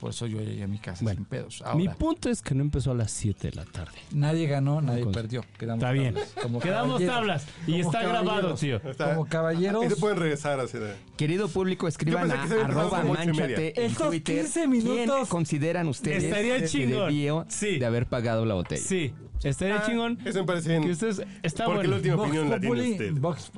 Speaker 2: Por eso yo llegué a mi casa sin pedos.
Speaker 3: Mi
Speaker 2: Ahora,
Speaker 3: punto es que no empezó a las 7 de la tarde.
Speaker 2: nadie ganó, nadie
Speaker 3: Entonces,
Speaker 2: perdió. Quedamos
Speaker 3: Está bien.
Speaker 2: tablas, como
Speaker 3: Quedamos
Speaker 2: caballeros.
Speaker 3: tablas. Y
Speaker 2: Como
Speaker 3: está grabado,
Speaker 2: caballeros.
Speaker 3: tío.
Speaker 1: Está-
Speaker 2: Como
Speaker 1: Ahí
Speaker 2: caballeros.
Speaker 1: te pueden regresar así de.
Speaker 4: Querido público,
Speaker 1: Yo
Speaker 4: escriban
Speaker 1: pensé
Speaker 4: a
Speaker 1: que se había empezado
Speaker 4: arroba
Speaker 1: a las ocho y media.
Speaker 4: manchate en
Speaker 2: Estos
Speaker 4: Twitter.
Speaker 2: 15
Speaker 4: ¿Quién
Speaker 2: minutos
Speaker 4: consideran ustedes
Speaker 3: Estaría
Speaker 4: que
Speaker 3: chingón.
Speaker 4: debió
Speaker 3: Sí.
Speaker 4: de haber pagado la botella?
Speaker 3: Sí. Estaría
Speaker 1: Ah,
Speaker 3: chingón.
Speaker 1: Eso me parece bien.
Speaker 3: Que ustedes. Está
Speaker 1: porque la
Speaker 3: bueno.
Speaker 1: última
Speaker 2: Vox
Speaker 1: opinión la tiene
Speaker 2: Populi,
Speaker 1: usted.
Speaker 2: Vox-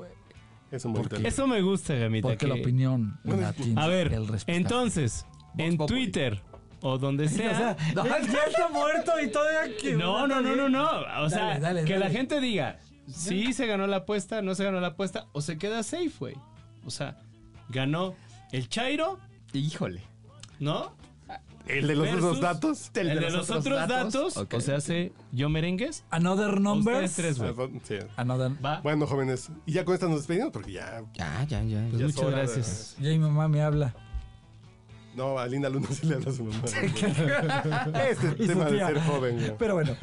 Speaker 1: Es un buen tema.
Speaker 3: Eso me gusta, Gamita.
Speaker 2: porque la
Speaker 3: que-
Speaker 2: opinión la tiene
Speaker 3: A ver,
Speaker 2: el respetable.
Speaker 3: entonces, en
Speaker 4: Populi.
Speaker 3: Twitter o donde
Speaker 2: O sea,
Speaker 3: sea.
Speaker 2: ya está muerto y todavía que-
Speaker 3: No, no, no, no, no. O sea,
Speaker 2: Dale, dale,
Speaker 3: que la
Speaker 2: dale.
Speaker 3: gente diga si se ganó la apuesta, no se ganó la apuesta o se queda safe, güey. O sea, ganó el Chairo,
Speaker 4: Híjole.
Speaker 3: ¿no?
Speaker 1: El de los
Speaker 3: Versus-
Speaker 1: otros datos.
Speaker 3: El, de, los, otros, datos,
Speaker 4: ok.
Speaker 3: o sea, hace yo merengues.
Speaker 2: Another
Speaker 3: Ustedes
Speaker 2: numbers.
Speaker 3: tres, güey.
Speaker 1: Sí.
Speaker 2: Another.
Speaker 3: Va.
Speaker 1: Bueno, jóvenes. Y ya con estas nos despedimos porque ya.
Speaker 4: Ya, ya, ya.
Speaker 3: Pues
Speaker 1: ya es
Speaker 3: muchas
Speaker 1: hora de-
Speaker 3: gracias.
Speaker 2: Ya mi mamá me habla.
Speaker 1: No, a Linda Luna sí le habla a su mamá. este
Speaker 2: Y su
Speaker 1: tema de
Speaker 2: tía.
Speaker 1: ser joven. güey.
Speaker 2: Pero bueno,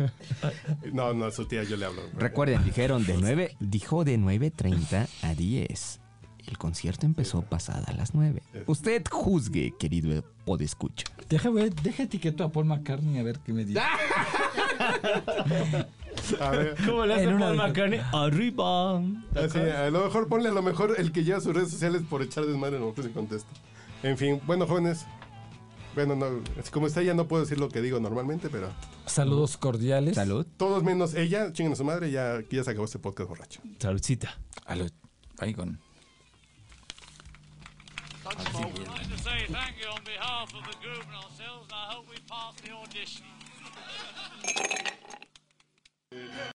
Speaker 1: No, no, a su tía yo le hablo. güey.
Speaker 4: Recuerden, dijeron
Speaker 3: Pues,
Speaker 4: de 9, dijo de 9.30 a 10. El concierto empezó pasada las 9. Usted juzgue, querido podescucha.
Speaker 2: déjame, deja etiqueto a Paul McCartney a ver qué me dice.
Speaker 1: A ver.
Speaker 3: ¿Cómo le hace
Speaker 2: En una
Speaker 3: Paul
Speaker 2: de-
Speaker 3: McCartney? Arriba. ¿Te
Speaker 1: Así,
Speaker 3: acuerdas?
Speaker 1: a lo mejor ponle a lo mejor el que lleva sus redes sociales por echar desmadre en otros y contesta. En fin, bueno, jóvenes. Bueno, no, así como está, ya no puedo decir lo que digo normalmente, pero
Speaker 2: Saludos cordiales.
Speaker 4: Salud.
Speaker 1: todos menos ella, chinguen a su madre, ya, ya se acabó este podcast borracho.
Speaker 3: Saludcita.
Speaker 2: Salud. Ahí con.
Speaker 12: I'd like to say thank you on behalf of the group and ourselves, and I hope we pass the audition.